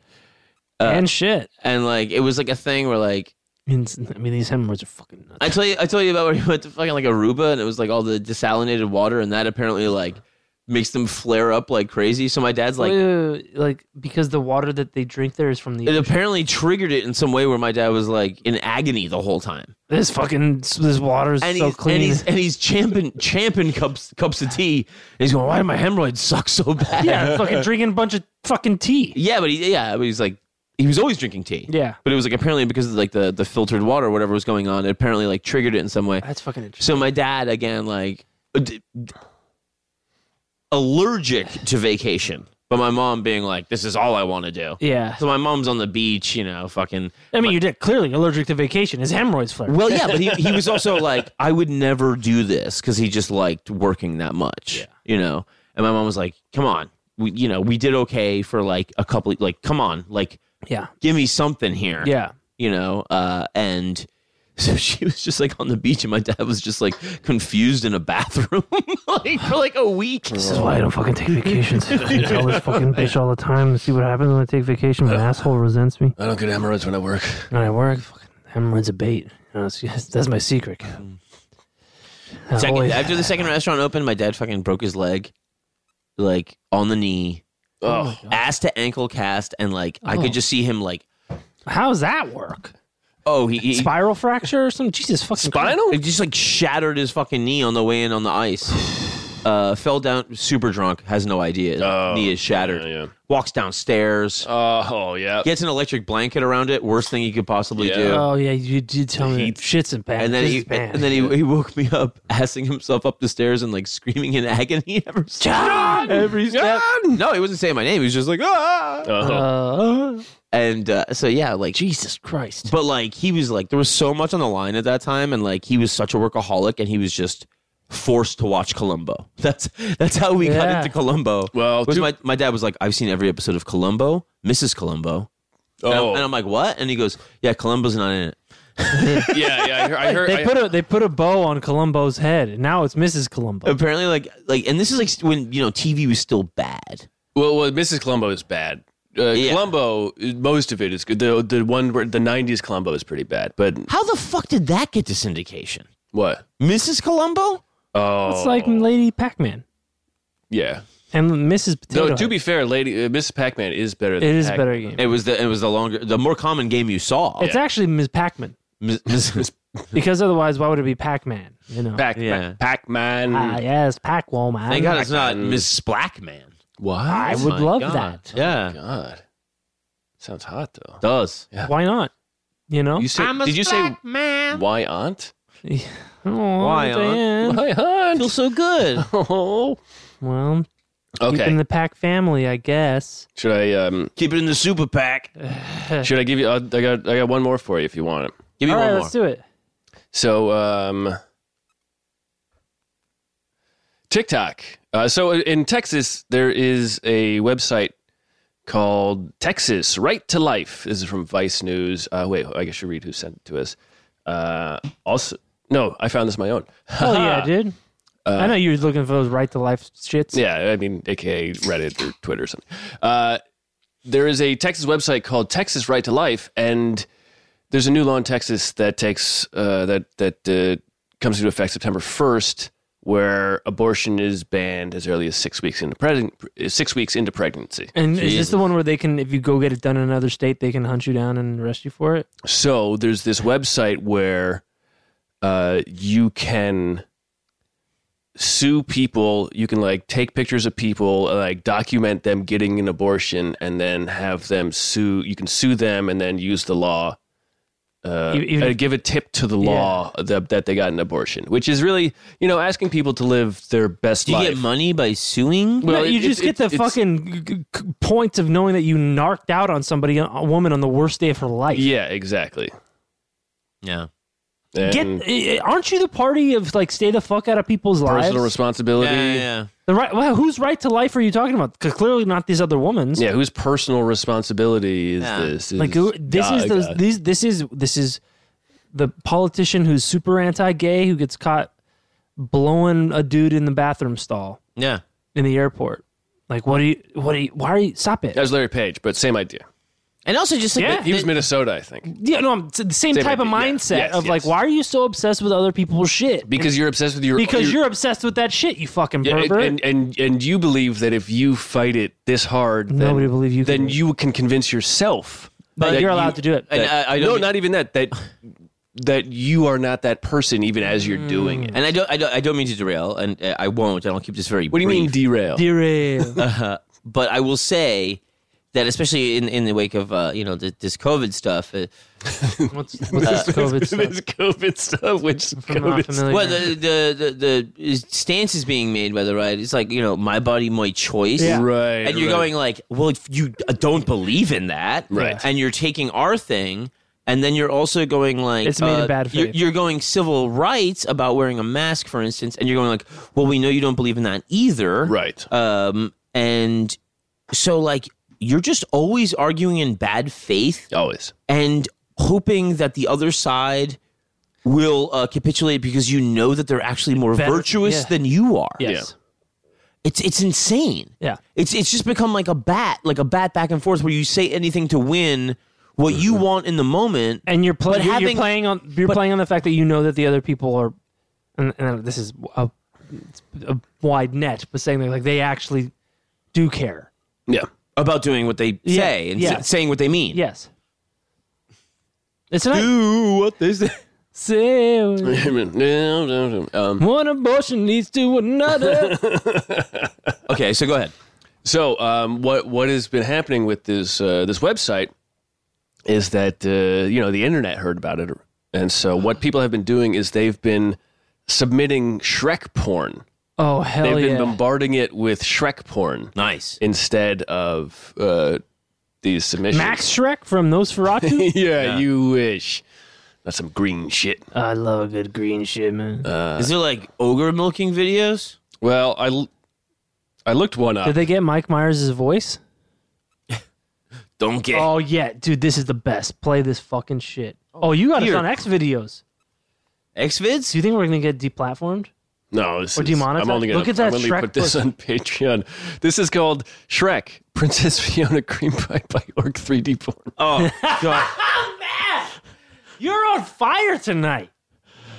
C: uh,
D: and shit.
C: and like it was like a thing where like
D: And, I mean, these hemorrhoids are fucking nuts.
C: I tell you, I told you about where he went to fucking like Aruba, and it was like all the desalinated water, and that apparently like makes them flare up like crazy. So my dad's like,
D: Wait, like because the water that they drink there is from the
C: it apparently triggered it in some way where my dad was like in agony the whole time,
D: this fucking this water is
C: and
D: so
C: he's
D: clean.
C: and
D: (laughs)
C: he's and he's champing champing cups cups of tea. And he's going, why do my hemorrhoids suck so bad? (laughs)
D: yeah, fucking drinking a bunch of fucking tea.
C: yeah, but he yeah, but he's like he was always drinking tea.
D: Yeah,
C: But it was like apparently because of like the, the filtered water or whatever was going on, it apparently like triggered it in some way.
D: that's fucking interesting.
C: So my dad again, like uh, d- d- allergic to vacation, but my mom being like, "This is all I want to do."
D: Yeah,
C: So my mom's on the beach, you know, fucking.
D: I mean, your dick clearly allergic to vacation. His hemorrhoids flare.
C: Well, yeah, but he, he was also like, "I would never do this" because he just liked working that much, you know. And my mom was like, "Come on, we, you know, we did okay for like a couple, like, come on, like,
D: yeah,
C: give me something here."
D: yeah.
C: you know, uh, and (laughs) so she was just like on the beach, and my dad was just like confused in a bathroom, (laughs) like for like a week.
D: This is why I don't fucking (laughs) take vacations. I tell this
C: (laughs)
D: fucking bitch all the time see what happens when I take vacation.
C: Uh.
D: My asshole resents me.
E: I don't get hemorrhoids when I work.
D: When I work, fucking hemorrhoids abate. You know, it's- that's my secret. I
C: Mm-hmm. Second-
D: always-
C: after the second restaurant opened, my dad fucking broke his leg, like on the knee,
E: Oh,
C: ass to ankle cast, and like I
D: Oh.
C: could just see him like,
D: how's that work?
C: oh, he, he
D: Spiral fracture or something? Jesus fucking Christ.
C: It just like shattered his fucking knee on the way in on the
E: (sighs)
C: ice. Uh, fell down, super drunk, has no idea.
E: Oh,
C: knee is shattered.
E: yeah, yeah.
C: Walks downstairs,
E: oh, oh yeah.
C: gets an electric blanket around it. Worst thing he could possibly
E: Yeah.
C: do.
D: Oh yeah, you did tell me that. shits and pants.
C: and then he
D: Shits pants.
C: and then he, he woke me up, assing himself up the stairs and like screaming in agony (laughs) ever John! every step. No, he wasn't saying my name. He was just like ah.
E: Oh,
D: Uh,
C: And uh, so yeah, like
D: Jesus Christ.
C: but like he was like there was so much on the line at that time, and like he was such a workaholic, and he was just forced to watch Columbo. (laughs) That's that's how we got
D: Yeah.
C: into Columbo.
E: Well,
C: was
E: two-
C: my my dad was like I've seen every episode of Columbo, Mrs. Columbo, And, I'm,
E: Oh.
C: and I'm like, what? And he goes, yeah, Columbo's not in it.
E: yeah, yeah. I heard. I heard
D: They
E: I-
D: put a they put a bow on Columbo's head, and now it's Mrs. Columbo.
C: Apparently, like, like, and this is like st- when you know TV was still bad.
E: well, well, Mrs. Columbo is bad. Uh,
C: Yeah.
E: Columbo, most of it is good. The the one where the '90s Columbo is pretty bad, but
C: How the fuck did that get to syndication?
E: what?
C: Mrs. Columbo?
E: Oh,
D: It's like Lady Pac-Man
E: yeah.
D: and Mrs. Potato.
E: No, to
D: Head.
E: be fair, Lady uh, Mrs. Pac-Man is better. Than
D: it is a
E: Pac-
D: better game.
C: It was the it was the longer the more common game you saw.
D: It's actually Ms. Pac-Man
C: Mis-
D: (laughs)
C: mis-
D: because otherwise, why would it be Pac-Man? You know.
E: Pac-
C: Yeah.
E: Pac-Man.
D: Ah, yes, Pac-Woman.
C: Thank God it's not Miss Splackman.
E: what?
D: I would
C: Oh my
D: love
C: God.
D: that.
C: Yeah,
E: God, sounds hot though.
C: does.
D: Why not? You know.
E: You say, did you say
C: man?
E: why aunt?
D: Oh,
C: Why, huh?
E: (laughs)
D: Dan.
E: Why aunt?
C: Feels so good.
E: (laughs) Oh.
D: Well,
E: Okay.
D: keeping the Pac family, I guess.
E: should I um
C: Keep it in the super pack.
E: should I give you? Uh, I got I got one more for you if you want it.
C: Give me
D: All
C: one
D: right,
C: more.
D: let's do it.
E: So um TikTok. Uh, so in Texas there is a website called Texas Right to Life. This is from Vice News. Uh, wait, I should read who sent it to us. Uh, also, no, I found this on my own. (laughs)
D: Hell yeah, dude. I know you were looking for those right to life shits.
E: Uh, Yeah, I mean, aka Reddit or Twitter or something. Uh, there is a Texas website called Texas Right to Life, and there's a new law in Texas that takes uh, that that uh, comes into effect September 1st, where abortion is banned as early as six weeks into preg- six weeks into pregnancy.
D: And is this the one where they can, if you go get it done in another state, they can hunt you down and arrest you for it?
E: So there's this website where uh, you can sue people. You can like take pictures of people, uh, like document them getting an abortion, and then have them sue. You can sue them and then use the law. Uh,
D: E- even
E: uh,
D: if-
E: give a tip to the law that, that they got an abortion, which is really, you know, asking people to live their best
C: Do you
E: life.
C: get money by suing?
E: Well,
D: No, you
E: it-
D: just
E: it-
D: get the
E: it's-
D: fucking g- g- g- points of knowing that you narked out on somebody, a woman, on the worst day of her life.
E: Yeah, exactly.
C: yeah.
E: And
D: Get, eh, eh, aren't you the party of like stay the fuck out of people's
E: personal
D: lives?
E: responsibility.
C: Yeah, yeah,
D: The right, well, whose right to life are you talking about? Because clearly not these other women's.
E: Yeah, whose personal responsibility is
C: Yeah.
E: this?
D: like who- this is
E: Gaga.
D: the these this is this is the politician who's super anti-gay who gets caught blowing a dude in the bathroom stall
C: yeah.
D: in the airport. Like what do you what do you why are you stop it?
E: That was Larry Page, but same idea.
C: And also just like
D: Yeah.
C: the-
E: He was
C: the-
E: Minnesota, I think,
D: yeah, no, I'm, it's the same,
E: Same
D: type of
E: idea, yeah.
D: mindset
E: Yes,
D: of like
E: yes.
D: why are you so obsessed with other people's shit?
E: because you're obsessed with your
D: because
E: your-
D: you're obsessed with that shit, you fucking
E: yeah, and,
D: pervert.
E: and and and you believe that if you fight it this hard, then,
D: Nobody believe you can
E: Then
D: do it.
E: you can convince yourself.
D: But
E: that
D: you're allowed to do it. uh,
E: that-
C: And
E: (laughs)
C: I- I don't
E: no,
C: mean-
E: not even that. That that you are not that person, even as
D: Mm.
E: you're doing it.
C: and I don't, I don't, I don't mean to derail, and uh, I won't, and I'll keep this very.
E: What do you mean derail? (laughs)
D: Derail.
C: but I will say that especially in, in the wake of uh, you know th- this COVID stuff, uh,
D: what's, what's this COVID
E: (laughs) This
D: stuff?
E: COVID stuff, which
D: I'm not
E: COVID
D: familiar.
C: well the the, the the stance is being made by the right. It's like you know my body, my choice,
D: Yeah.
E: right?
C: and you're
E: right.
C: going like, well, if you don't believe in that,
E: Right.
C: And you're taking our thing. And then you're also going like
D: It's made in
C: uh,
D: bad
C: You're,
D: faith.
C: you're going civil rights about wearing a mask, for instance, and you're going like, well, we know you don't believe in that either,
E: right.
C: Um, and so like you're just always arguing in bad faith
E: Always.
C: and hoping that the other side will uh, capitulate because you know that they're actually more
D: Better-
C: virtuous
D: yeah.
C: than you are.
D: Yes.
C: It's it's insane.
D: Yeah.
C: It's it's just become like a bat, like a bat back and forth where you say anything to win what you want in the moment.
D: Mm-hmm. and you're, pl-
C: But
D: you're, you're
C: having-
D: playing on you're playing on the fact that you know that the other people are and, and this is a, it's a wide net but saying that like they actually do care
E: Yeah. (laughs)
C: about doing what they
D: Yeah,
C: say and
D: yeah.
C: s- saying what they mean.
D: yes it's not
E: Do what they say.
D: say
E: um,
D: one abortion leads to (laughs) another
C: (laughs) Okay, so go ahead.
E: So, um, what what has been happening with this uh, this website is that uh, you know the internet heard about it, and
D: (sighs)
E: so what people have been doing is they've been submitting Shrek porn.
D: oh hell
E: they've been
D: yeah
E: bombarding it with Shrek porn
C: Nice.
E: instead of uh, these submissions.
D: Max Shrek from Nosferatu
E: (laughs) yeah, you wish. That's some green shit.
D: I (laughs) love a good green shit man
E: Uh.
C: Uh, Is there like ogre milking videos?
E: Well, I l- I looked one up.
D: did they get Mike Myers' voice
E: Donkey.
D: Oh yeah, dude, this is the best. Play this fucking shit. Oh, you got us
C: Here.
D: on X videos.
C: Xvids?
D: Do you think we're gonna get deplatformed?
E: No, this
D: Or
E: is,
D: demonetize?
E: I'm only gonna,
D: Look at that
E: I'm only
D: Shrek
E: put this
D: pussy.
E: on Patreon. This is called Shrek, Princess Fiona Cream Pie by Orc 3D Porn.
C: Oh, God.
D: You're on fire tonight.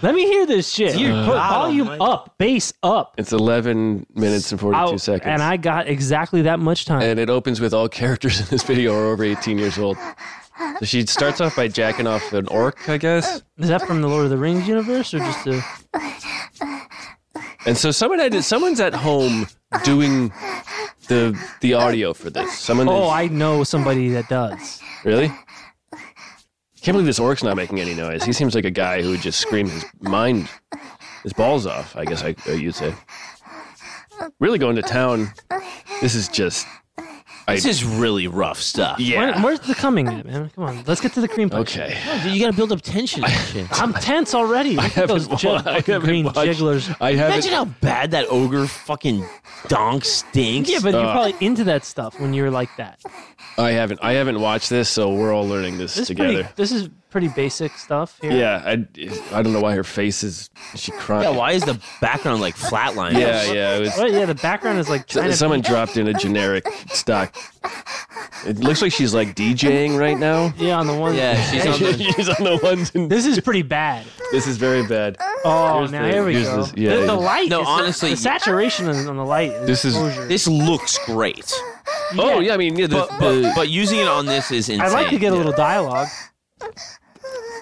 D: Let me hear this shit.
C: Dear
E: Uh,
D: Put volume up, bass up.
E: It's 11 minutes and 42
D: Ow,
E: seconds.
D: And I got exactly that much time.
E: and it opens with all characters in this video are over 18 years old. So she starts off by jacking off an orc, I guess.
D: is that from the Lord of the Rings universe or just a?
E: And so someone had, someone's at home doing the the audio for this. Someone
D: Oh, I know somebody that does.
E: really? Can't believe this orc's not making any noise. He seems like a guy who would just scream his mind, his balls off. I guess I, uh, you'd say. Really going to town. This is just
C: This is really rough stuff.
E: yeah.
D: Where- where's the coming at, man? Come on, let's get to the cream pie.
E: Okay.
C: You gotta build up tension. and shit.
D: I'm tense already. Look at those
E: haven't
D: jig-
E: wa- I
D: fucking
E: haven't
D: green
E: watched-
D: jigglers.
E: I haven't.
C: Imagine how bad that ogre fucking donk stinks.
D: Yeah, but you're probably into that stuff when you're like that.
E: I haven't. I haven't watched this, so we're all learning this,
D: This is
E: together.
D: pretty. This is pretty basic stuff here.
E: Yeah, I, I don't know why her face is is she crying.
C: Yeah, why is the background like flatline?
E: Yeah, yeah. It was,
D: Well, yeah, the background is like China.
E: someone dropped in a generic stock. It looks like she's like DJing right now.
D: yeah, on the one.
C: Yeah, she's
E: (laughs)
C: on the-
E: she's on the ones. And,
D: (laughs) This is pretty bad.
E: this is
D: (laughs)
E: very bad.
D: Oh,
E: Here's
D: now
E: the-
D: here we
E: here's
D: go.
E: this- yeah,
D: the,
E: yeah.
D: the light.
C: No,
D: is-
C: honestly-
D: the saturation is on the light.
E: This is-
D: exposure.
C: This looks great.
E: Oh yeah, I mean yeah. The,
C: But, but, but using it on this is insane.
D: I'd like to get a little dialogue.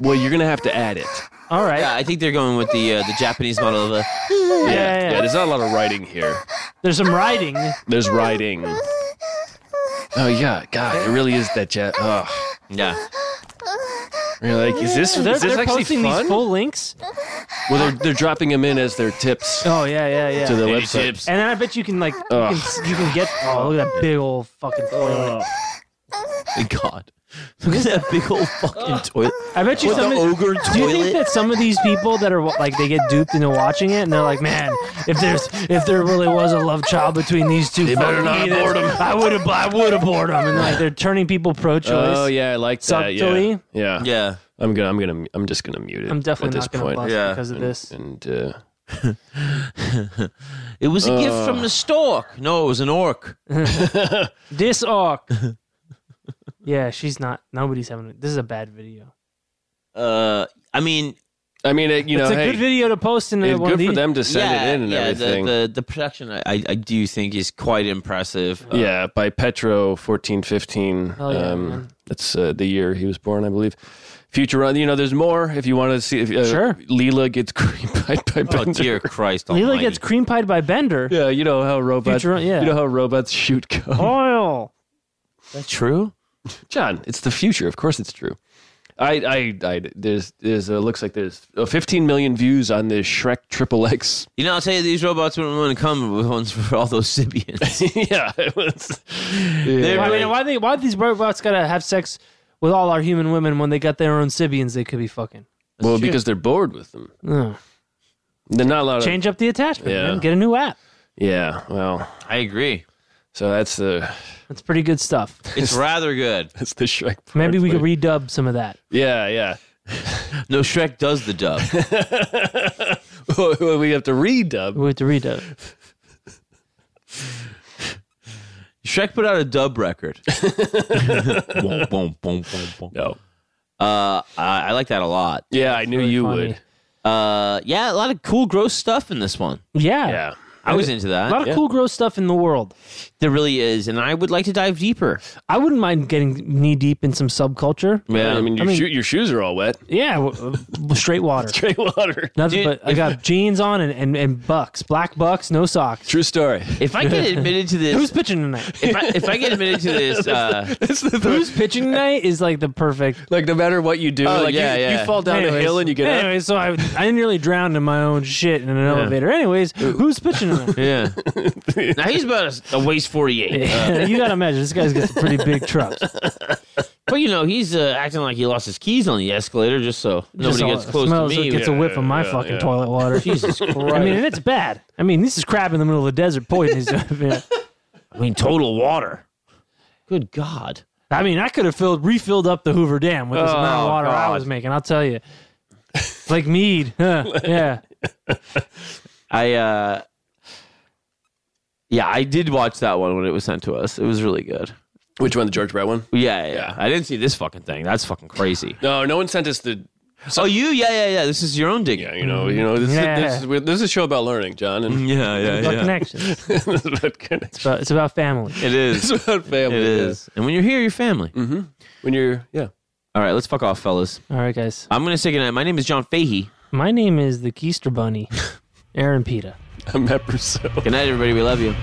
E: well, you're gonna have to add it.
D: All right.
C: Yeah, I think they're going with the uh, the Japanese model of a.
D: Yeah,
E: yeah,
D: yeah.
E: There's not a lot of writing here.
D: There's some writing.
E: There's writing. Oh yeah, God, it really is that jet. Oh,
C: Yeah.
E: you're like, is this
D: They're,
E: is this
D: they're
E: actually
D: posting
E: fun?
D: these full links.
E: well, they're they're dropping them in as their tips
D: Oh yeah, yeah, yeah.
E: to the website.
D: and then I bet you can like you can, you can get. Oh, look at that big old fucking toilet.
C: Thank God. (laughs) Look at that big old fucking toilet.
D: I bet you
C: With
D: some
C: the
D: of-
C: ogre
D: Do you think
C: toilet.
D: that some of these people that are like they get duped into watching it and they're like, man, if there's if there really was a love child between these two, they
E: better not abort 'em."
D: I would have I would abort them, and like they're turning people pro-choice.
E: Oh yeah, I like that. Yeah.
D: Subtly.
E: yeah,
C: Yeah.
E: I'm gonna, I'm gonna, I'm just gonna mute it.
D: I'm definitely
E: at
D: not
E: this
D: gonna
E: point.
D: bust
C: Yeah.
D: because of this.
E: And uh,
C: It was a gift from the stork. No, it was an orc.
D: This
E: (laughs)
D: arc. yeah, she's not. Nobody's having. it. This is a bad video.
C: Uh, I mean,
E: I mean, it, you
D: it's
E: know,
D: a
E: hey,
D: good video to post in
E: it's
D: one of
E: good for
D: these.
E: them to send
C: yeah,
E: it in and
C: yeah,
E: everything.
C: The, the the production I, I I do think is quite impressive. Uh,
E: yeah, by Petro fourteen fifteen.
D: Oh, yeah,
E: um,
D: man.
E: that's uh, the year he was born, I believe. Future run, you know, there's more if you want to see. If, uh,
D: Sure.
E: Leela gets (laughs) cream pie by
C: Oh
E: Bender. (laughs)
C: dear Christ!
D: Leela
C: almighty.
D: gets cream pied by Bender.
E: Yeah, you know how robots.
D: Future- yeah.
E: You know how robots shoot guns.
D: Oil.
C: That's true.
E: (laughs) John, it's the future. Of course, it's true. I, I, I there's, there's, uh, looks like there's uh, 15 million views on this Shrek Triple X. (laughs)
C: You know, I'll tell you, these robots wouldn't want to come with ones for all those
E: (laughs)
C: Sibians.
E: yeah, it was.
C: They
D: Why,
C: really-
D: why they? Why these robots gotta have sex with all our human women when they got their own Sibians they could be fucking?
E: well, because they're bored with them.
D: Ugh.
E: They're not allowed.
D: Change up the attachment.
E: Yeah.
D: Man. Get a new app.
E: To, yeah. Well,
C: I agree.
E: so that's the (laughs)
D: That's pretty good stuff.
C: It's rather good.
E: that's the Shrek. part,
D: Maybe we
E: but-
D: could redub some of that.
E: Yeah, yeah. (laughs)
C: No, Shrek does the dub.
E: Well, we have to redub.
D: We have to redub.
C: Shrek put out a dub record. Boom, boom, boom, boom, boom.
E: No.
C: Uh, I, I like that a lot.
E: Yeah, I knew
D: really
E: you
D: funny.
E: would.
C: Uh, yeah, a lot of cool, gross stuff in this one.
D: Yeah.
E: Yeah.
C: I
E: (laughs)
C: was into
D: A lot
C: that.
D: of cool, gross stuff in the world.
C: There really is, and I would like to dive deeper.
D: I wouldn't mind getting knee deep in some subculture.
E: Yeah, I mean, your,
D: mean-
E: shoe, your shoes are all wet. (laughs)
D: Yeah, w- w- straight water.
E: Straight water.
D: Nothing
C: Dude,
D: but I got jeans on and, and, and bucks, black bucks, no socks.
E: True story.
C: if I get admitted to this,
D: Who's pitching tonight?
C: (laughs) if I, if I get admitted to this, uh,
D: Who's pitching tonight is like the perfect.
E: Like no matter what you do,
C: Oh,
E: like you-
C: yeah,
E: you,
C: yeah.
E: fall down a
D: Anyways.
E: hill and you get up.
D: Anyways, so I, I nearly drowned in my own shit in an elevator. Anyways, who's pitching tonight?
C: (laughs) yeah. Now he's about a, a waist forty-eight,
D: (laughs) you gotta imagine this guy's got some pretty big trucks.
C: but you know he's uh, acting like he lost his keys on the escalator, just so nobody
D: Just all-
C: gets close to
D: smells
C: me.
D: like Gets a whiff of my fucking toilet water. Jesus Christ! I mean, and it's bad. I mean, this is crap in the (laughs) middle of the desert. Poison.
C: I mean, total water. Good God.
D: I mean, I could have filled refilled up the Hoover Dam with this
E: Oh,
D: amount of water I
E: God.
D: was making. I'll tell you, it's like mead. Huh,
E: (laughs)
D: yeah,
C: I uh yeah, I did watch that one when it was sent to us. It was really good.
E: Which one? The George Brett one?
C: Yeah, yeah. yeah. I didn't see this fucking thing. That's fucking crazy.
E: No, no one sent us the.
C: (laughs) oh, you? Yeah, yeah, yeah. This is your own digging.
E: Yeah, you know, you know. This,
D: Yeah.
E: is, this, is, this is a show about learning, John,
D: (laughs)
E: and
C: Yeah, yeah,
D: about connections. It's
E: (laughs) this is about connection.
D: about, it's about family.
C: It is.
E: It's
C: It
E: about family. yeah.
C: is. Mm-hmm. And when you're here, you're family.
E: When you're, yeah.
C: All right, let's fuck off, fellas.
D: All right, guys.
C: I'm gonna say goodnight. My name is John Fahey.
E: (laughs)
D: My name is the Keister Bunny, Aaron Pita.
E: I'm Matt Brousseau.
C: Good night, everybody. We love you.